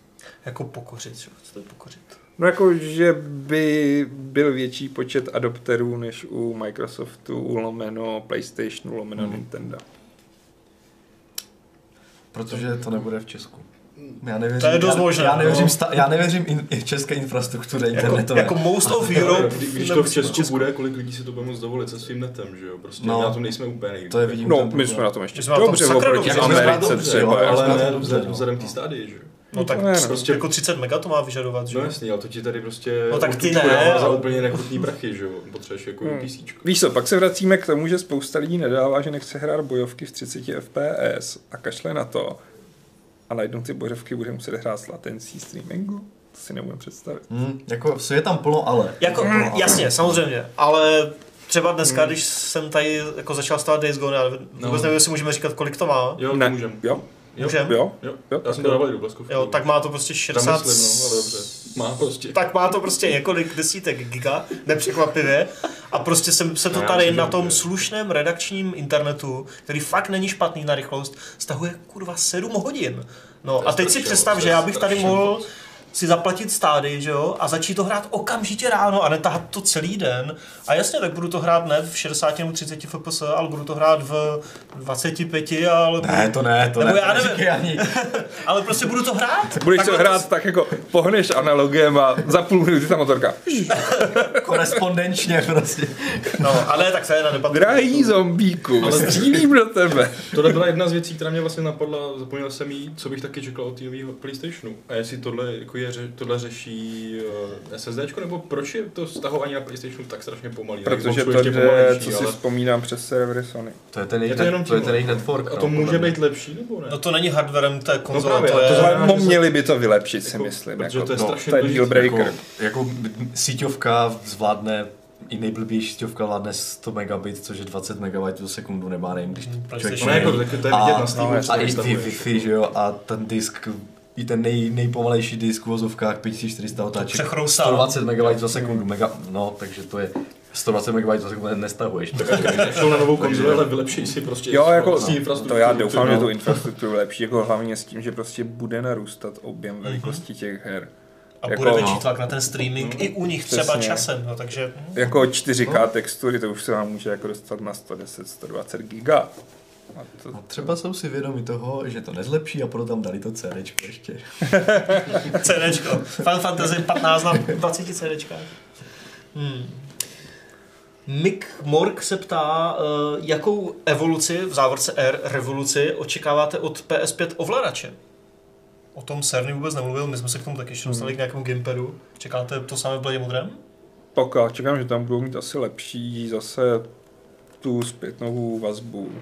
S1: Jako pokořit, že jo, co to je pokořit?
S2: No jako, že by byl větší počet adopterů než u Microsoftu, u lomeno PlayStationu, lomeno
S4: Hmm.
S2: Nintendo.
S4: Protože to nebude v Česku. Já nevěřím,
S1: To je dost
S4: já,
S1: možné,
S4: já nevěřím,
S1: no.
S4: sta, já nevěřím in, i české infrastruktuře
S1: Jako,
S4: internetové.
S1: jako most of Europe,
S3: Kdy- Když to v Česku bude, kolik lidí si to bude moc dovolit se svým netem, že jo? Prostě
S4: No.
S3: no. na tom nejsme úplně nejvíc.
S4: to je vidím.
S2: No,
S4: ten
S2: my
S4: problém.
S2: jsme na tom ještě
S1: My jsme na tom
S2: dobře
S1: sakra
S2: oproti
S1: dobře.
S2: Americe
S4: Dobře,
S2: třeba.
S4: jo,
S2: jako.
S4: ale-
S3: ale
S4: ne
S3: ne
S4: dobře, no.
S3: vzhledem té stádii, že jo?
S1: No tak
S2: No, ne, no.
S1: prostě jako 30 mega to má vyžadovat, že
S3: No
S1: jo?
S3: jasný, ale to ti tady prostě
S1: No tak ty
S3: určitě
S1: ne,
S3: dává za
S1: ale-
S3: úplně nechutný prachy, že jo? Potřebuješ jako
S2: Hmm.
S3: hmm. PC.
S2: Víš co, pak se vracíme k tomu, že spousta lidí nedává, že nechce hrát bojovky v 30 fps a kašle na to. A najednou ty bojovky bude muset hrát s latencí streamingu. To si nebudem představit.
S4: Hmm, jako, je tam plno ale.
S1: Jako,
S4: Plno ale.
S1: jasně, samozřejmě, ale Třeba dneska, hmm. když jsem tady jako začal stát Days Gone, já vůbec
S3: No.
S1: no. nevím, jestli můžeme říkat, kolik to má,
S3: Jo,
S2: Ne.
S3: to můžem.
S2: Jo,
S3: Jo,
S1: Můžem.
S2: jo.
S3: Jo,
S2: Jo,
S3: já jsem
S2: jo.
S3: to dával i do bleskovky.
S1: jo, tak má to prostě 60...
S3: Zamyslím, no, ale dobře. Má prostě.
S1: tak má to prostě několik desítek giga, nepřekvapivě. A prostě se, se to
S3: No, já
S1: tady
S3: myslím, že
S1: na tom
S3: bude.
S1: slušném redakčním internetu, který fakt není špatný na rychlost, stahuje kurva 7 hodin.
S3: To
S1: No
S3: je
S1: a teď si
S3: strašně
S1: představ,
S3: moc,
S1: že
S3: to je
S1: já bych tady
S3: strašně
S1: mohl
S3: moc.
S1: si zaplatit stády, že jo, a začít to hrát okamžitě ráno a netahat to celý den. A jasně, tak budu to hrát ne v 60 nebo 30 FPS, ale budu to hrát v 25, ale,
S4: Ne, to ne, to
S1: Nebo
S4: ne.
S1: já nevím.
S4: Neříkej ani.
S1: ale prostě budu to hrát.
S2: Budeš
S1: Takhle
S2: to hrát tak jako pohneš analogem a za půl minuty ta motorka.
S4: Korespondenčně prostě.
S1: No, ale tak se na debatu.
S2: Drahý zombíku,
S3: Ale-
S2: střílím do tebe.
S3: Tohle byla jedna z věcí, která mě vlastně napadla, zapomněl jsem jí, co bych taky čekal od nového PlayStationu. A jestli tohle, jako je, ře- tohle řeší uh, SSD, nebo proč je to stahování na PlayStationu tak strašně pomalý? Na
S2: Protože
S3: Xboxu
S2: to
S3: ještě
S2: jde,
S3: pomalejší,
S2: co si
S3: ale-
S2: vzpomínám přes servery Sony.
S4: To je ten
S3: Je
S4: jejich,
S3: to jenom
S4: to je
S3: tím,
S4: ten jejich
S3: no.
S4: network.
S3: A
S4: no,
S3: to může
S4: podle mě.
S3: být lepší, nebo ne?
S1: No to není hardwarem té konzole,
S3: No právě,
S1: to
S3: a
S1: je...
S3: to znamená,
S2: Ale měli by to vylepšit, si
S3: Jako-
S2: myslím.
S3: protože
S2: Jako,
S3: to je
S2: no,
S3: strašně
S2: to je
S3: důležitý,
S2: deal breaker.
S4: Jako, jako síťovka zvládne i nejblbější síťovka vládne 100 megabit, což je 20 MB za sekundu, nemá nevím, když
S1: Mhm,
S4: člověk
S1: PlayStation.
S3: No, jako, tak to je vidět na Steamu,
S4: a,
S3: co
S4: a
S3: tam
S4: i ty
S3: stahuješ.
S4: Wi-Fi, že jo, a ten disk, i ten nej, nejpomalejší disk v vozovkách 5400 otáček,
S1: přechrousá.
S4: 120 MB za sekundu, mega, no, takže to je 120 MB za sekundu nestahuješ.
S3: Nešel na novou konzoli, ale vylepší si prostě
S2: Jo, jako,
S3: vlastní
S2: to
S3: infrastrukturu.
S2: já doufám, že
S3: No.
S2: tu infrastrukturu lepší, jako hlavně s tím, že prostě bude narůstat objem velikosti těch her.
S1: A
S2: Jako-
S1: bude větší
S4: no.
S1: tlak na ten streaming i u nich
S2: Přesně.
S1: třeba časem, no takže... hm.
S2: Jako 4K textury, to už se vám může jako dostat na 110, 120 giga. A to,
S4: Třeba jsou si vědomi toho, že to nezlepší a proto tam dali to CD ještě.
S1: CDčko. Final Fantasy 15 na 20 CDčkách. Hmm. Mick Mork se ptá, eh, jakou evoluci, v závorce R, revoluci, očekáváte od PS5 ovladače? O tom Cerny vůbec nemluvil, my jsme se k tomu taky
S2: Hmm.
S1: ještě dostali k nějakému gamepadu. Čekáte to samé v Bladě Modrém?
S2: Poka, čekám, že tam budou mít asi lepší zase tu zpětnou vazbu,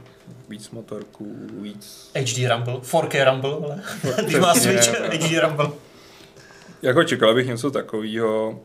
S2: víc motorků, víc...
S1: HD Rumble, 4K Rumble, ale když má
S2: Přesně,
S1: Switch,
S2: no.
S1: HD Rumble.
S2: Jako čekal bych něco takového.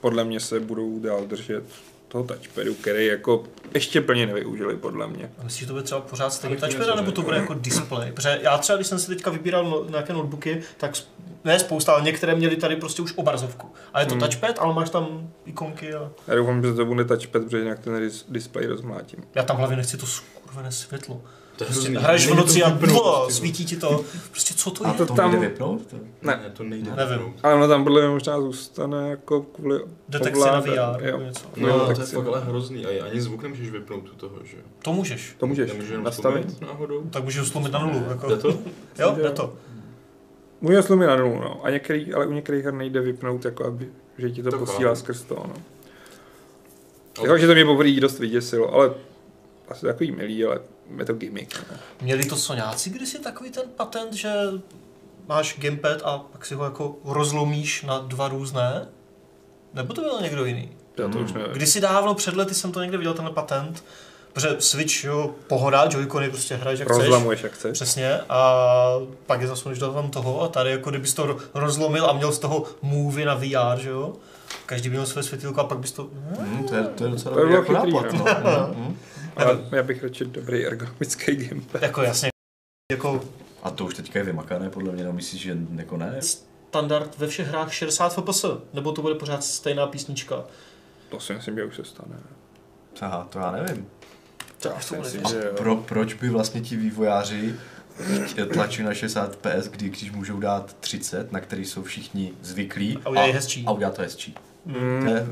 S2: Podle mě se budou dál držet toho touchpadu, který jako ještě plně nevyužili, podle mě.
S1: A myslíš, že to bude třeba pořád stejný
S3: Abych to
S1: touchpad, nebo to bude jako display? Protože já třeba, když jsem si teďka vybíral no, nějaké notebooky, tak s- ne spousta, ale některé měly tady prostě už obrazovku. A je to
S2: Hmm.
S1: touchpad, ale máš tam ikonky a...
S2: Já doufám, že to bude touchpad, protože jinak ten dis- display rozmlátím.
S1: Já tam hlavně nechci to skurvené světlo.
S3: To je
S1: Prostě
S3: hrozný.
S1: hraješ v
S3: Nejde to
S1: noci a
S3: vypnout,
S1: blo,
S3: prostě.
S1: svítí ti to. Prostě co to
S4: A
S1: je?
S4: to,
S2: to
S4: to
S2: tam-
S4: tam jde vypnout? To-
S2: Ne.
S3: Ne, to nejde.
S1: Nevím.
S3: vypnout.
S2: Ale ono tam podle mě možná zůstane jako kvůli
S1: Detekce na
S2: ovládání,
S1: VR nebo
S2: Jo.
S1: něco.
S3: No,
S2: Jo,
S3: no
S2: tak
S3: to je
S2: si-
S3: fakt ale hrozný. A je- ani zvuk nemůžeš vypnout u toho, že jo?
S1: To můžeš.
S2: To můžeš
S3: Nemůžeš jenom
S2: nastavit.
S3: stlumit náhodou.
S1: Tak můžeš slumit na nulu. Jako.
S3: Jde to?
S1: Jo, jde to.
S2: Můj oslum je na nulu, no. A některý, ale u některých her nejde vypnout, jako aby, že ti to,
S3: To
S2: posílá
S3: chápu.
S2: skrz to, no. Jako, že to mě poprvé dost vyděsilo, ale asi takový milý, ale je to gimmick. ne.
S1: Měli to soňáci kdysi takový ten patent, že máš gamepad a pak si ho jako rozlomíš na dva různé? Nebo to byl někdo jiný?
S2: Já
S3: Hmm.
S2: to už nevím.
S1: Kdysi dávno, před lety jsem to někde viděl, tenhle patent, protože Switch, jo, pohoda, Joy-Cony prostě hraješ jak chceš.
S2: Rozlamuješ, jak chceš.
S1: Přesně, a pak je zasuneš do tam toho a tady jako kdybys to ro- rozlomil a měl z toho movie na VR, že jo? Každý by měl své světýlko a pak bys to...
S4: Hm, to, je, to je docela
S2: To by
S4: dobrý
S2: bylo
S4: jako
S2: chytrý,
S4: nápad.
S2: no.
S4: no. Mhm.
S2: Ale já bych radši dobrý ergonomický gamepad.
S1: Jako jasně, jako
S4: A to už teďka je vymakané, podle mě, no myslíš, že jako ne?
S1: standard ve všech hrách 60 FPS, nebo to bude pořád stejná písnička.
S2: To si myslím, že už se stane.
S4: Aha, to já nevím.
S1: To
S2: Já si myslím,
S4: A
S2: že jo.
S4: pro, proč by vlastně ti vývojáři chtě- tlačili na 60 PS, kdy, když můžou dát 30, na který jsou všichni zvyklí.
S1: A udělají hezčí.
S4: A udělá to hezčí.
S2: Mm,
S1: Hmm.
S4: To je,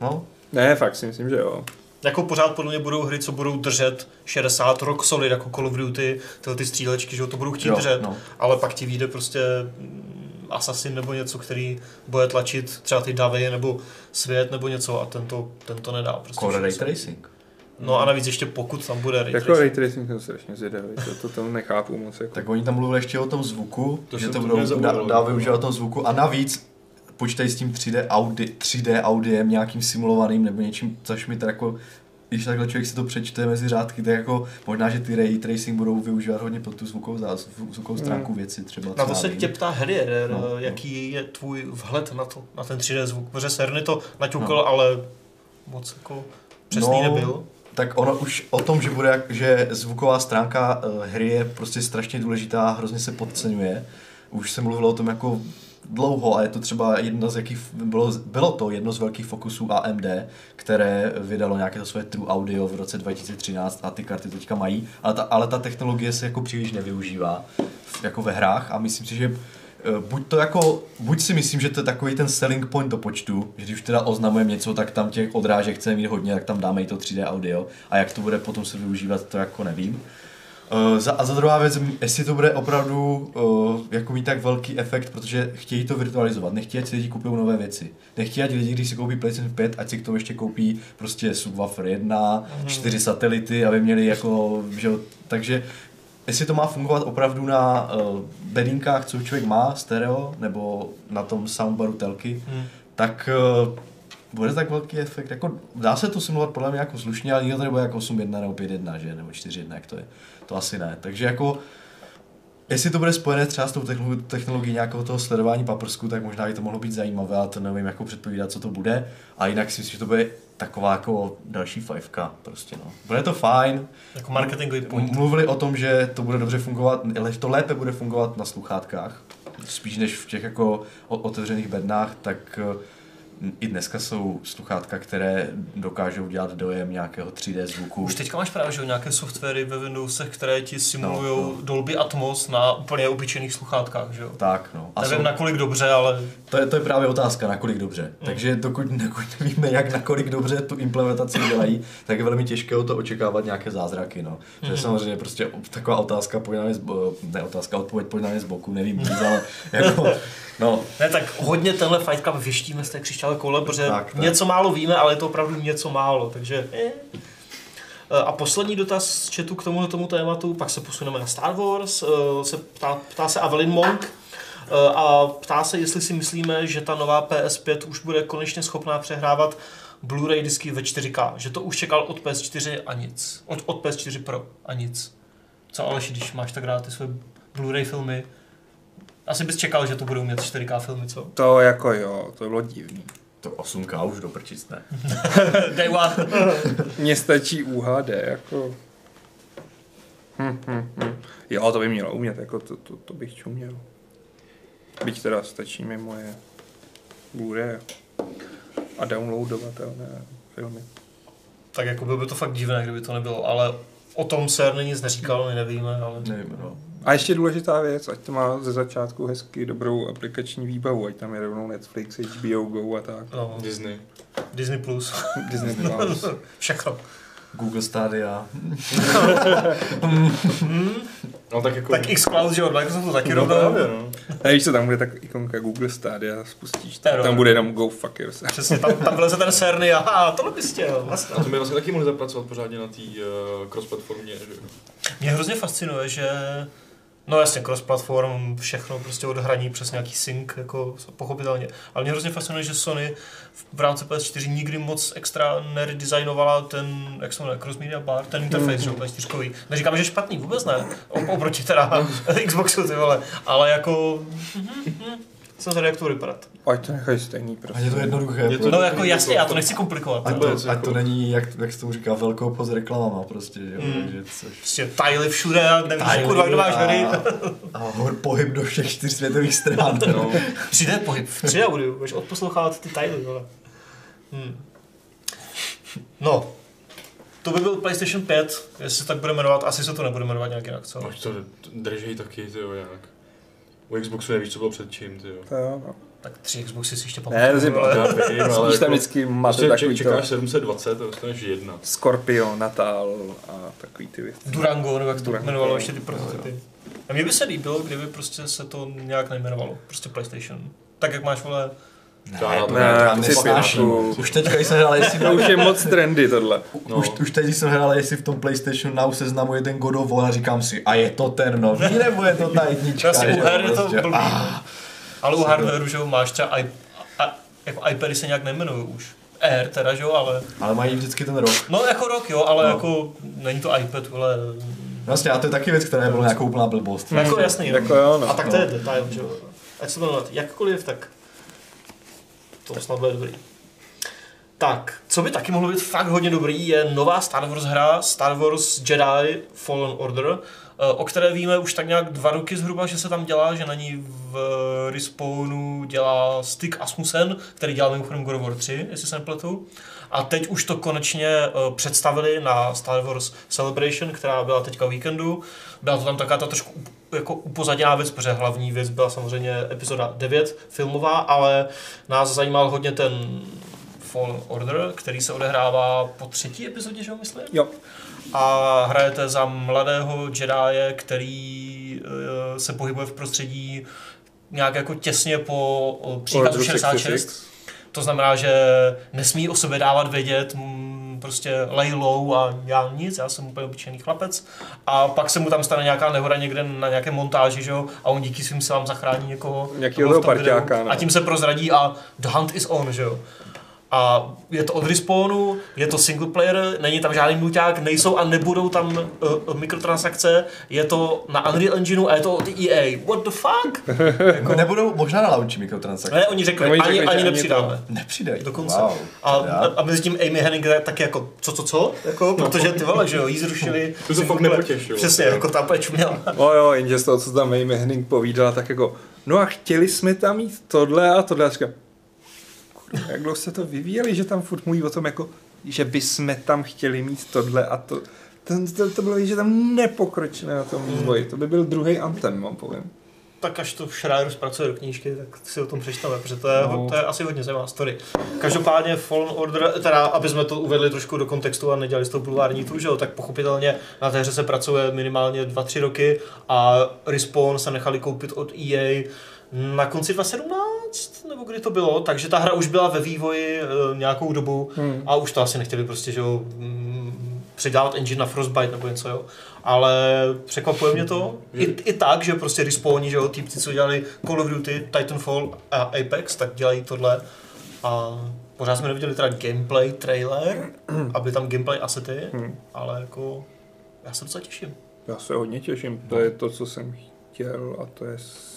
S4: no,
S2: Ne, fakt si myslím, že jo.
S1: Jako pořád podle mě budou hry, co budou držet 60 rok solid, jako Call of Duty, tyhle ty střílečky, že jo, to budou chtít
S4: Jo,
S1: držet,
S4: no.
S1: ale pak ti vyjde prostě mm, Assassin nebo něco, který bude tlačit třeba ty davy nebo svět nebo něco a tento, tento nedá. Prostě
S4: Core Jako Ray
S1: 60.
S4: Tracing.
S1: No a navíc ještě pokud tam bude Ray
S2: Jako
S1: Tracing.
S2: ray tracing jsem strašně zvědavý, to, to tam nechápu moc. Jako.
S4: Tak oni tam mluvili ještě o tom zvuku,
S3: To
S4: to že
S3: jsem
S4: to
S3: to no.
S4: budou
S3: nezaujalo.
S4: dá, dá využívat o tom zvuku a navíc počítej s tím 3D, audi, 3D audiem, nějakým simulovaným nebo něčím, což mi tak jako když takhle člověk si to přečte mezi řádky, tak jako možná, že ty ray tracing budou využívat hodně pro tu zvukovou, zá, zvu- zvukovou stránku věci třeba.
S1: Hmm. Na
S4: co
S1: to
S4: já
S1: se
S4: vím.
S1: tě ptá Herier,
S4: No,
S1: no,
S4: no.
S1: jaký je tvůj vhled na to, na ten 3D zvuk, protože Serny to naťukl, no. ale moc jako přesný
S4: No,
S1: nebyl.
S4: Tak ono už o tom, že bude, jak- že zvuková stránka eh, hry je prostě strašně důležitá, hrozně se podceňuje. Už se mluvilo o tom jako dlouho a je to třeba jedna z jakých, bylo, bylo to jedno z velkých fokusů AMD, které vydalo nějaké to své True Audio v roce 2013 a ty karty teďka mají, ale ta, ale ta technologie se jako příliš nevyužívá v- jako ve hrách a myslím si, že Eh, buď to jako, buď si myslím, že to je takový ten selling point do počtu, že když už teda oznamujeme něco, tak tam těch odrážek chceme mít hodně, tak tam dáme i to 3D audio a jak to bude potom se využívat, to jako nevím. Eh, za, a za druhá věc, m- jestli to bude opravdu eh, jako mít tak velký efekt, protože chtějí to virtualizovat, nechtějí, ať si lidi kupují nové věci. Nechtějí, ať lidi, když si koupí PlayStation 5, ať si k tomu ještě koupí prostě Subwoofer 1, čtyři satelity, aby měli jako, že jo, takže jestli to má fungovat opravdu na uh, bedinkách, co člověk má, stereo, nebo na tom soundbaru telky,
S1: Hmm.
S4: tak uh, bude tak velký efekt. Jako, dá se to simulovat podle mě jako slušně, ale nikdo to nebude jako 8.1 nebo 5.1, že? Nebo 4.1, jak to je. To asi ne. Takže jako, jestli to bude spojené třeba s tou technolo- technologií nějakého toho sledování paprsku, tak možná by to mohlo být zajímavé, ale to nevím jako předpovídat, co to bude. A jinak si myslím, že to bude taková jako další fajfka prostě no. Bude to fajn,
S1: Jako marketingový point.
S4: Mluvili o tom, že to bude dobře fungovat, ale to lépe bude fungovat na sluchátkách, spíš než v těch jako o- otevřených bednách, tak eh, i dneska jsou sluchátka, které dokážou dělat dojem nějakého 3D zvuku.
S1: Už teďka máš právě že, jo, nějaké softwary ve Windowsech, které ti simulují
S4: No, no.
S1: Dolby Atmos na úplně obyčejných sluchátkách, že jo?
S4: Tak, no. A
S1: Nevím,
S4: jsou,
S1: nakolik dobře, ale
S4: to, je, to je právě otázka, nakolik dobře. Mm. Takže dokud, dokud nevíme, jak nakolik dobře tu implementaci dělají, tak je velmi těžké o to očekávat nějaké zázraky. No. To
S1: Mhm.
S4: je samozřejmě prostě o- taková otázka, pojď na mě z, bo- ne otázka, odpověď pojď na mě z boku, nevím nic, ale jako, no,
S1: ne, tak hodně tenhle Fight Club vyštíme z té křišťálové koule, protože
S4: Tak, tak.
S1: něco málo víme, ale je to opravdu něco málo, takže... eh. E, A poslední dotaz z chatu k tomuto tomu tématu, pak se posuneme na Star Wars, e, se ptá, ptá se Avelin Monk e, a ptá se, jestli si myslíme, že ta nová PS5 už bude konečně schopná přehrávat Blu-ray disky ve 4K, že to už čekal od PS4 a nic, od, od PS4 Pro a nic. Co Aleši, když máš tak rád ty svoje Blu-ray filmy, asi bys čekal, že to budou mít 4K filmy, co?
S2: To jako jo, to bylo divný.
S4: To 8K už do prčic ne.
S1: Day one.
S2: Mně stačí UHD, jako... Hm, hm, hm. Jo, to by mělo umět, jako to, to, to bych čuměl. Byť teda stačí mi moje bude a downloadovatelné filmy.
S1: tak jako bylo by to fakt divné, kdyby to nebylo, ale o tom se není nic neříkal, my nevíme, ale...
S4: Nevím, no.
S2: A ještě důležitá věc, ať to má ze začátku hezky dobrou aplikační výbavu, ať tam je rovnou Netflix, HBO Go a tak.
S1: No,
S3: Disney.
S1: Disney+, Plus,
S2: Disney Plus.
S1: všechno.
S3: Jako
S4: Google Stadia.
S3: No tak jako...
S1: Tak xCloud, že od Microsoftu to taky
S3: no,
S1: rovnou.
S3: právě, no.
S2: A víš co, tam bude tak ikonka Google Stadia, spustíš
S1: To je
S2: to, tam
S1: dobré.
S2: bude jenom Go fuck yourself.
S1: Přesně, tam, tam vleze ten serny, aha, tohle bys chtěl, vlastně.
S3: A to by vlastně taky mohli zapracovat pořádně na té uh, cross-platformě, že jo.
S1: Mě hrozně fascinuje, že No jasně, cross-platform, všechno prostě od hraní přes nějaký sync, jako pochopitelně. Ale mě hrozně fascinuje, že Sony v- v rámci PS4 nikdy moc extra neredesignovala ten, jak se jmenuje, cross-media bar, ten interface, že jo, PS4. Neříkám, že špatný, vůbec ne. O- Oproti teda Xboxu, ty vole. Ale jako... Jsem zvědavý, jak to bude vypadat.
S2: Ať to nechají stejný,
S4: A
S2: prostě.
S4: je to jednoduché.
S3: Je to-
S4: prostě.
S1: No jako jasně, já to nechci komplikovat.
S4: Ať
S1: jo.
S4: to, ať to není, jak, jak se tomu říká, velkou poz reklamama prostě, že jo,
S1: Mm.
S4: takže což...
S1: Prostě tajly všude a nevíš, kurva, kdo máš hry.
S4: a, a hor pohyb do všech čtyř světových stran.
S3: No,
S1: 3D pohyb. V 3D audio, budeš odposlouchávat ty tajly, vole. Hmm. No, to by byl PlayStation 5, jestli se tak bude jmenovat, asi se to nebude jmenovat nějak jinak,
S2: No.
S1: co?
S3: až to držej taky, ty jo, nějak. U Xboxu nevíš, co bylo předtím, ty jo.
S2: To jo, no.
S1: Tak tři Xboxy si ještě
S2: Ne, to si
S1: pamatuju. ale-
S3: Já vím, ale
S2: Spíš tam
S3: jako-
S2: vždycky máte
S3: Prostě
S2: takový
S3: če-
S2: to
S3: čekáš 720 a dostaneš jedna.
S2: Scorpio, Natal a takový ty věci.
S1: Durango, nebo jak se to
S2: Durango,
S1: jmenovalo, ještě ty
S2: jo,
S1: prototypy. A mně by se líbilo, kdyby prostě se to nějak nejmenovalo, prostě PlayStation. Tak jak máš, vole,
S3: Já to
S2: Ne,
S4: já
S2: chci
S4: nesnáším.
S2: pětku.
S4: Už teď když jsem hrál, jestli
S2: To No, už je moc trendy tohle.
S3: No.
S4: Už, už teď když jsem hrál, jestli v tom PlayStation Now seznamu je ten God of War a říkám si, a je to ten nový, nebo je to ta jednička?
S1: Asi
S4: že
S1: u
S4: jo,
S1: her je to
S4: prostě.
S1: blbý.
S2: Ah.
S1: Ale u hardwareu, že jo, máš třeba i, a, jako iPady se nějak nejmenují už. Air teda, že jo, ale...
S4: Ale mají vždycky ten rok.
S1: No jako rok, jo, ale
S4: No.
S1: jako není to iPad, vole.
S4: Vlastně, a to je taky věc, která byla nějakou úplná blbost.
S1: Jako jasný, jo.
S2: Jako jo, no.
S1: A tak to je detail, že jo. Ať se to jmenovat jakkoliv, tak to snad bude dobrý. Tak, co by taky mohlo být fakt hodně dobrý, je nová Star Wars hra Star Wars Jedi Fallen Order, eh, o které víme už tak nějak dva roky zhruba, že se tam dělá, že na ní v eh, Respawnu dělá Stig Asmussen, který dělal mimochodem God of War 3, jestli se nepletu. A teď už to konečně eh, představili na Star Wars Celebration, která byla teďka o víkendu. Byla to tam taková ta trošku up- jako upozaděná věc, protože hlavní věc byla samozřejmě epizoda 9 filmová, ale nás zajímal hodně ten Fallen Order, který se odehrává po třetí epizodě, že jo, myslím?
S2: Jo.
S1: A hrajete za mladého Jedie, který eh, se pohybuje v prostředí nějak jako těsně po eh, případu
S2: Order
S1: 66.
S2: 66.
S1: To znamená, že nesmí o sobě dávat vědět, mm, prostě lay low a já nic, já jsem úplně obyčejný chlapec. A pak se mu tam stane nějaká nehoda někde na nějaké montáži, že jo, a on díky svým silám zachrání někoho.
S2: Nějakýho
S1: nebo v tom
S2: toho
S1: videu.
S2: parťáka, no.
S1: A tím se prozradí a the hunt is on, že jo. A je to od respawnu, je to single player, není tam žádný nuťák, nejsou a nebudou tam uh, mikrotransakce, je to na Unreal Engineu a je to od EA. What the fuck?
S4: Jako... Nebudou možná na launchi mikrotransakce.
S1: Ne, oni řekli,
S2: Oni
S1: ani, ani,
S2: řekli, že ani to-
S1: nepřidáme.
S4: Nepřidej.
S1: Dokonce.
S4: Wow,
S1: A,
S4: teda.
S1: a, a mezi tím Amy Henning je taky jako co, co, co? Jako, protože ty vole, že jo, jí zrušili.
S3: To se fakt nepotěšilo.
S1: Přesně, jako ta peč měla.
S2: No jo, jenže z toho, co tam Amy Henning povídala, tak jako, no a chtěli jsme tam mít tohle a tohle. A říkám, kurva, jak dlouho se to vyvíjeli, že tam furt mluví o tom, jako, že by jsme tam chtěli mít tohle a to. Ten, to, to bylo, vidět, že tam nepokročili na tom vývoji. To by byl druhý antem, vám povím.
S1: Tak až to Schreier zpracuje do knížky, tak si o tom přečteme, protože to je,
S2: No.
S1: to je asi hodně zajímavá story. Každopádně Fallen Order, teda aby jsme to uvedli trošku do kontextu a nedělali z toho bulvární tu, že jo, tak pochopitelně na té hře se pracuje minimálně 2-3 roky a Respawn se nechali koupit od EA na konci 2017, nebo kdy to bylo, takže ta hra už byla ve vývoji e, nějakou dobu
S2: Hmm.
S1: a už to asi nechtěli prostě, že jo, mm, předávat engine na Frostbite nebo něco, jo. Ale překvapuje mě to. I, i tak, že prostě respawni, že jo, týpci, co dělali Call of Duty, Titanfall a Apex, tak dělají tohle. A pořád jsme neviděli teda gameplay, trailer, aby tam gameplay asety,
S2: Hmm.
S1: ale jako já se docela těším.
S2: Já se hodně těším. To je to, co jsem chtěl a to je... s-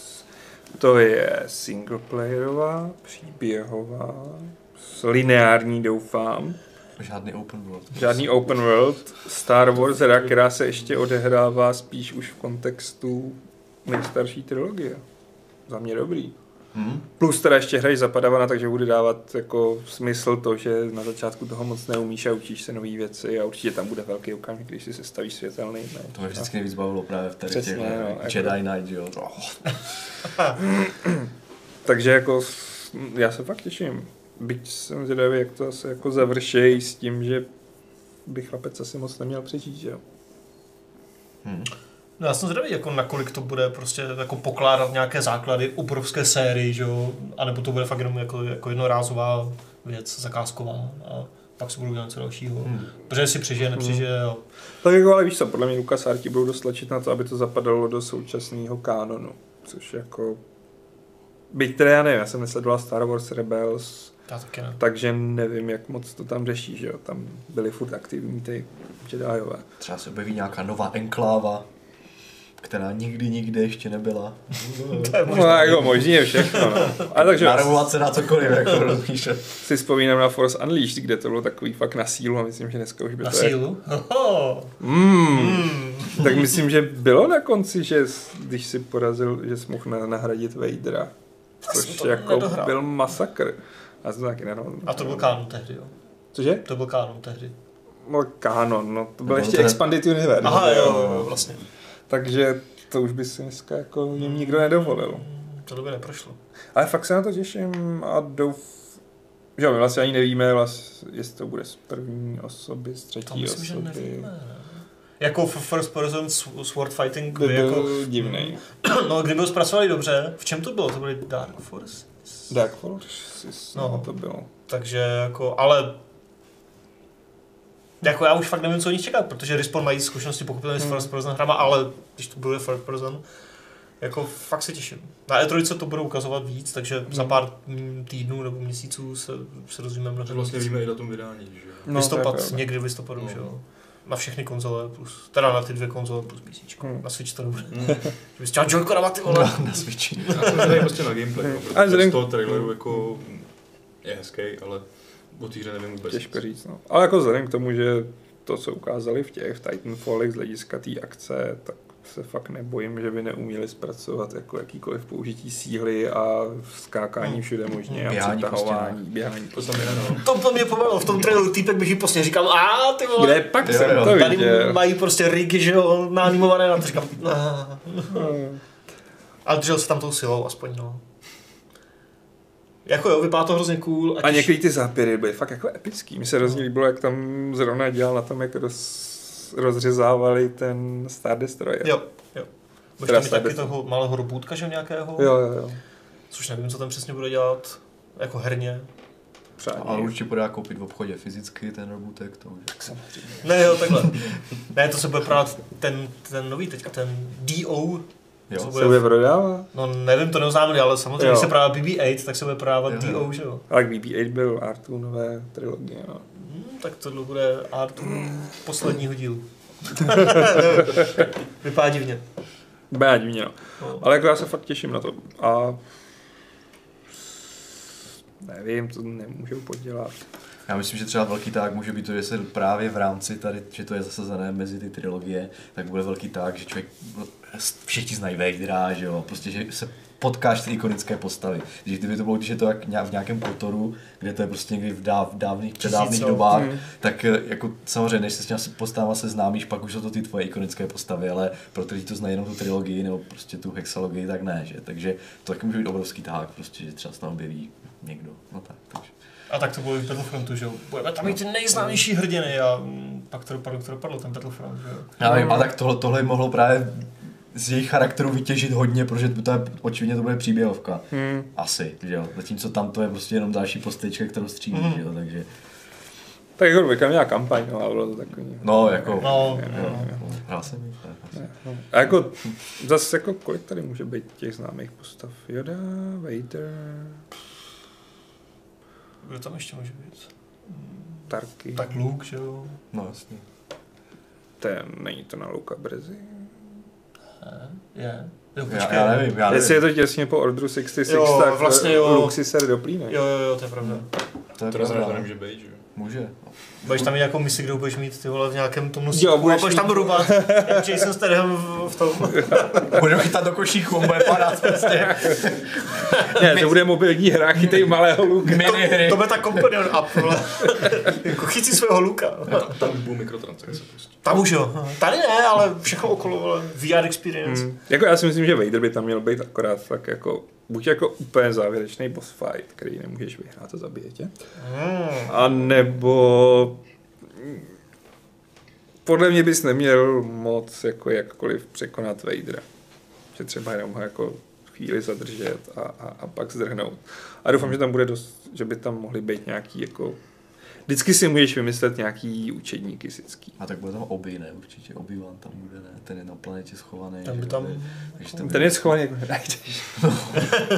S2: To je singleplayerová, příběhová, s lineární doufám.
S4: Žádný open world.
S2: Žádný open world. Star Wars hra, která se ještě odehrává spíš už v kontextu nejstarší trilogie. Za mě dobrý.
S4: Hm?
S2: Plus teda ještě hraješ za Padavana, takže bude dávat jako smysl to, že na začátku toho moc neumíš a učíš se nové věci a určitě tam bude velký okamžik, když si sestavíš světelný. Ne?
S4: To mě vždycky nejvíc bavilo právě v tady
S2: Přesně,
S4: těch
S2: no,
S4: eh,
S2: jako-
S4: Jedi Knight, jo. Oh,
S2: Takže jako s- já se fakt těším. Byť jsem zvědavý, jak to asi jako završejí s tím, že by chlapec asi moc neměl přežít, že jo?
S4: hm.
S1: No já jsem zvědavý, jako nakolik to bude prostě jako pokládat nějaké základy obrovské sérii, že jo? A nebo to bude fakt jenom jako, jako jednorázová věc, zakázková a pak se budou dělat něco dalšího.
S4: Hm.
S1: Protože si přežije, nepřežije, jo.
S2: Tak jako, ale víš co, podle mě Lukas Arti budou dost tlačit na to, aby to zapadalo do současného kánonu, což jako... Byť teda já nevím, já jsem nesledoval Star Wars Rebels,
S1: já taky ne.
S2: takže nevím, jak moc to tam řeší, že jo, tam byli furt aktivní ty Jediové.
S4: Třeba se objeví nějaká nová enkláva, která nikdy nikde ještě nebyla.
S2: No, jako možně všechno, no. Ale takže
S4: Narovovat se na cokoliv, jako rozmýšlet.
S2: si vzpomínám na Force Unleashed, kde to bylo takový fakt na sílu a myslím, že dneska už by
S1: Na
S2: to je-
S1: sílu? Hoho.
S2: Mm.
S1: Hmm.
S2: Tak myslím, že bylo na konci, že s- když si porazil, že jsi mohl na- nahradit Vadera.
S1: jsem
S2: Což
S1: to
S2: jako
S1: nedohrál.
S2: byl masakr. Já jsem to taky nedohrál.
S1: A to byl kánon tehdy, jo.
S2: Cože?
S1: To byl kánon tehdy.
S2: No, kánon, no, to byl
S4: No,
S2: ještě
S4: to je-
S2: Expanded Universe.
S1: Aha, jo,
S4: jo,
S1: jo,
S4: jo.
S1: vlastně.
S2: Takže to už by si dneska jako jim nikdo nedovolil.
S1: To době neprošlo.
S2: Ale fakt se na to těším a douf... Že jo, my vlastně ani nevíme, vlastně, jestli to bude z první osoby, z třetí
S1: To myslím, že
S2: osoby.
S1: nevíme. ne? Jako f- first person s- sword fighting
S2: By
S1: by
S2: byl
S1: jako...
S2: jako... divný.
S1: No, kdyby ho zpracovali dobře, v čem to bylo? To byly Dark Force?
S2: Dark Forces, no.
S1: No.
S2: to bylo.
S1: Takže jako, ale jako já už fakt nevím, co od nich čekat, protože Respawn mají zkušenosti pochopitelně s
S2: Hmm.
S1: first person hrama, ale když to bude first person, jako fakt se těším. Na E3 to budou ukazovat víc, takže
S2: Hmm.
S1: za pár mm, týdnů nebo měsíců se, se dozvíme
S3: To
S1: mnohem
S3: vlastně
S1: víc.
S3: víme i na tom vydání, že jo.
S2: No,
S1: listopad,
S2: to je pravda.
S1: někdy v listopadu,
S3: No.
S1: že jo. Na všechny konzole plus, teda na ty dvě konzole plus PC.
S2: Hmm.
S1: Na Switch to nebude.
S3: Mm.
S1: Že bys chtěl Joy-Con ty vole.
S4: Na, na Switchi.
S3: Já jsem tady prostě na gameplay, no,
S2: Ale
S3: protože
S2: vzhledem-
S3: z toho traileru jako je hezký, ale O té hře nevím vůbec.
S2: Těžko
S3: nic.
S2: říct, no. Ale jako vzhledem k tomu, že to, co ukázali v těch v Titanfallech z hlediska té akce, tak se fakt nebojím, že by neuměli zpracovat jako jakýkoliv použití síly a skákání všude možně a
S4: Běhání prostě,
S2: přetahování, běhání.
S3: To znamená, no.
S1: To, to mě pobavilo, v tom traileru týpek běží prostě, říkám, a ty vole,
S2: Kde pak
S4: Jo,
S2: jsem
S4: jo.
S2: to
S1: tady
S2: viděl?
S1: mají prostě rigy, že jo, náanimované na to, říkám, a, a držel se tam tou silou aspoň, no. Jako jo, vypadá to hrozně cool.
S2: A
S1: těž-
S2: některé ty zápěry byly fakt jako epický. Mně se hrozně líbilo, jak tam zrovna dělal na tom, jak roz, rozřezávali ten Star Destroyer.
S1: Jo, jo. Budeš
S2: Teda
S1: tam mít
S2: sebe-
S1: taky toho malého robůtka, že jo, nějakého?
S2: jo, jo. jo.
S1: Což nevím, co tam přesně bude dělat, jako herně.
S2: Přání.
S4: Ale určitě podá koupit v obchodě fyzicky ten robotek. To už.
S1: Ne, jo, takhle. ne, to se bude prát ten, ten nový teďka, ten DO.
S4: Jo.
S1: co
S2: Se bude prodává?
S1: No nevím, to neoznámili, ale samozřejmě, když
S2: Jo.
S1: se prává BB-8, tak se bude právat
S4: Jo,
S1: DO,
S4: jo.
S1: že jo?
S2: Ale BB-8 byl Artu nové trilogie. No.
S1: Hmm, tak tohle bude art posledního dílu. Vypadá divně.
S2: Bá, divně, no.
S1: No.
S2: Ale jako já se fakt těším na to. A nevím, to nemůžu podělat.
S4: Já myslím, že třeba velký tak může být to, že se právě v rámci tady, že to je zasazené mezi ty trilogie, tak bude velký tak, že člověk všichni znají Vadera, že jo, prostě, že se potkáš ty ikonické postavy. Že kdyby to bylo, když je to jak nějak v nějakém kotoru, kde to je prostě někdy v, dáv, v dávných, předávných
S1: Tisícou.
S4: dobách, mm. tak eh, jako samozřejmě, než se s těma postavama seznámíš, pak už jsou to ty tvoje ikonické postavy, ale pro ty, kteří to znají jenom tu trilogii nebo prostě tu hexalogii, tak ne, že? Takže to taky může být obrovský tahák, prostě, že třeba se tam objeví někdo. No tak, takže.
S1: A tak to bylo i v Battlefrontu, že jo? Budeme tam mít ty
S4: Hmm.
S1: nejznámější hrdiny a mm, pak to dopadlo, jak to dopadlo, ten Battlefront, že jo?
S4: Já nevím, a tak tohle, tohle jim mohlo právě z jejich charakteru vytěžit hodně, protože to je, očividně to bude příběhovka.
S2: Hmm.
S4: Asi, že jo. Zatímco tam to je prostě jenom další postečka, kterou střílí,
S1: Hmm.
S4: že jo, takže.
S2: Tak jako Vika měla kampaň, no, ale bylo to takový.
S4: No, jako.
S1: No,
S4: jo, jako, Hrál jsem ji, ne, asi.
S2: No. A jako, zase jako kolik tady může být těch známých postav? Yoda, Vader,
S1: kdo tam ještě může být? Hmm,
S2: Tarky.
S1: Tak Luke, že jo?
S4: No, jasně.
S2: Ten, není to na Luka Brzy.
S1: Ne, Eh, je. Jo,
S4: Já,
S1: počkej.
S4: já nevím, já
S2: Jestli je
S4: nevím.
S2: to těsně po Orderu 66,
S1: Jo,
S2: tak eh,
S1: vlastně jo.
S2: Luke si ser doplíne.
S1: Jo, jo, jo, to je pravda.
S4: To je
S3: To rozhodně to
S4: pravda.
S3: nemůže být, že jo.
S4: Může.
S1: Budeš tam mít nějakou misi, kde budeš mít ty vole v nějakém tom
S2: Jo,
S1: nosíku budeš,
S2: budeš
S1: a budeš
S2: mít-
S1: tam rubat, jak Jason Statham v, v tom.
S4: Budeme chytat do košíku, on bude padat prostě.
S2: Ne, to bude mobilní hra, chytej malého Luke.
S4: Mini hry.
S1: Jako, To bude ta companion app, vole. jako chyci svého luka.
S3: Tam, tam už budou mikrotransakce prostě.
S1: Tam už jo. Tady ne, ale všechno okolo, vole. VR experience.
S4: Hmm.
S2: Mm. Jako já si myslím, že Vader by tam měl být akorát tak jako, buď jako úplně závěrečný boss fight, který nemůžeš vyhrát a zabije tě,
S1: Mm.
S2: a nebo podle mě bys neměl moc jako jakkoliv překonat Vadera. Že třeba jenom ho jako chvíli zadržet a, a, a pak zdrhnout. A doufám, že tam bude dost, že by tam mohly být nějaký jako... Vždycky si můžeš vymyslet nějaký učední kysický.
S4: A tak bude tam obi, ne? Určitě obi tam bude, ne? Ten je na planetě schovaný.
S1: Tam
S4: že
S1: by
S4: jo,
S1: tam
S4: Takže to
S2: Ten
S4: bude
S2: je schovaný jako nenajdeš.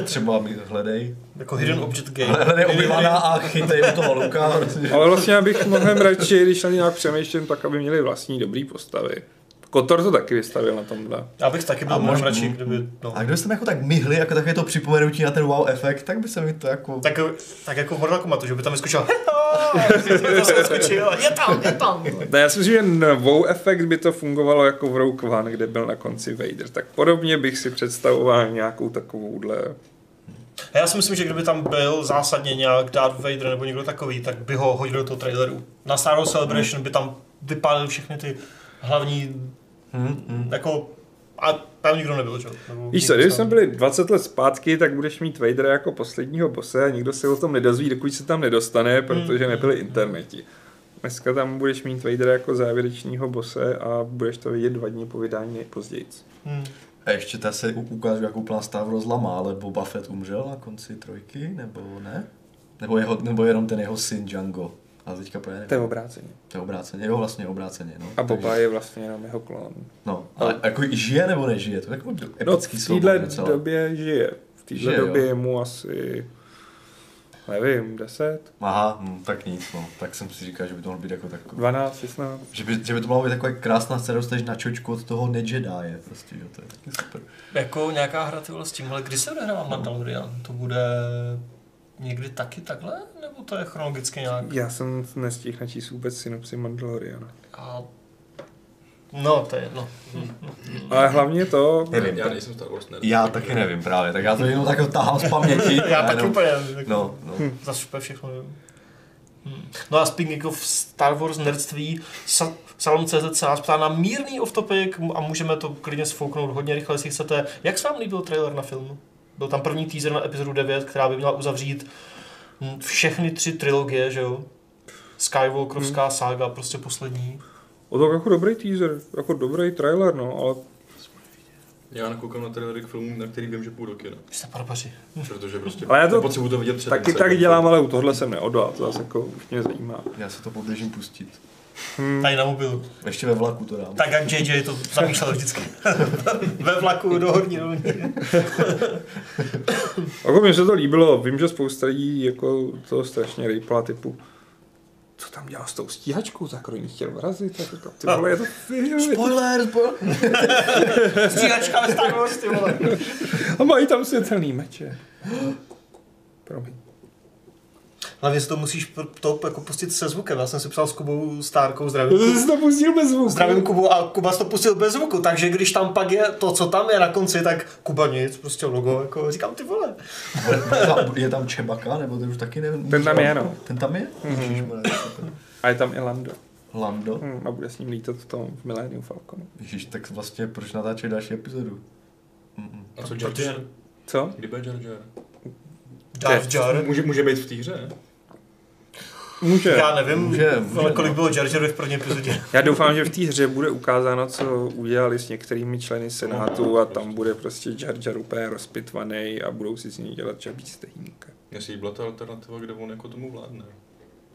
S4: třeba mi hledej.
S1: jako hidden object game.
S4: Hledej obi a chytej u toho Luka. prostě.
S2: Ale vlastně já bych mnohem radši, když na ně nějak přemýšlím, tak aby měli vlastní dobrý postavy. Kotor to taky vystavil na tomhle.
S1: Já bych taky
S4: A
S1: byl mnohem
S4: možná-
S1: radši, kdyby... No.
S4: A kdybyste tam jako tak myhli, jako takové to připomenutí na ten wow efekt, tak by se mi to jako...
S1: Tak, tak jako v Mortal Kombatu, že by tam vyskočil. Zase skočil. Je tam, je tam.
S2: Ne, já si myslím, že novou efekt by to fungovalo jako v Rogue One, kde byl na konci Vader. Tak podobně bych si představoval nějakou takovouhle...
S1: A já si myslím, že kdyby tam byl zásadně nějak Darth Vader nebo někdo takový, tak by ho hodil do toho traileru. Na Star Wars Celebration by tam vypálil všechny ty hlavní,
S4: Hmm, hmm.
S1: jako, a tam nikdo nebyl, že? jo? Nebo
S2: Víš co,
S1: nikdo
S2: kdyby
S1: tam-
S2: jsme byli 20 let zpátky, tak budeš mít Vadera jako posledního bose a nikdo se o tom nedozví, dokud se tam nedostane, protože nebyly interneti. Dneska tam budeš mít Vadera jako závěrečního bose a budeš to vidět dva dny po vydání nejpozději.
S1: Hmm.
S4: A ještě ta se u- ukážu, jak úplná stav rozlama, ale Boba Fett umřel na konci trojky, nebo ne? Nebo, jeho, nebo jenom ten jeho syn Django. Ale teďka po
S2: To je
S4: nevím.
S2: obráceně.
S4: To je obráceně, jo vlastně obráceně, no.
S2: A Boba je vlastně jenom jeho klon.
S4: No, ale jako žije nebo nežije, to je jako do-
S2: No,
S4: epický
S2: v
S4: souboj
S2: téhle
S4: docela.
S2: době žije. V téhle
S4: Žije, jo.
S2: době je mu asi, nevím, 10,
S4: Aha, hm, tak nic, no. Tak jsem si říkal, že by to mohlo být jako takový.
S2: 12, 16.
S4: Že by, že by to mohlo být taková krásná scéna, dostaneš na čočku od toho nežedáje, prostě, jo, to je taky super.
S1: Jako nějaká hra ty vole s tímhle, kdy se odehrává Mandalorian? To bude někdy taky takhle? Nebo to je chronologicky nějak?
S2: Já jsem nestihl načíst vůbec synopsi Mandaloriana.
S4: Mhm.
S1: A... No, to je jedno.
S2: Ale hlavně to,
S4: Nevím.
S3: Já nejsem Star Wars nerd.
S4: Já taky nevím právě, tak já to jenom tak tahám z paměti.
S1: Já
S4: a
S1: taky
S4: jenom-
S1: úplně nevím.
S4: No, no.
S1: Zase úplně všechno nevím. Hmm. No a speaking of Star Wars nerdství, Sa- Salon.cz se nás ptá na mírný off-topic a můžeme to klidně sfouknout hodně rychle, jestli chcete. Jak se vám líbil trailer na filmu? Byl tam první teaser na epizodu 9, která by měla uzavřít hm, všechny tři trilogie, že jo? Skywalkerovská hmm. sága, prostě poslední.
S2: o to jako dobrý teaser, jako dobrý trailer, no, ale
S3: Já nakoukám na trailery k filmům, na který vím, že půjdu do kina.
S1: Vy jste barbaři.
S3: Protože prostě
S2: Ale já to
S3: potřebuji to vidět před
S2: taky
S3: tím, co
S2: tak
S3: je.
S2: dělám, ale u tohle jsem neodolal, to zase jako už mě zajímá.
S4: Já se to poběžím pustit.
S1: Tady na mobilu.
S4: Ještě ve vlaku to dám.
S1: Tak jak JJ to zamýšlel vždycky. Ve vlaku do horní roviny.
S2: Jako mně se to líbilo, vím, že spousta lidí jako to strašně rejpla typu co tam dělal s tou stíhačkou, tak kdo ji chtěl vrazit, tak říkám, ty vole, je to film,
S4: Spoiler, spoiler.
S1: Stříhačka ve Star Wars, ty vole.
S2: a mají tam světelný meče. Promiň.
S1: Hlavně si to musíš pr- to jako pustit se zvukem. Já jsem si psal s Kubou Stárkou, zdravím.
S2: Já jsem si to pustil bez zvuku.
S1: Zdravím Kubu a Kuba si to pustil bez zvuku, takže když tam pak je to, co tam je na konci, tak Kuba nic, prostě logo, jako říkám ty vole.
S4: Je tam Čebaka, nebo ten už taky nevím.
S2: Ten tam je, no.
S4: Ten tam je? Mm-hmm.
S2: A je tam i Lando.
S4: Lando.
S2: Hmm, a bude s ním lítat v tom v Millennium Falconu.
S4: Ježíš, tak vlastně proč natáčet další epizodu?
S3: A co Jar Jar?
S2: Co?
S3: Kdy bude Jar Jar?
S1: Darth Jar.
S3: Může, může být v té hře, ne?
S2: Může.
S1: Já nevím,
S4: Může,
S1: ale
S4: může,
S1: kolik
S4: no.
S1: bylo Jar Jaru v první epizodě.
S2: Já doufám, že v té hře bude ukázáno, co udělali s některými členy Senátu a tam bude prostě Jar Jar úplně rozpitvaný a budou si z něj dělat čabí stehínka.
S3: Mně se líbila ta alternativa, kde on jako tomu vládne.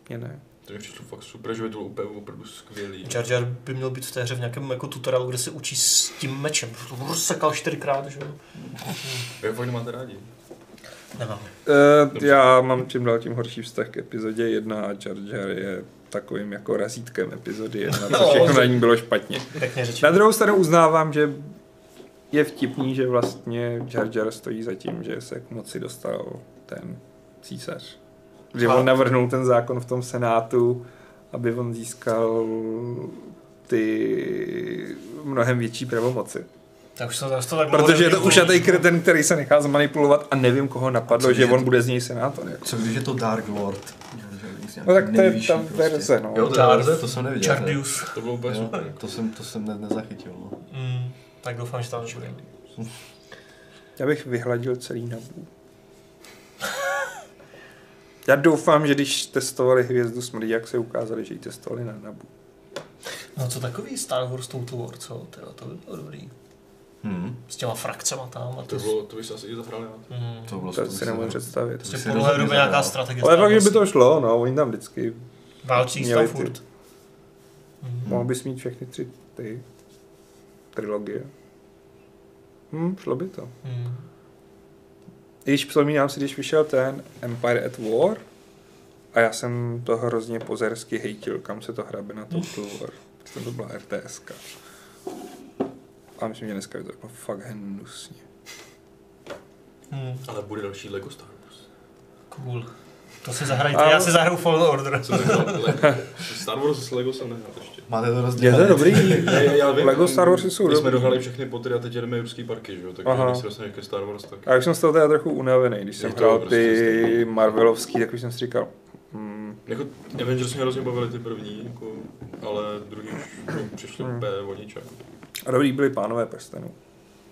S2: Mě ne.
S3: To mi přišlo fakt super, že by to bylo úplně opravdu skvělý.
S1: Jar Jar by měl být v té hře v nějakém jako tutoriálu, kde se učí s tím mečem. Sekal čtyřikrát, že jo?
S3: Vy ho fakt nemáte rádi.
S1: Nemám.
S2: Uh, já mám čím dál tím horší vztah k epizodě 1 a Jar Jar je takovým jako razítkem epizody 1, to všechno na ní bylo špatně.
S1: Pěkně řečeno.
S2: Na druhou stranu uznávám, že je vtipný, že vlastně Jar Jar stojí za tím, že se k moci dostal ten císař. Že
S1: A-
S2: on navrhnul ten zákon v tom senátu, aby on získal ty mnohem větší pravomoci.
S1: Tak už jsem to tak dlouho
S2: Protože je to
S1: neviděl.
S2: ušatý kreten, který se nechá zmanipulovat a nevím, koho napadlo,
S4: Co
S2: že
S4: je
S2: on
S4: to?
S2: bude z něj senátor. Jako.
S4: Co když je to Dark Lord?
S2: No tak to je tam verze, no.
S4: prostě. Jo, to je verze, to jsem neviděl. ne?
S1: Chardius.
S3: To bylo úplně
S4: Jo,
S3: super. jako.
S4: to jsem, to jsem ne, nezachytil, no.
S1: Mm, tak doufám, že tam nebude.
S2: Já bych vyhladil celý Nabu. Já doufám, že když testovali Hvězdu smrti, jak se ukázali, že ji testovali na Nabu.
S1: No co takový Star Wars Total War, co? Tyjo, to by bylo dobrý.
S4: Hmm.
S1: S těma frakcema tam a
S3: To,
S1: to...
S3: bylo, to by se asi i zahrali na to.
S1: Mm.
S4: To bylo
S2: To si nemůžu představit.
S1: Prostě
S4: si
S1: podle
S4: rozhodně
S1: doby nějaká
S4: zahrál.
S1: strategie.
S2: Ale fakt, že by
S1: stávající.
S2: to šlo, no, oni tam vždycky,
S1: Válčí
S2: měli
S1: tam
S2: ty. No.
S1: furt. Mm.
S2: mohl bys mít všechny tři ty trilogie. Hm, šlo by to.
S1: Mm.
S2: I když vzpomínám si, když vyšel ten Empire at War, a já jsem to hrozně pozersky hejtil, kam se to hrabe na Total War. Přitom to byla RTSka. A myslím, že dneska by to bylo fakt hnusně.
S1: Mm.
S3: Ale bude další Lego Star Wars.
S1: Cool. To si zahrajte,
S2: Ale-
S1: já si zahraju Fallen Order.
S3: Jsem nehrál Lego. Star Wars s Lego jsem nehrál ještě.
S4: Máte to
S2: Je
S4: rozdělené.
S2: to dobrý.
S3: Já- já- já vím,
S2: Lego Star Warsy jsou
S3: My jsme
S2: dobrý.
S3: dohali všechny potry a teď jedeme jurský parky, že jo? Tak
S2: Aha.
S3: když se dostaneš ke Star Wars, tak...
S2: A už jsem z toho teda trochu unavený, když
S3: Je
S2: jsem
S3: to
S2: hrál
S3: prostě
S2: ty
S3: stejný.
S2: Marvelovský, tak už jsem si říkal, hmm,
S3: Jako Avengers mě hrozně bavili ty první, jako, ale druhý už jako, přišli úplně voničák.
S2: a dobrý byli pánové prstenů.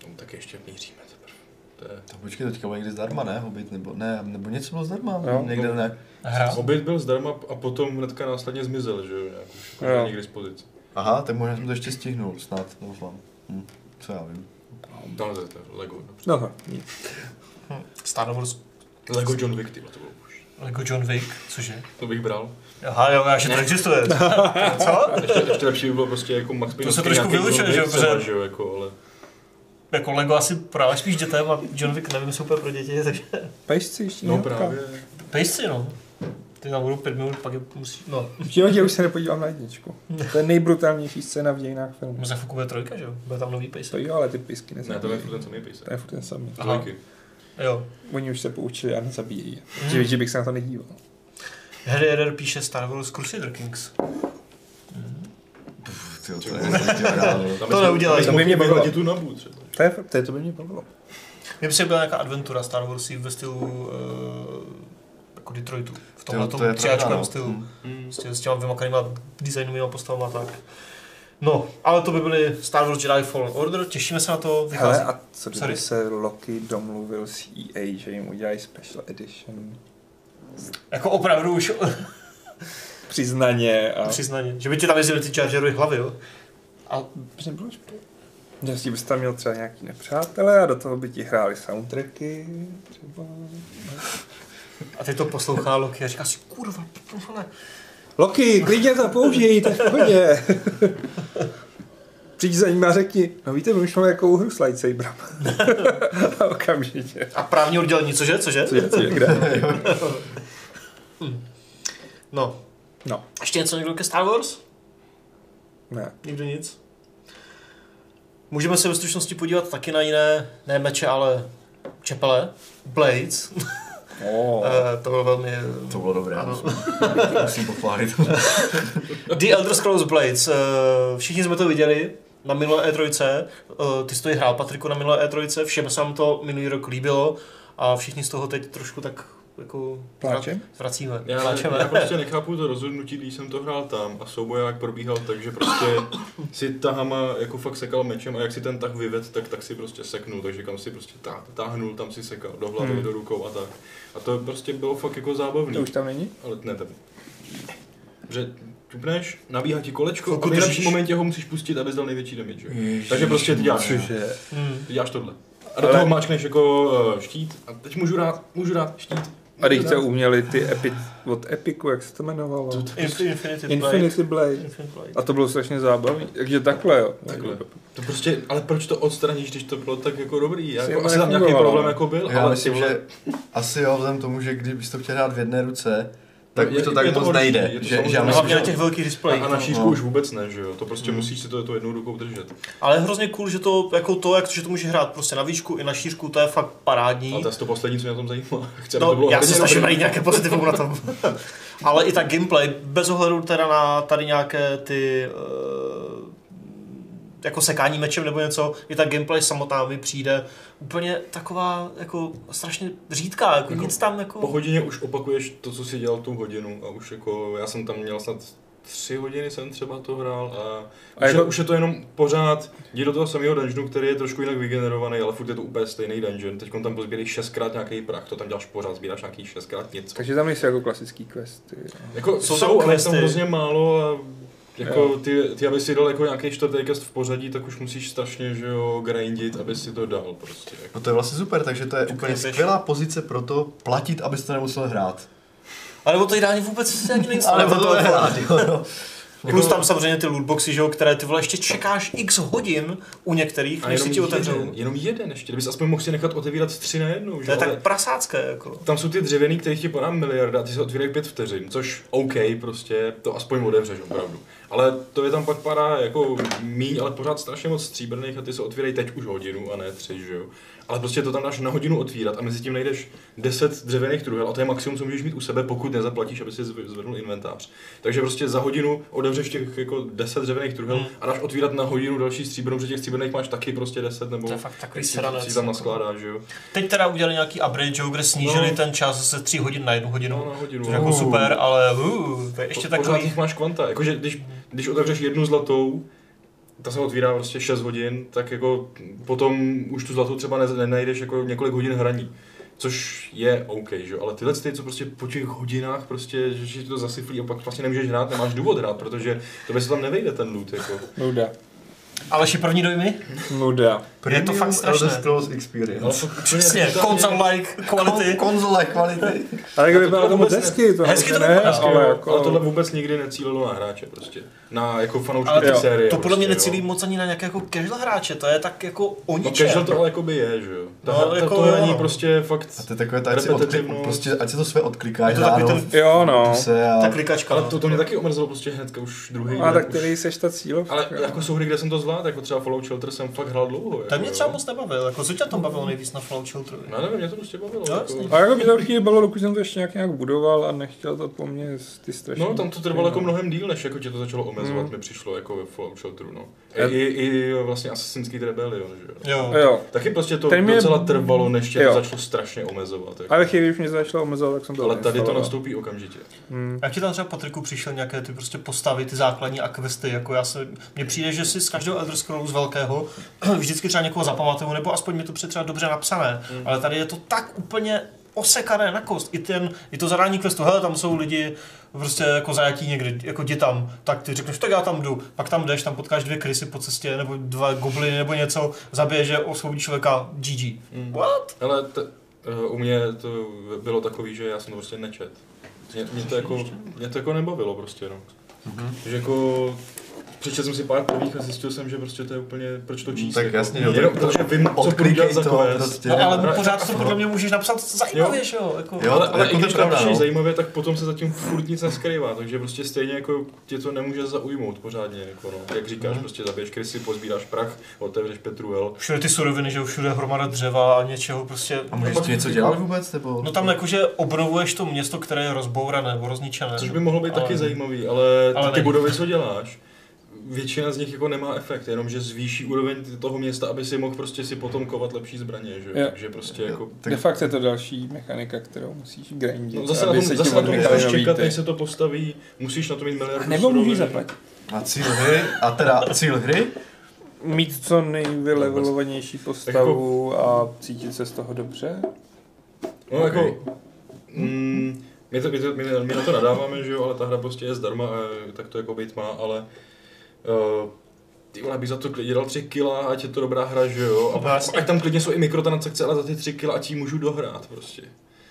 S3: No, tak ještě míříme teprve. To je...
S4: To počkej, teďka bylo někdy zdarma, ne? Hobbit, nebo ne, nebo něco bylo zdarma,
S2: Jo.
S4: někde ne.
S1: Hrál.
S3: Oběd byl zdarma a potom hnedka následně zmizel, že jo? Nějak už jako
S2: Jo.
S3: není k dispozici.
S4: Aha, tak možná jsem to ještě stihnul, snad, doufám. Hm. Co já vím.
S3: Tam je to Lego. dobře.
S2: No, nic.
S1: Star Wars
S3: Lego John Wick, ty vole, to bylo už.
S1: Lego John Wick, cože?
S3: To bych bral.
S1: Aha, jo, já že to existuje. Co?
S3: Ještě, ještě lepší by bylo prostě jako Max Payne.
S1: se trošku vylučuje, že jo, protože-
S3: že jo, jako, ale...
S1: Jako Lego asi právě spíš dětem a John Wick nevím, jestli úplně pro děti, takže...
S2: Pejsci ještě
S3: No
S2: nějaká.
S3: právě.
S1: Pejsci, no. Ty tam budou pět minut, pak je musí... No,
S2: V životě už se nepodívám na jedničku. To je nejbrutálnější scéna v dějinách filmu.
S1: za chvilku bude trojka, že jo? Bude tam nový
S2: To
S1: pejsek.
S2: jo, ale ty pisky
S3: Ne, to je
S2: nezabíjí.
S3: furt ten samý písek.
S2: To je furt ten samý.
S1: Aha.
S3: Dvojky.
S1: Jo.
S2: Oni už se poučili a nezabíjejí. Hmm. Že bych se na to nedíval.
S1: Herder píše Star Wars Crusader Kings.
S4: Ty, to je nezadělal.
S3: Tam
S1: To
S3: jsme-
S1: neudělají.
S3: tam
S2: To by mě
S3: jsme
S2: bavilo.
S3: tu nabu třeba.
S2: To je, to, je, to by mě bavilo.
S1: Mně by se byla nějaká adventura Star Warsy ve stylu uh, jako Detroitu. V tomhle
S4: to je
S1: tom
S4: pravda, no.
S1: přijáčkovém
S2: Hmm.
S1: stylu. Prostě s těma dvěma designovými postavama a tak. No, ale to by byly Star Wars Jedi Fallen Order, těšíme se na to, vychází.
S2: Hele, a co kdyby
S1: Sorry.
S2: se Loki domluvil s EA, že jim udělají special edition
S1: Jako opravdu už
S2: přiznaně a...
S1: přiznaně, že by ti tam jezdili ty Chargerovi hlavy, jo? A
S2: Přesně bylo špatně. Jestli bys tam měl třeba nějaký nepřátelé a do toho by ti hráli soundtracky třeba.
S1: A teď to poslouchá Loki a říká si, kurva, tohle.
S2: Loki, klidně to použij, tak v pohodě. Přijď za ním a řekni, no víte, my už máme jakou hru s lightsaberem. a okamžitě.
S1: A právní oddělení, cože, cože?
S2: Co je, co je, kde?
S1: No,
S2: No,
S1: ještě něco někdo ke Star Wars?
S2: ne.
S1: Nikdo nic? Můžeme se ve stručnosti podívat taky na jiné, ne meče, ale čepele. Blades.
S2: Oh.
S1: Eh, to bylo velmi...
S4: To bylo dobré,
S1: Ano.
S4: musím, musím pochválit.
S1: No. The Elder Scrolls Blades. eh, Všichni jsme to viděli na minulé E3. eh, Ty jsi to i hrál, Patriku, na minulé E3. Všem se vám to minulý rok líbilo a všichni z toho teď trošku tak jako
S2: Pláčem?
S1: vracíme.
S3: Já, já prostě nechápu to rozhodnutí, když jsem to hrál tam a souboják probíhal tak, že prostě si tahama jako fakt sekal mečem a jak si ten tah vyved, tak, tak si prostě seknul, takže kam si prostě tá, táhnul, tam si sekal, do hlavy,
S2: Hmm.
S3: do rukou a tak. A to prostě bylo fakt jako zábavný.
S2: To už tam není?
S3: Ale ne tam. Že čupneš, nabíhá ti kolečko
S1: Chvilku
S3: a v nejlepším
S1: držíš.
S3: momentě ho musíš pustit, abys dal největší damage. jo?
S4: Ježiš,
S3: Takže prostě ty děláš,
S2: Cože?
S1: Hmm.
S3: ty děláš tohle. A do
S2: Ale-
S3: toho máčkneš jako eh, štít a teď můžu rád, můžu rád štít.
S2: A když
S3: Můžu
S2: to
S3: rád.
S2: uměli ty epi, od Epiku, jak se to jmenovalo?
S1: Infinity, Infinity Blade.
S2: Infinity Blade.
S1: Infinity Blade.
S2: A to bylo strašně zábavný. Takže takhle jo.
S3: Takhle. To prostě, ale proč to odstraníš, když to bylo tak jako
S2: Asi
S3: dobrý? Jako,
S2: jako
S3: asi tam nějaký
S2: nefungovalo.
S3: problém jako byl,
S4: Já
S3: ale
S4: myslím,
S3: ty vole-
S4: že asi jo, vzhledem tomu, že kdybys to chtěl hrát v jedné ruce, tak
S3: No,
S4: už
S3: je-
S4: to tak
S3: je to
S4: moc
S3: horší,
S4: nejde.
S3: je to
S4: Že, že já
S3: samozřejmě.
S4: myslím,
S1: Hlavně
S4: že
S1: na těch velkých displejích.
S3: A na
S1: no.
S3: šířku
S4: No.
S3: už vůbec ne, že jo? To prostě musíš si to, to jednou rukou držet.
S1: Ale je hrozně cool, že to, jako to, jak to, že to může hrát prostě na výšku i na šířku, to je fakt
S3: A
S1: parádní.
S3: No, to je to poslední, co mě na tom zajímá. Chci, aby to
S1: No,
S3: bylo
S1: já se
S3: hodně
S1: snažím
S3: dobrý.
S1: najít nějaké pozitivum na tom. Ale i tak gameplay, bez ohledu teda na tady nějaké ty eh, jako sekání mečem nebo něco, i tak gameplay samotná mi přijde úplně taková jako strašně řídká, jako nic tam
S3: Po
S1: jako...
S3: hodině už opakuješ to, co si dělal tu hodinu a už jako, já jsem tam měl snad tři hodiny jsem třeba to hrál a,
S2: A
S3: už, je,
S2: jako-
S3: už je to jenom pořád, jdi do toho samého dungeonu, který je trošku jinak vygenerovaný, ale furt je to úplně stejný dungeon, teď tam pozbíráš šestkrát nějaký prach, to tam děláš pořád, sbíráš nějaký šestkrát něco.
S2: Takže tam nejsou jako klasický questy. jo.
S3: Jako
S1: Jsou
S3: jsou,
S1: tam
S3: jsou ale je tam
S1: questy.
S3: hrozně málo a jako ty, ty, aby si dal jako nějaký čtvrtý quest v pořadí, tak už musíš strašně, že jo, grindit, aby si to dal prostě.
S4: No to je vlastně super, takže to je úplně
S1: běž.
S4: skvělá pozice pro to platit, abys to nemusel hrát.
S1: A nebo to ideálně vůbec ani
S4: Ale
S1: neinstalovat.
S4: to to je hrát, jo. no.
S1: Plus tam samozřejmě ty lootboxy, že jo, které ty vole ještě čekáš x hodin u některých, než si ti otevřou.
S3: jeden, jenom jeden ještě, kdybys aspoň mohl si nechat otevírat tři najednou,
S1: To
S3: že
S1: je
S3: jo,
S1: tak
S3: ale
S1: prasácké, jako.
S3: Tam jsou ty dřevěný, kterých ti podám miliarda a ty se otvírají pět vteřin, což OK, prostě to aspoň otevřeš opravdu. Ale to je tam pak pár jako míň, ale pořád strašně moc stříbrných a ty se otvírají teď už hodinu a ne tři, že jo. Ale prostě to tam dáš na hodinu otvírat a mezi tím najdeš 10 dřevěných truhel a to je maximum, co můžeš mít u sebe, pokud nezaplatíš, aby si zv- zvednul inventář. Takže prostě za hodinu odevřeš těch jako 10 dřevěných truhel
S1: Hmm.
S3: a dáš otvírat na hodinu další stříbrnou, protože těch stříbrných máš taky prostě 10 nebo
S1: To je fakt takový
S3: si-
S1: sranec. jako.
S3: si tam naskládáš, že jo.
S1: Teď teda udělali nějaký upgrade, jo, kde snížili
S3: No.
S1: ten čas ze 3 hodin na jednu hodinu.
S3: No, na hodinu.
S1: Což je jako
S4: Uh.
S1: super, ale uh, to je ještě
S3: Po- Pořád
S1: takový...
S3: jich máš kvanta, jakože když, když otevřeš jednu zlatou, ta se otvírá prostě 6 hodin, tak jako potom už tu zlatou třeba ne- nenajdeš jako několik hodin hraní. Což je OK, že? jo, ale tyhle ty, co prostě po těch hodinách prostě, že že ti to zasyflí a pak vlastně nemůžeš hrát, nemáš důvod hrát, protože to se tam nevejde ten loot, jako.
S2: Nuda.
S1: Aleši, první
S3: No,
S1: dojmy?
S2: Nuda.
S1: Je to fakt strašné.
S4: Elder Scrolls
S3: Ale
S4: Experience.
S3: fakt úplně
S1: Přesně,
S3: brutálně-
S1: console-like
S4: Kon-
S1: quality.
S4: Konzole kvality.
S2: Ale
S3: to
S2: kdyby byla
S3: bylo
S2: tomu
S3: vůbec ne-
S2: hezky, to
S1: hezky to
S2: ne,
S1: vypadá,
S2: hezky, ale jako...
S3: ale tohle vůbec nikdy necílilo na hráče prostě. Na jako fanoušky
S1: Ale
S3: té
S2: Jo.
S3: série.
S1: To podle mě
S3: prostě, jo.
S1: necílí moc ani na nějaké jako casual hráče, to je tak jako o
S3: No
S1: ničem.
S3: casual to ale jakoby je, že jo. Ta,
S1: No,
S3: no,
S1: jako
S3: jako to
S1: jo,
S3: hraní
S1: no.
S3: prostě fakt...
S4: A to je takové, tak si odklik,
S3: Repetitivnost.
S4: prostě, ať si to své odklikáš,
S1: Je to takový
S4: ráno
S1: ten-
S2: Jo, no.
S4: se
S1: Ta
S4: a...
S1: klikačka.
S3: Ale
S1: no.
S3: to, to mě taky omrzelo prostě hnedka už druhý.
S2: A
S3: den
S2: tak
S3: už.
S2: který seš ta cílovka.
S3: Ale jako jsou hry, kde jsem to zvlád, jako třeba Fallout Shelter jsem fakt hrál dlouho.
S1: Ten mě
S3: jako,
S1: třeba
S3: jo.
S1: moc nebavil, jako co tě tam bavilo nejvíc na Fallout Shelteru?
S3: No, nevím, mě to prostě bavilo.
S1: Jo,
S3: jako,
S1: jasně.
S2: A jako by to určitě bylo, dokud jsem to ještě nějak, nějak budoval a nechtěl to po mně ty strašné.
S3: No, tam to trvalo jako mnohem díl, než jako tě to začalo omezovat,
S2: Hmm.
S3: mi přišlo jako ve Fallout Shelteru, no. I,
S2: Eh.
S3: i, i vlastně Assassin's Creed Rebellion, že jo.
S1: Jo.
S2: Jo.
S3: Taky prostě to
S2: Ten mě-
S3: docela trvalo, než tě
S2: Jo.
S3: to začalo strašně omezovat. Jako.
S2: Ale chvíli, když mě začalo omezovat, tak jsem to
S3: Ale tady to
S2: odinstaloval.
S3: nastoupí okamžitě.
S2: Hmm.
S1: Jak ti tam třeba Patriku přišly nějaké ty prostě postavy, ty základní a questy, jako já se, mně přijde, že si z každého Elder Scrollu z velkého vždycky třeba někoho zapamatuju, nebo aspoň mi to přijde třeba dobře napsané,
S3: Mm.
S1: ale tady je to tak úplně osekané na kost. I, ten, I to zadání questu, hele, tam jsou lidi prostě jako zajatí někdy, jako jdi tam, tak ty řekneš, tak já tam jdu, pak tam jdeš, tam potkáš dvě krysy po cestě, nebo dva gobliny, nebo něco, zabiješ je, osvobodí člověka, GG.
S3: Mm.
S1: What?
S3: Ale t- eh, u mě to bylo takový, že já jsem to prostě nečet. Mě, mě, to, jako, mě to jako nebavilo prostě, no.
S4: Mhm.
S3: Že jako přečetl jsem si pár prvních a zjistil jsem, že prostě to je úplně, proč to číst.
S4: tak
S3: jako,
S4: jasně, jo,
S3: jo. Jenom
S4: tak
S3: protože vím, co budu dělat
S4: Odklikej
S3: za
S4: to
S3: quest.
S4: prostě.
S1: No, ale
S3: Ra-
S1: pořád to podle mě můžeš napsat zajímavě, že jo? Jako...
S4: Jo,
S3: ale, ale
S4: jako
S3: i když
S4: to je
S3: to
S4: pravda,
S3: napíšeš
S4: no.
S3: zajímavě, tak potom se zatím furt nic neskrývá, takže prostě stejně jako tě to nemůže zaujmout pořádně, jako no. Jak říkáš,
S4: Mhm.
S3: prostě zabiješ krysy, pozbíráš prach, otevřeš Petruel.
S1: Všude ty suroviny, že jo, všude hromada dřeva a něčeho prostě.
S4: A můžeš
S1: pak-
S4: tu něco dělat vůbec, nebo?
S1: No tam jakože obnovuješ to město, které je rozbourané nebo rozničené.
S3: Což by mohlo být
S1: Ale-
S3: taky zajímavý, ale,
S1: Ale
S3: ale ty
S1: není.
S3: budovy, co děláš, většina z nich jako nemá efekt, jenom že zvýší úroveň toho města, aby si mohl prostě si potom kovat lepší zbraně, že jo?
S2: Jo.
S3: Takže prostě jako...
S2: De facto je to další mechanika, kterou musíš grindit,
S3: No, zase na
S2: aby
S3: tom,
S2: se ti
S3: zase na tom
S2: odmykaly
S3: musíš
S2: nový
S3: čekat,
S2: ty.
S3: než se to postaví, musíš na to mít miliardu
S2: A nebo můžeš
S3: surovin.
S2: zaplatit.
S4: A cíl hry, a teda cíl hry,
S2: Mít co nejvylevelovanější postavu
S3: jako-
S2: a cítit se z toho dobře.
S3: No jako... Mm, my, to, my, to, my, my na to nadáváme, že jo, ale ta hra prostě je zdarma, a tak to jako být má, ale... Uh, ty vole, bych za to klidně dal 3 kila, ať je to dobrá hra, že jo. A
S1: No,
S3: pak,
S1: jasně.
S3: ať tam klidně jsou i mikrotransakce, ale za ty 3 kila, ať ji můžu dohrát prostě.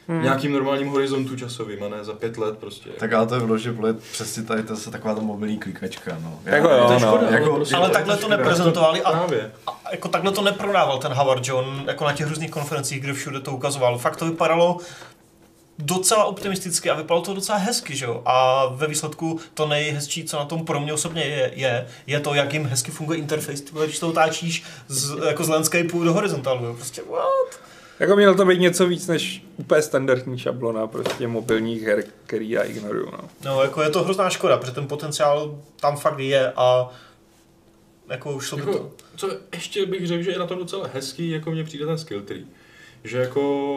S3: Hmm. Nějakým normálním horizontu časovým, a ne za pět let prostě.
S4: tak ale to je vložně bude přesně tady to se taková ta mobilní klikačka, no. Já-
S2: Jako jo,
S4: to je
S2: no.
S4: škoda, jako,
S3: prostě-
S1: ale takhle to
S3: škoda.
S1: neprezentovali a-
S3: Právě.
S1: A jako takhle to neprodával ten Howard John, jako na těch různých konferencích, kde všude to ukazoval. Fakt to vypadalo docela optimisticky a vypadalo to docela hezky, že jo? A ve výsledku to nejhezčí, co na tom pro mě osobně je, je, je to, jak jim hezky funguje interface, Ty vole, když to otáčíš z, jako z landscapeu do horizontálu, jo. prostě what?
S2: Jako mělo to být něco víc než úplně standardní šablona prostě mobilních her, který já ignoruju, no.
S1: No, jako je to hrozná škoda, protože ten potenciál tam fakt je a jako už to by to...
S3: Jako, co ještě bych řekl, že je na tom docela hezký, jako mně přijde ten skill tree. Že jako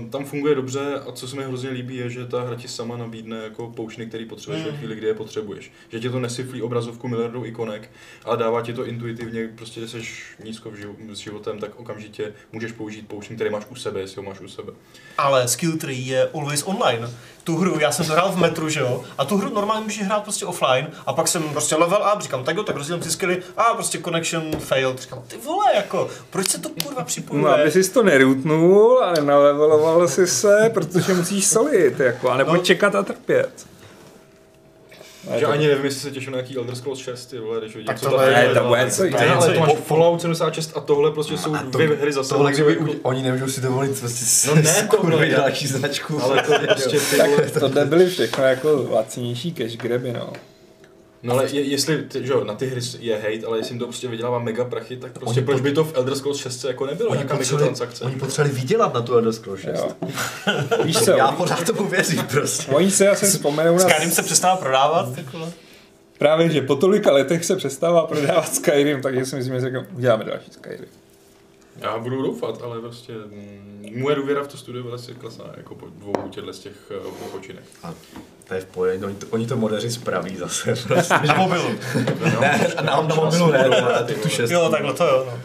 S3: uh, tam funguje dobře a co se mi hrozně líbí je, že ta hra ti sama nabídne jako poučny, které potřebuješ ve chvíli, kdy je potřebuješ. Že ti to nesyflí obrazovku miliardou ikonek, ale dává ti to intuitivně, prostě když jsi nízko v živ- s životem, tak okamžitě můžeš použít poučný, který máš u sebe, jestli ho máš u sebe.
S1: Ale skill tree je always online. Tu hru, já jsem to hrál v metru, že jo? A tu hru normálně můžeš hrát prostě offline a pak jsem prostě level up, říkám, tak jo, tak rozdělím si skilly a prostě connection failed. Říkám, ty vole, jako, proč se to kurva
S2: No, aby
S1: připojuje?
S2: jsi to nerutnul a nenaleveloval si se, protože musíš solit, jako, anebo
S1: No.
S2: čekat a trpět. A je
S3: Že
S2: to-
S3: ani nevím, jestli se těším na nějaký Elder Scrolls 6, ty vole, když vidím,
S1: Tak
S3: co
S1: tohle
S3: ta
S1: je-
S3: firma
S2: Ne,
S3: dělá.
S2: to bude co
S1: jiného.
S3: Ne, ale
S1: Co
S3: to máš
S1: jiného.
S3: Fallout 76 a tohle prostě jsou
S4: a to-
S3: dvě hry za sebou.
S4: Tohle, kdyby
S3: jako-
S4: u- oni nemůžou si dovolit prostě s-
S3: No ne,
S4: s-
S3: tohle,
S4: kurvy
S3: ne.
S4: další značku.
S3: Ale to prostě ty
S2: Tak
S3: vole,
S2: tohle byly všechno jako lacinější cash graby, no.
S3: No ale je, jestli, ty, že jo, na ty hry je hate, ale jestli jim to prostě vydělává mega prachy, tak prostě
S4: Oni
S3: proč
S4: pot-
S3: by to v Elder Scrolls 6 jako nebylo,
S4: Oni
S3: nějaká
S4: potřebovali,
S3: mikrotransakce.
S4: oni potřebovali vydělat na tu Elder Scrolls 6.
S2: Jo. Víš co,
S4: Já pořád tomu věřím prostě.
S2: oni se asi vzpomenou na...
S1: Skyrim se přestává prodávat, ty vole.
S2: Právě, že po tolika letech se přestává prodávat Skyrim, takže si myslím, že řekl, uděláme další Skyrim.
S3: Já budu doufat, ale prostě mm, moje důvěra v to studio velice klesá, jako po dvou těchto z těch uh, počinek.
S4: A to je v pohodě, oni to, oni to modeři spraví zase. Prostě.
S1: Na mobilu.
S4: ne, na, na mobilu ne, na tu šestku.
S1: Jo, takhle to jo, no.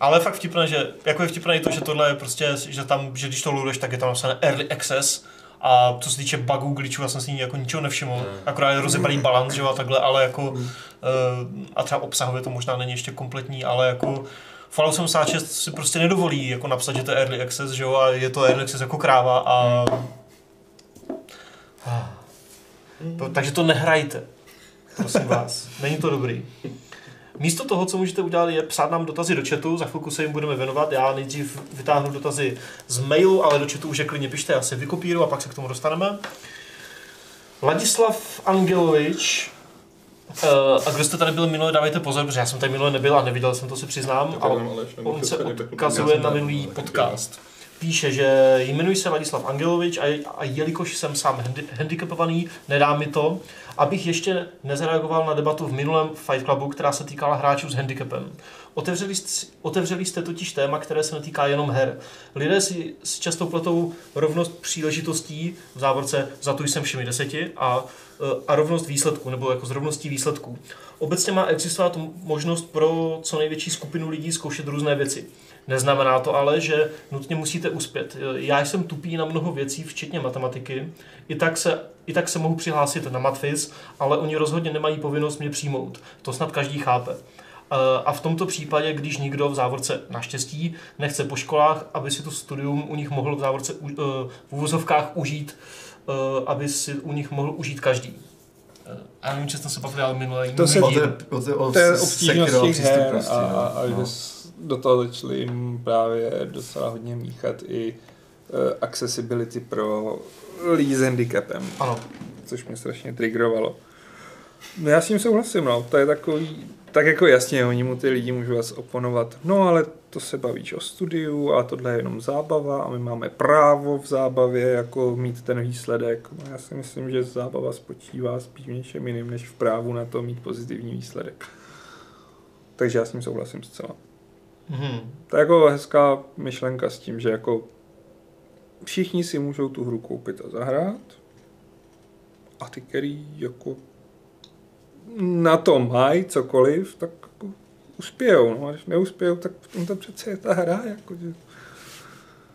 S1: Ale fakt vtipné, že jako je vtipné i to, že tohle je prostě, že tam, že když to loaduješ, tak je tam napsané early access a co se týče bugů, glitchů, já jsem si ní jako ničeho nevšiml, akorát je rozebraný balans, že jo, a takhle, ale jako eh, a třeba obsahově to možná není ještě kompletní, ale jako Fallout 76 si prostě nedovolí jako napsat, že to je early access, že jo, a je to early access jako kráva a... Ah. To, takže to nehrajte, prosím vás, není to dobrý. Místo toho, co můžete udělat, je psát nám dotazy do chatu, za chvilku se jim budeme věnovat. Já nejdřív vytáhnu dotazy z mailu, ale do chatu už je klidně pište, já si vykopíru a pak se k tomu dostaneme. Ladislav Angelovič Eh, a kdo jste tady byl minule, dávejte pozor, protože já jsem tady minule nebyl a neviděl jsem to, se přiznám.
S3: Tak
S1: Ale
S3: jenom Aleš, nebo
S1: on se
S3: Filip tady byl.
S1: odkazuje na minulý podcast. Píše, že jmenuji se Ladislav Angelovič a, a jelikož jsem sám handi- handicapovaný, nedá mi to, abych ještě nezareagoval na debatu v minulém Fight Clubu, která se týkala hráčů s handicapem. Otevřeli, jste- otevřeli jste totiž téma, které se netýká jenom her. Lidé si s často pletou rovnost příležitostí, v závorce za tu jsem všemi deseti, a, eh, a rovnost výsledků, nebo jako s rovností výsledků. Obecně má existovat m- možnost pro co největší skupinu lidí zkoušet různé věci. Neznamená to ale, že nutně musíte uspět. Eh, Já jsem tupý na mnoho věcí, včetně matematiky. I tak se, i tak se mohu přihlásit na Matfiz, ale oni rozhodně nemají povinnost mě přijmout. To snad každý chápe. Eh, A v tomto případě, když nikdo v závorce naštěstí nechce po školách, aby si to studium u nich mohl v závorce u- eh, v úvozovkách užít, eh, aby si u nich mohl užít každý. Eh, Já nevím, čestně se pak dál minulé.
S2: To se-
S4: O té, o té, o
S2: To je
S4: se-
S2: obtížnost
S4: sekiro
S2: těch her a,
S4: přístupnosti, no.
S2: a, a
S4: No.
S2: no. do toho začali jim právě docela hodně míchat i uh, accessibility pro lidi s handicapem,
S1: Ano.
S2: což mě strašně trigrovalo. No já s tím souhlasím, no, to je takový, tak jako jasně, oni mu ty lidi můžou vás oponovat, no ale to se bavíš o studiu, ale tohle je jenom zábava a my máme právo v zábavě jako mít ten výsledek. No, já si myslím, že zábava spočívá spíš v něčem jiným, než v právu na to mít pozitivní výsledek. Takže já s ním souhlasím zcela.
S1: Mhm.
S2: To je jako hezká myšlenka s tím, že jako všichni si můžou tu hru koupit a zahrát a ty, který jako na to mají cokoliv, tak jako uspějou. No a když neuspějou, tak potom to přece je ta hra. Jako, že...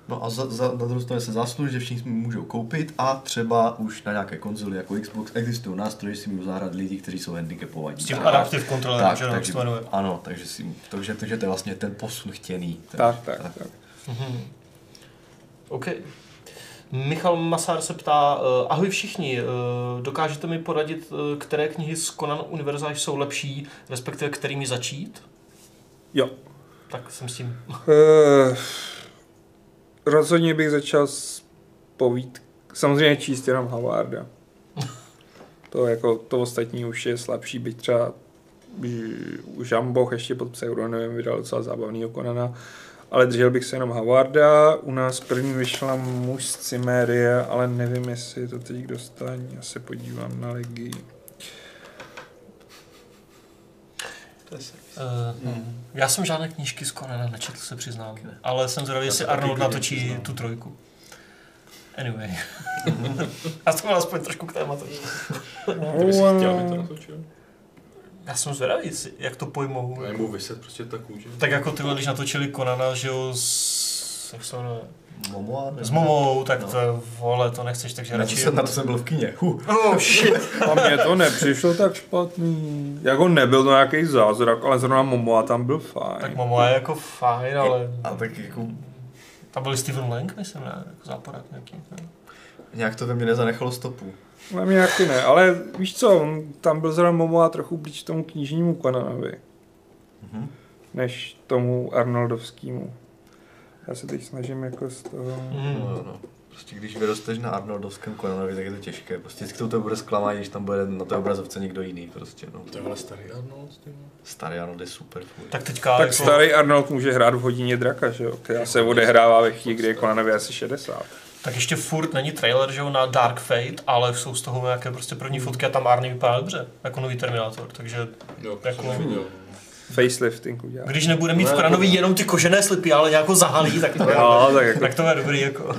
S4: No a za, za, na druhou stranu se zásluží, že všichni si můžou koupit a třeba už na nějaké konzoli jako Xbox existují nástroje, že si můžou zahrát lidi, kteří jsou handicapovaní.
S5: S tím
S4: Tak,
S5: adaptive controllerem,
S4: tak,
S5: že ano,
S4: takže,
S5: jak se jmenuje.
S4: ano, takže, si, takže, takže to je vlastně ten posun chtěný.
S2: tak, tak, tak. tak.
S1: Mhm. OK. Michal Masár se ptá, eh, ahoj všichni, eh, dokážete mi poradit, eh, které knihy z Conan Univerza jsou lepší, respektive kterými začít?
S2: Jo.
S1: Tak jsem s tím.
S2: Eh, rozhodně bych začal s povídk. Samozřejmě číst jenom Havarda. To jako to ostatní už je slabší, byť třeba ž- Žamboch ještě pod pseudonymem vydal docela zábavný Konana, ale držel bych se jenom Havarda. U nás první vyšla muž z Cimérie, ale nevím, jestli je to teď k dostání. Já se podívám na legii.
S1: Eh,
S5: hm. Já jsem žádné knížky z Konana nečetl, se přiznám. Ale jsem zrovna, jestli
S3: Já to taky
S5: Arnold
S3: úplně
S5: natočí
S3: nepřiznám.
S5: tu trojku. Anyway. Já jsem aspoň trošku k tématu.
S3: Kdyby si chtěl, aby to natočil.
S5: Já jsem zvědavý, jestli- jak to pojmou.
S3: A jemu vyset prostě ta kůže.
S5: Tak jako tyhle, když natočili Konana, že jo, s, jak se jmenuje,
S4: Momo
S5: s Momou, tak
S4: No.
S5: to je, vole, to nechceš, takže
S4: Na to,
S5: radši...
S4: jsem, na to jsem byl v kině. Huh.
S5: Oh, shit.
S2: A mně to nepřišlo tak špatný. Jako nebyl to nějaký zázrak, ale zrovna Momoa tam byl fajn.
S5: Tak Momoa je jako fajn, ale...
S4: A tak jako
S5: Tam byl Steven Lang, myslím, ne? Jako záporák nějaký. Ne?
S4: nějak to ve mně nezanechalo stopu.
S2: Na mě taky ne, ale víš co, on tam byl zrovna Momoa trochu blíž tomu knižnímu Konanovi,
S4: Mhm.
S2: než tomu Arnoldovskému. Já se teď snažím jako z toho...
S1: Hmm.
S4: No, jo, no. Prostě když vyrosteš na Arnoldovském Konanovi, tak je to těžké. Prostě vždycky to bude zklamání, když tam bude na té obrazovce někdo jiný. Prostě, no.
S3: To je ale starý Arnold, ty vole.
S4: Starý Arnold je super. Fůj.
S5: Tak teďka... jako-
S2: Tak starý Arnold může hrát v hodině draka, že jo? Která se odehrává ve chvíli, kdy je Konanovi asi 60.
S5: Tak ještě furt není trailer, že jo, na Dark Fate, ale jsou z toho nějaké prostě první fotky a tam Arnie vypadá dobře, jako nový Terminátor, takže
S3: Jo, to
S5: Jako-
S3: jsem neviděl.
S2: Facelifting udělá.
S5: když nebude mít v Kranovi jenom ty kožené slipy, ale nějakou zahalí, tak to bude,
S2: Jo, tak jako...
S5: tak to bude dobrý, jako.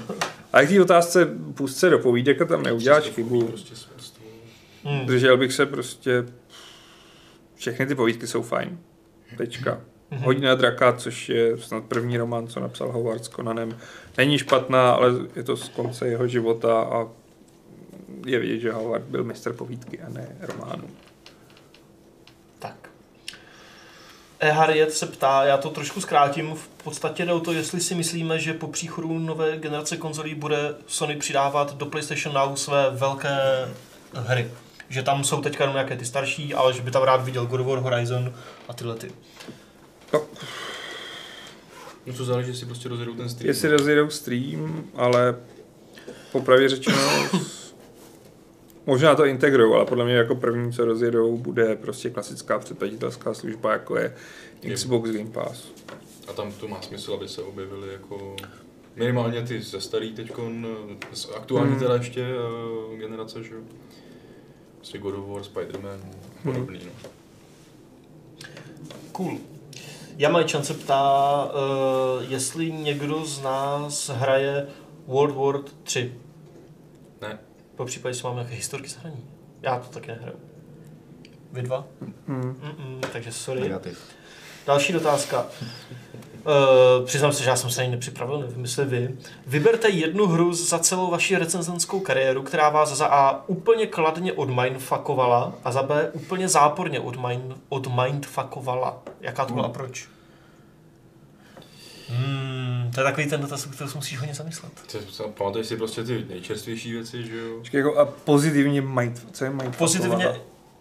S2: A k té otázce pustce do povídek a tam neuděláš
S3: Prostě
S2: chybu.
S3: Prostě s toho.
S4: Hmm.
S1: mm,
S2: Držel bych se prostě... Všechny ty povídky jsou fajn. Tečka.
S1: mhm.
S2: Hodina draka, což je snad první román, co napsal Howard s Conanem. Není špatná, ale je to z konce jeho života a je vidět, že Howard byl mistr povídky a ne románu.
S1: Tak. Ehariet se ptá, já to trošku zkrátím, v podstatě jde o to, jestli si myslíme, že po příchodu nové generace konzolí bude Sony přidávat do PlayStation Now své velké hry. Že tam jsou teďka jenom nějaké ty starší, ale že by tam rád viděl God of War, Horizon a tyhle ty.
S3: No to záleží, jestli prostě rozjedou ten stream.
S2: Jestli rozjedou stream, ale popravě řečeno Možná to integrujou, ale podle mě jako první, co rozjedou, bude prostě klasická předplatitelská služba, jako je Xbox Game Pass.
S3: A tam to má smysl, aby se objevily jako minimálně ty ze starý teďkon, z aktuální
S2: Hmm.
S3: teda ještě eh, generace, že jo. Prostě God of War, Spider-Man, podobný, no.
S6: Cool. Jamajčan se ptá,
S1: e,
S6: uh, jestli někdo z nás hraje World War 3.
S3: Ne.
S6: Po případě, jestli máme nějaké historky z hraní. Já to taky nehraju.
S1: Vy dva?
S2: Hmm.
S6: Mm-mm, takže sorry.
S4: Negativ.
S6: Další otázka. Uh, přiznám se, že já jsem se ani nepřipravil, nevím, jestli vy. Vyberte jednu hru za celou vaši recenzentskou kariéru, která vás za A úplně kladně odmindfakovala a za B úplně záporně odmind, odmindfakovala. Jaká to byla a proč?
S1: Hmm, to je takový ten dotaz, který se musíš hodně zamyslet.
S3: Ty, co- pamatuješ si prostě ty nejčerstvější věci, že jo?
S2: Počkej, jako a pozitivně mind, co je mind?
S1: Pozitivně...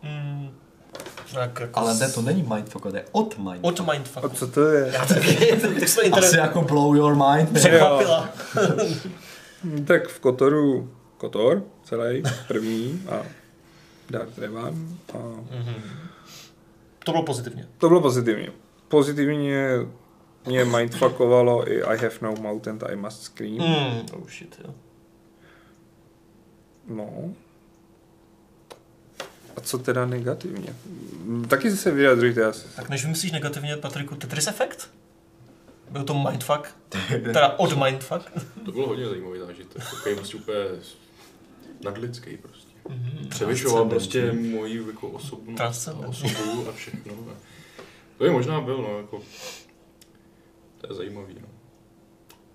S1: Hmm, tak jako
S4: Ale
S1: s-
S4: ne, to není mindfuck, to je od mindfuck.
S1: Od
S2: A
S1: mindfucku.
S2: co to je?
S1: Já taky, tak jsme internet
S4: Asi jako blow your mind. ne?
S1: překvapila.
S2: Hmm, Tak v Kotoru Kotor celý, první a Dark Revan. A
S1: To bylo pozitivně.
S2: to bylo pozitivně. Pozitivně mě mindfuckovalo i I have no mouth and I must scream.
S6: Mm,
S4: Hmm.
S6: oh shit, jo.
S2: No. A co teda negativně? Mm, Taky se vyjadřujte asi.
S1: Tak než vymyslíš negativně, Patriku, Tetris Effect? Byl to mindfuck? Teda od mindfuck?
S3: To bylo hodně zajímavý zážitek, takový prostě úplně nadlidský prostě.
S4: Mhm.
S3: Převyšoval prostě moji jako osobnost a
S1: Transcendentní.
S3: osobu a všechno. A to je možná byl, no, jako, to je zajímavý, no.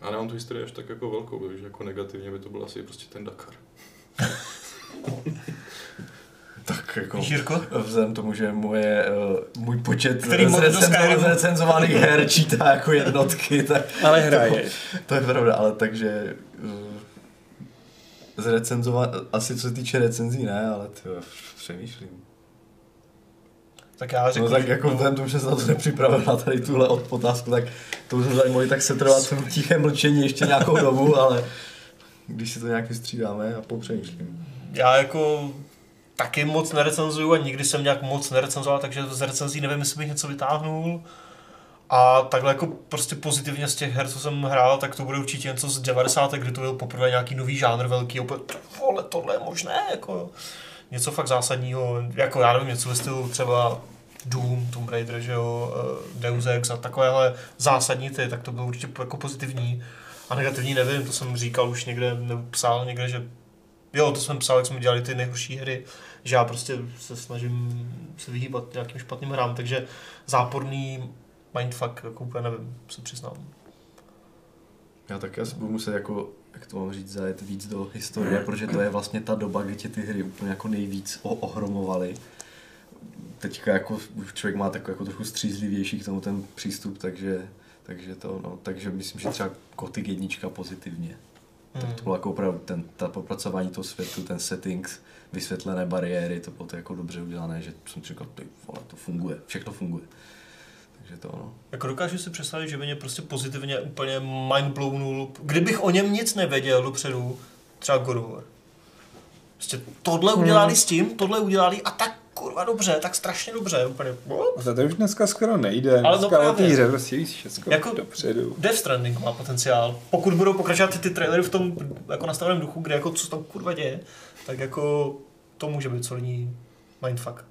S3: A nemám tu historii až tak jako velkou, že jako negativně by to byl asi prostě ten Dakar.
S4: Tak jako...
S1: Víš, Jirko?
S4: Vzhledem tomu, že moje, eh, můj počet
S1: Který mod do
S4: zrecenzo-
S1: Skyrimu?
S4: zrecenzovaných her čítá jako jednotky, tak
S2: Ale hraješ.
S4: to je pravda, ale takže eh, zrecenzovat, asi co se týče recenzí ne, ale to přemýšlím.
S1: Tak já
S4: No
S1: řeknu,
S4: tak
S1: že-
S4: jako vzhledem tomu, že jsem na to nepřipravil na tady tuhle odpotázku, tak to jsme tady mohli tak setrvat v tichém mlčení ještě nějakou dobu, ale když si to nějak vystřídáme a popřemýšlím.
S1: Já jako taky moc nerecenzuju a nikdy jsem nějak moc nerecenzoval, takže z recenzí nevím, jestli bych něco vytáhnul. A takhle jako prostě pozitivně z těch her, co jsem hrál, tak to bude určitě něco z 90. kdy to byl poprvé nějaký nový žánr velký, opět, vole, tohle je možné, jako jo. něco fakt zásadního, jako já nevím, něco ve stylu třeba Doom, Tomb Raider, že jo, eh, Deus Ex a takovéhle zásadní ty, tak to bylo určitě jako pozitivní. A negativní nevím, to jsem říkal už někde, nebo psal někde, že Jo, to jsem psal, jak jsme dělali ty nejhorší hry, že já prostě se snažím se vyhýbat nějakým špatným hrám, takže záporný mindfuck, jako úplně nevím, se přiznám.
S4: Já taky asi budu muset jako, jak to mám říct, zajet víc do historie, protože to je vlastně ta doba, kdy tě ty hry úplně jako nejvíc o- ohromovaly. Teďka jako už člověk má takový jako trochu střízlivější k tomu ten přístup, takže, takže to no, takže myslím, že třeba Gothic jednička pozitivně. Tak to bylo jako opravdu ten, ta popracování toho světu, ten settings, vysvětlené bariéry, to bylo to jako dobře udělané, že jsem si říkal, ty vole, to funguje, všechno funguje. Takže to ono.
S1: Jako dokážu si představit, že by mě prostě pozitivně úplně mindblownul, kdybych o něm nic nevěděl dopředu, třeba God of War. Prostě tohle udělali s tím, tohle udělali a tak kurva dobře, tak strašně dobře, úplně. what?
S2: A to už dneska skoro nejde.
S1: Ale no
S2: Dneska o té
S1: právě.
S2: hře prostě víš všechno
S1: Jako-
S2: jako... dopředu.
S1: Death Stranding má potenciál. Pokud budou pokračovat ty, ty trailery v tom jako nastaveném duchu, kde jako co tam kurva děje, tak jako to může být solidní mindfuck.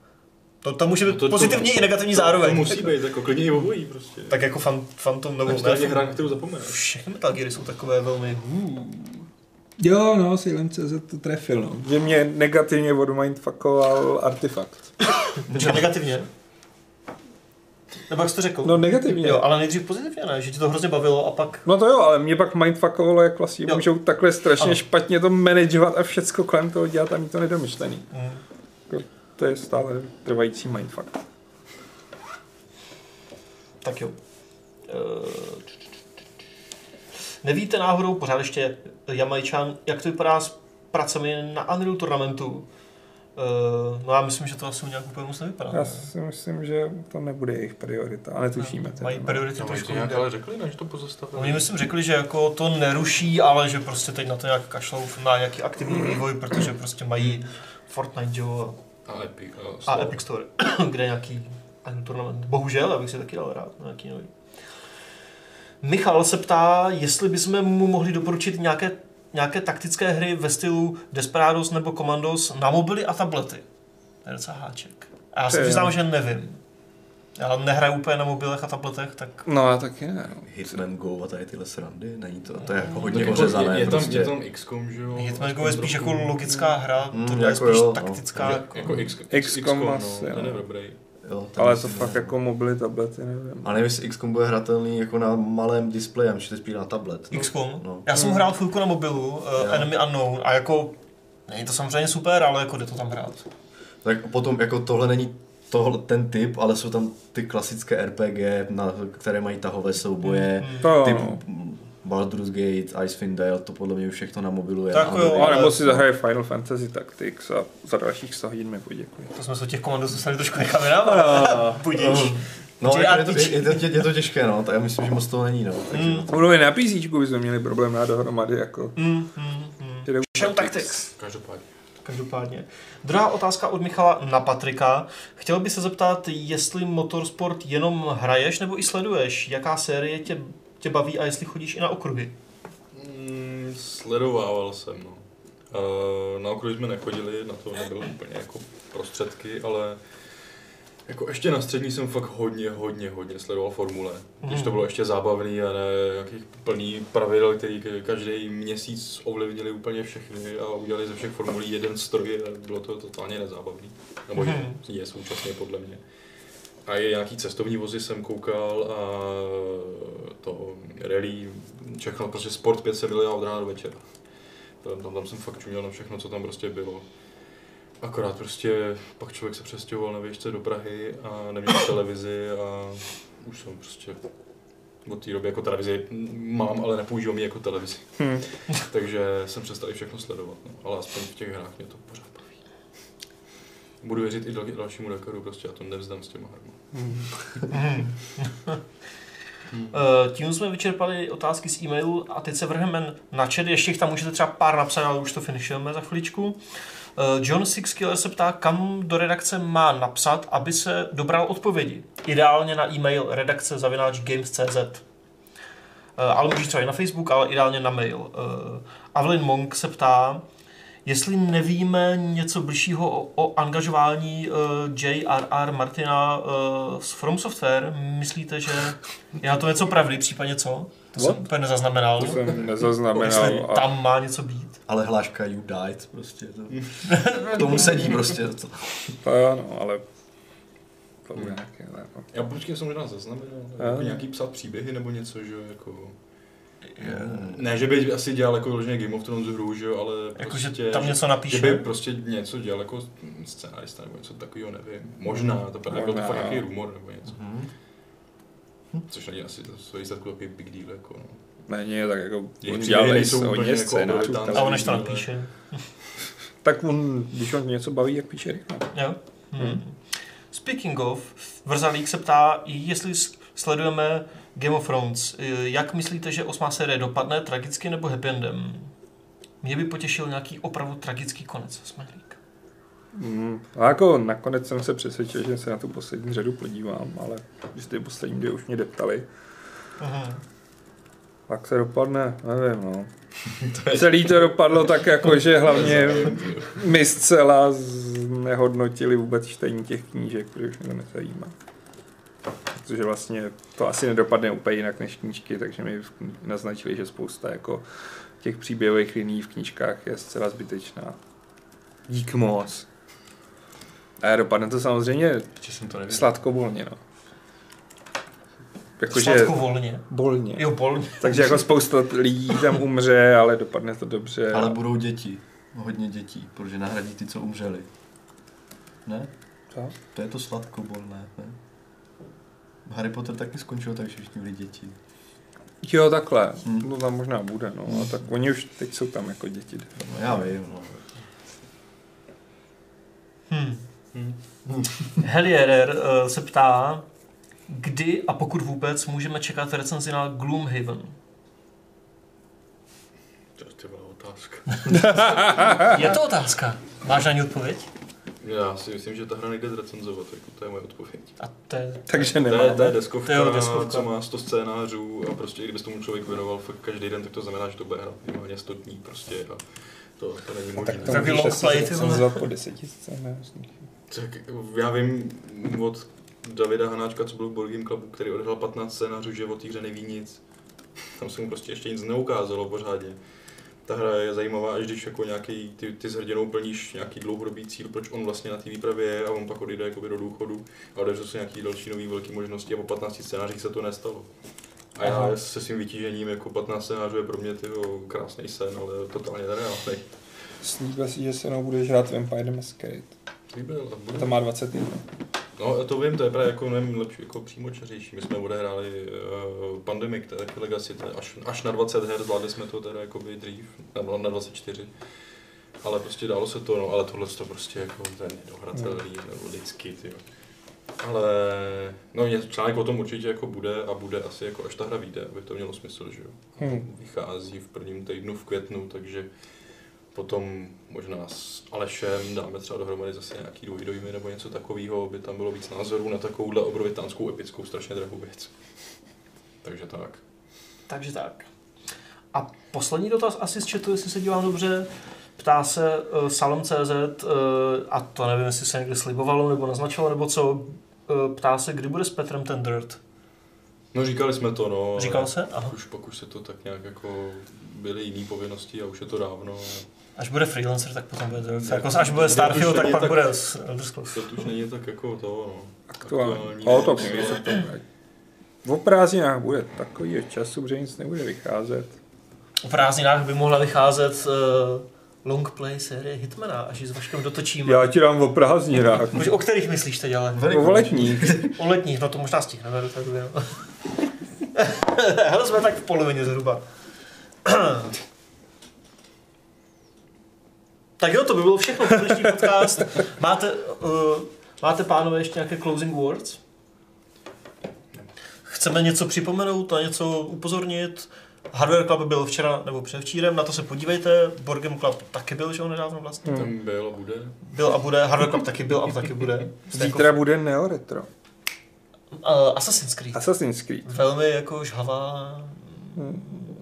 S1: To, to může být
S3: No
S1: no
S3: to- to-
S1: pozitivní i negativní zároveň.
S3: To musí být, jako klidně i obojí prostě.
S1: Tak jako fan, Phantom nebo
S3: tak to je hra, na kterou zapomeneš.
S1: Všechny Metal Geary jsou takové velmi...
S3: Hmm.
S7: Jo, no, Salem.cz to trefil, no.
S2: Že mě negativně odmindfuckoval artefakt.
S1: Počkej, negativně. Nebo jak jsi to řekl?
S2: No negativně.
S1: jo, ale nejdřív pozitivně ne, že ti to hrozně bavilo a pak...
S2: No to jo, ale mě pak mindfuckovalo, jak vlastně
S1: Jo.
S2: jo. můžou takhle strašně
S1: Ano.
S2: ano. špatně to manageovat a všecko kolem toho dělat a mít to nedomyšlený.
S1: Mm.
S2: Jako, To je stále trvající mindfuck.
S6: Tak jo. Eh, Nevíte náhodou pořád ještě Jamajčan, jak to vypadá s pracemi na Unreal Tournamentu?
S1: Eh, no já myslím, že to asi u nějak úplně moc nevypadá.
S8: Já
S2: Já si myslím, že to nebude jejich priorita, ale tušíme. teda,
S8: Mají
S2: no.
S8: priority
S3: No,
S8: trošku
S3: trošku
S8: jinde.
S3: nějak ale řekli, než to pozastavili.
S1: Oni myslím řekli, že jako to neruší, ale že prostě teď na to nějak kašlou na nějaký aktivní vývoj, protože prostě mají Fortnite, že jo,
S3: A Epic.
S1: a Epic Store, kde je nějaký ten tournament. Bohužel, já bych si taky dal rád na nějaký nový. Michal se ptá, jestli bychom mu mohli doporučit nějaké, nějaké taktické hry ve stylu Desperados nebo Commandos na mobily a tablety. To je docela háček. A já
S2: To
S1: se
S2: je-
S1: přiznám, že nevím. Já nehraju úplně na mobilech a tabletech, tak
S2: No já taky ne. no.
S4: Hitman Go a tady tyhle srandy, není to, to je jako hodně
S3: je,
S4: ořezané
S3: je, tam,
S4: prostě.
S3: je tam XCOM, že jo?
S1: Hitman Go
S3: Aspoň
S1: je spíš
S3: trochu.
S1: jako logická hra,
S4: Mm,
S1: tohle je
S4: jako
S1: spíš
S4: jo, no.
S1: taktická.
S3: Jako, jako X-
S2: XCOM
S3: XCOM, no,
S2: asi,
S3: ten je
S2: no.
S3: dobrý.
S4: Jo, tam
S2: Ale
S4: je-
S2: to fakt jako mobily, tablety, nevím.
S4: A nevím, jestli XCOM bude hratelný jako na malém displeji, já myslím, že spíš na tablet. No.
S1: XCOM.
S4: No.
S1: Já jsem hrál chvilku na mobilu, uh,
S4: Jo.
S1: Enemy Unknown, a jako není to samozřejmě super, ale jako jde to tam hrát.
S4: Tak potom jako tohle není tohle, ten typ, ale jsou tam ty klasické RPG, na, které mají tahové souboje,
S1: Mm.
S2: To jo,
S4: typ
S2: no.
S4: mm, Baldur's Gate, Icewind Dale, to podle mě už všechno na mobilu je.
S1: Tak
S4: A
S1: jo,
S4: dobrý.
S2: A
S1: ale-
S2: nebo si zahraje Final Fantasy Tactics a za dalších 100 hodin mi poděkuji.
S1: To jsme se od těch komandů dostali trošku někam jinam, budíš.
S4: No,
S1: Že
S4: jako
S1: já
S4: je, to,
S1: tyč-
S4: je, je, je, to těžké, no, tak já myslím, že moc toho není, no. Takže,
S1: Mm.
S2: Budou i na PC bychom měli problém na dohromady, jako.
S1: Mm, mm, mm.
S2: že jdou-
S1: Shadow Tactics.
S3: Každopádně.
S1: Každopádně. Druhá otázka od Michala na Patrika. Chtěl by se zeptat, jestli motorsport jenom hraješ nebo i sleduješ? Jaká série tě, tě baví a jestli chodíš i na okruhy?
S3: Mm, sledovával jsem, no. Eh, Na okruh jsme nechodili, na to nebyly úplně jako prostředky, ale jako ještě na střední jsem fakt hodně, hodně, hodně sledoval formule. Když to bylo ještě zábavný a ne jakých plný pravidel, který ka- každý měsíc ovlivnili úplně všechny a udělali ze všech formulí jeden stroj a bylo to totálně nezábavný. Nebo je, je současně podle mě. A je nějaký cestovní vozy jsem koukal a to rally, všechno, prostě sport 500 miliard od rána do večera. Tam, tam, tam jsem fakt čuměl na všechno, co tam prostě bylo. Akorát prostě pak člověk se přestěhoval na výšce do Prahy a neměl televizi a už jsem prostě od té doby jako televizi mám, ale nepoužívám ji jako televizi.
S2: Hm.
S3: Takže jsem přestal i všechno sledovat, no. ale aspoň v těch hrách mě to pořád baví. Budu věřit i dal- dalšímu Dakaru, prostě já to nevzdám s těma hrama.
S1: Eh, Tím jsme vyčerpali otázky z e-mailu a teď se vrhneme na chat. Ještě jich tam můžete třeba pár napsat, ale už to finišujeme za chviličku. Eh, John Sixkiller se ptá, kam do redakce má napsat, aby se dobral odpovědi. Ideálně na e-mail redakce games.cz Eh, ale můžeš třeba i na Facebook, ale ideálně na mail. Eh, Avelin Monk se ptá, jestli nevíme něco bližšího o, o angažování eh, J.R.R. Martina eh, z From Software, myslíte, že je na to něco pravdy, případně co? To jsem úplně nezaznamenal.
S2: To jsem
S1: Jestli
S2: nezaznamenal. A...
S1: tam má něco být.
S4: Ale hláška You Died, prostě to, tomu sedí prostě. To.
S2: To jo, no, ale... To
S3: Hmm.
S2: bude nějaké, ne, no.
S3: Já počkej, jsem možná zaznamenal,
S2: A.
S3: jako nějaký psát příběhy nebo něco, že jo, jako...
S4: Je,
S3: Ne, že by asi dělal jako vyloženě Game of Thrones hru, že jo, ale
S1: Jakože
S3: prostě,
S1: Jako, tam něco
S3: že by
S1: napíše.
S3: prostě něco dělal jako scenárista nebo něco takového, nevím. Možná, to právě byl to
S2: Možná,
S3: fakt nějaký
S2: no.
S3: rumor nebo něco.
S4: Mhm.
S3: Což není asi to svůj výsledku takový big deal, jako no.
S2: Není, tak jako...
S3: Jejich
S2: On
S3: příběhy
S2: dělal nejsou
S3: nejsou úplně
S2: hodně
S3: jako
S2: scénářů.
S3: obrovitá,
S2: tam-
S1: A on než to napíše.
S2: Tak on, když on něco baví, jak píše rychle.
S1: Jo? Hmm. Speaking of, Vrzalík se ptá, jestli s- sledujeme Game of Thrones, eh, jak myslíte, že osmá série dopadne, tragicky nebo happy endem? Mě by potěšil nějaký opravdu tragický konec, Smehlík.
S3: Hmm.
S2: Mm, a jako nakonec jsem se přesvědčil, že se na tu poslední řadu podívám, ale když ty poslední dvě už mě deptali, tak se dopadne, nevím, no. Celý to dopadlo tak jako, že hlavně my zcela nehodnotili vůbec čtení těch knížek, protože už mě to nezajímá. Protože vlastně to asi nedopadne úplně jinak než knížky, takže mi v kni- naznačili, že spousta jako těch příběhových liní v knížkách je zcela zbytečná. Dík moc. A dopadne to samozřejmě
S4: Ještě jsem to nevěděl.
S2: sladkobolně, no. Jakože
S1: Sladko volně.
S2: bolně.
S1: Jo, bolně.
S2: Takže jako spousta lidí tam umře, ale dopadne to dobře.
S4: Ale budou děti, hodně dětí, protože nahradí ty, co umřeli. Ne?
S2: Co?
S4: To je to sladkobolné, ne? Harry Potter taky skončil, takže všichni byli děti.
S2: Jo, takhle.
S4: Hmm.
S2: No tam možná bude, no. A tak oni už teď jsou tam jako děti.
S4: No já vím, no.
S1: Helierer eh, Hmm. se ptá, kdy a pokud vůbec můžeme čekat recenzi na Gloomhaven.
S3: To je ty vole otázka.
S1: Je to otázka. Máš na ní odpověď?
S3: Já si myslím, že ta hra nejde zrecenzovat, jako to je moje odpověď.
S1: A to je...
S2: Takže
S3: To je,
S2: nemá.
S3: to je deskovka,
S1: To je deskovka.
S3: co má 100 scénářů a prostě i kdyby se tomu člověk věnoval fakt každý den, tak to znamená, že to bude hrát minimálně 100 dní prostě a to, to není možné.
S2: Tak to
S9: Takový
S2: můžeš
S9: long
S2: asi
S9: play, ty vole.
S2: zrecenzovat po deseti scénářích.
S3: Tak já vím od Davida Hanáčka, co byl v Board Game Clubu, který odehrál 15 scénářů, že o té hře neví nic. Tam se mu prostě ještě nic neukázalo pořádně. Ta hra je zajímavá, až když jako nějaký, ty, ty s hrdinou plníš nějaký dlouhodobý cíl, proč on vlastně na té výpravě je a on pak odjde jakoby do důchodu a odevřou se nějaký další nový velké možnosti a po 15 scénářích se to nestalo. A já se svým vytížením jako 15 scénářů je pro mě tyho krásný sen, ale totálně nereálný.
S2: Slíbil si, že se mnou budeš hrát Vampire the Masquerade.
S3: Líbil, a budu
S2: To má 20 minut.
S3: No, já to vím, to je právě jako, nevím, lepší, jako přímočařejší. My jsme odehráli uh, Pandemic, to je taky Legacy, to je až, až na 20 her, zvládli jsme to teda jako by dřív, nebo na 24. Ale prostě dalo se to, no, ale tohle to prostě jako ten nedohratelný, nebo lidsky, ty ale no, ně- článek o tom určitě jako bude a bude asi jako až ta hra vyjde, aby to mělo smysl, že jo.
S2: Hmm.
S3: Vychází v prvním týdnu v květnu, takže potom možná s Alešem dáme třeba dohromady zase nějaký dvojdojmy nebo něco takového, aby tam bylo víc názorů na takovouhle obrovitánskou epickou strašně drahou věc. Takže tak.
S1: Takže tak. A poslední dotaz asi z chatu, jestli se dívám dobře. Ptá se uh, Salom.cz, uh, a to nevím, jestli se někdy slibovalo nebo naznačilo, nebo co, uh, ptá se, kdy bude s Petrem ten dirt.
S3: No říkali jsme to, no. ale
S1: Říkal se? Aha.
S3: Pak už, pak už se to tak nějak jako byly jiné povinnosti a už je to dávno.
S1: Až bude freelancer, tak potom bude dirt.
S3: Ne.
S1: Jako, až bude
S3: Dirt
S1: Starfield,
S3: už
S1: tak
S3: není
S1: pak
S3: tak-
S1: bude s- Elder Scrolls.
S3: To už není tak jako to, no.
S2: Aktuální.
S3: Aktuální
S2: O, to
S3: věc,
S2: přijde
S3: no.
S2: se to. O prázdninách bude takový času, protože nic nebude vycházet.
S1: O prázdninách by mohla vycházet uh, long play série Hitmana, až ji s Vaškem dotočíme.
S2: Já ti dám o prázdninách.
S1: Bože, O kterých myslíš teď ale?
S2: O letních.
S1: O letních, no to možná stihneme do té doby. no. Hele, jsme tak v polovině zhruba. tak jo, to by bylo všechno pro dnešní podcast. Máte, uh, máte pánové ještě nějaké closing words? Chceme něco připomenout, na něco upozornit? Hardware Club byl včera nebo předevčírem, na to se podívejte. Borgem Club taky byl, že on nedávno vlastně.
S3: Tam byl a bude.
S1: Byl a bude, Hardware Club taky byl a taky bude. Jste jako-
S2: Zítra bude Neo Retro.
S1: Uh, Assassin's Creed.
S2: Assassin's Creed.
S1: velmi jako žhavá,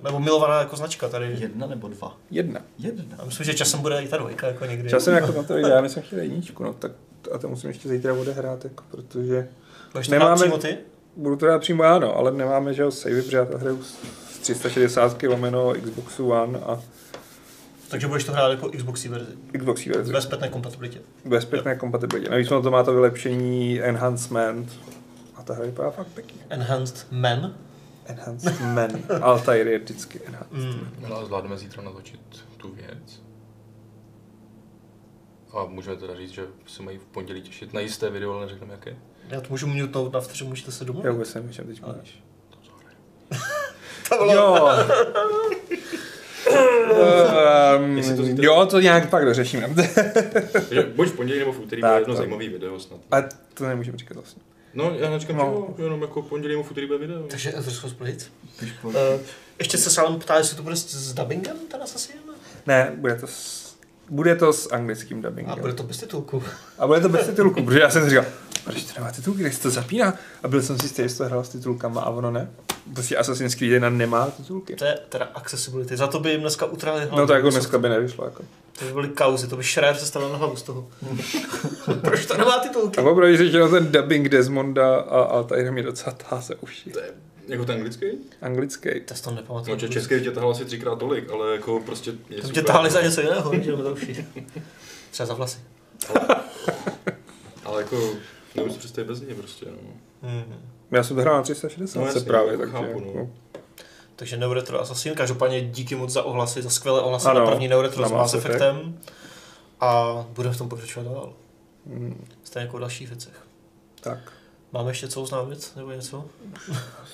S1: nebo milovaná jako značka tady.
S4: Jedna nebo dva?
S2: Jedna.
S4: Jedna.
S1: Já myslím, že časem bude i ta dvojka jako někdy.
S2: Časem jako na to jde, já nejsem chtěl jedničku, no tak a to musím ještě zítra odehrát, jako, protože
S1: Budeš
S2: nemáme-
S1: nemáme... přímo ty?
S2: budu to dát přímo já, no, ale nemáme, že jo, save, protože já to hraju z 360 lomeno Xboxu One a
S1: Takže budeš to hrát jako Xboxy verzi.
S2: Xboxí
S1: V
S2: verzi.
S1: bezpečné kompatibilitě.
S2: Bez pěkné kompatibilitě. Navíc ono to má to vylepšení Enhancement a ta hra vypadá fakt pěkně.
S1: Enhanced Men.
S2: Enhancement. Altair je vždycky Enhanced.
S1: Mm.
S3: No a zvládneme zítra natočit tu věc. A můžeme teda říct, že se mají v pondělí těšit na jisté video, ale neřekneme jaké.
S1: Já to můžu mutnout na vteřinu, můžete se domluvit.
S2: Já vůbec nevím, o čem teď mluvíš.
S1: bylo-
S2: Jo.
S3: Jestli to
S2: um,
S3: zítra-
S2: jo, to nějak pak dořešíme.
S3: Takže buď v pondělí nebo v úterý
S2: Tak,
S3: bude jedno
S2: tak.
S3: zajímavé video snad.
S2: A to nemůžeme říkat vlastně.
S3: No, já nečekám,
S2: No.
S3: no. Že, jo, že jenom jako v pondělí nebo v úterý bude video.
S1: Takže Elder Scrolls Blades.
S4: Když po...
S2: Eh,
S1: Uh, ještě se sám ptá, jestli to bude s, s dubbingem ten Assassin?
S2: Ne, bude to s, bude to s anglickým
S1: A
S2: dubbingem.
S1: bude to bez titulku.
S2: a bude to bez titulku, protože já jsem si říkal, proč to nemá titulky, když se to zapíná? A byl jsem si jistý, jestli to hrál s titulkama a ono ne. Prostě Assassin's Creed 1 nemá titulky.
S1: To je teda accessibility. Za to by jim dneska utrali hlavu.
S2: No to jako dneska by nevyšlo. Jako.
S1: To by byly kauzy, to by Schreier se stavil na hlavu z toho. Proč to nemá titulky?
S2: A opravdu řečeno ten dubbing Desmonda a Altair mi docela táze uši.
S3: To je jako ten anglický?
S2: Anglický.
S1: Já si to nepamatuju.
S3: No, že český tě tahal asi třikrát tolik, ale jako prostě... je
S1: Tam tě
S3: super.
S1: tahali za něco jiného, že to všichni. Třeba za vlasy.
S3: Ale jako nemůžu si představit bez něj prostě, no.
S1: Mhm.
S2: Já jsem to hrál na 360
S3: No jasně,
S2: právě,
S3: jako
S2: takže
S3: chápu, no.
S2: jako,
S1: Takže Neuretro Assassin, každopádně díky moc za ohlasy, za skvělé ohlasy
S2: Ano,
S1: na první Neuretro
S2: na
S1: s
S2: Mass
S1: Mass Effectem. A budeme v tom pokračovat dál. Stejně jako v dalších věcech.
S2: mm, tak.
S1: Máme ještě co oznámit nebo něco?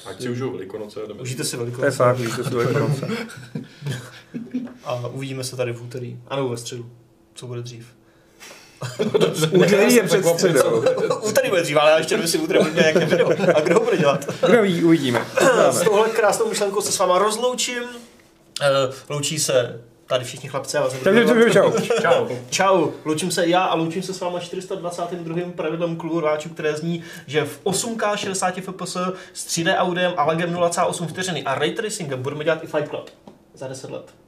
S3: Ať si užijou velikonoce a jdeme.
S1: Užijte si
S2: To je
S1: velikost
S2: fakt, že to jsou jako konce.
S1: a uvidíme se tady v úterý, anebo ve středu, co bude dřív.
S2: Úterý je před středou.
S1: Úterý bude dřív, ale já ještě nevím, jestli úterý bude dělat nějaké video. A kdo ho bude dělat?
S2: Kdo ví, uvidíme.
S1: S touhle krásnou myšlenkou se s váma rozloučím. Eh, Loučí se tady všichni chlapci, já vás
S2: Čau,
S1: nebudu
S2: čau, čau,
S1: jmenovat.
S2: čau.
S10: Čau.
S1: Čau, loučím se já a loučím se s váma 422. pravidlem klubu hráčů, které zní, že v 8K 60 FPS s 3D audem a lagem 0,8 vteřiny a ray tracingem budeme dělat i Fight Club za 10 let.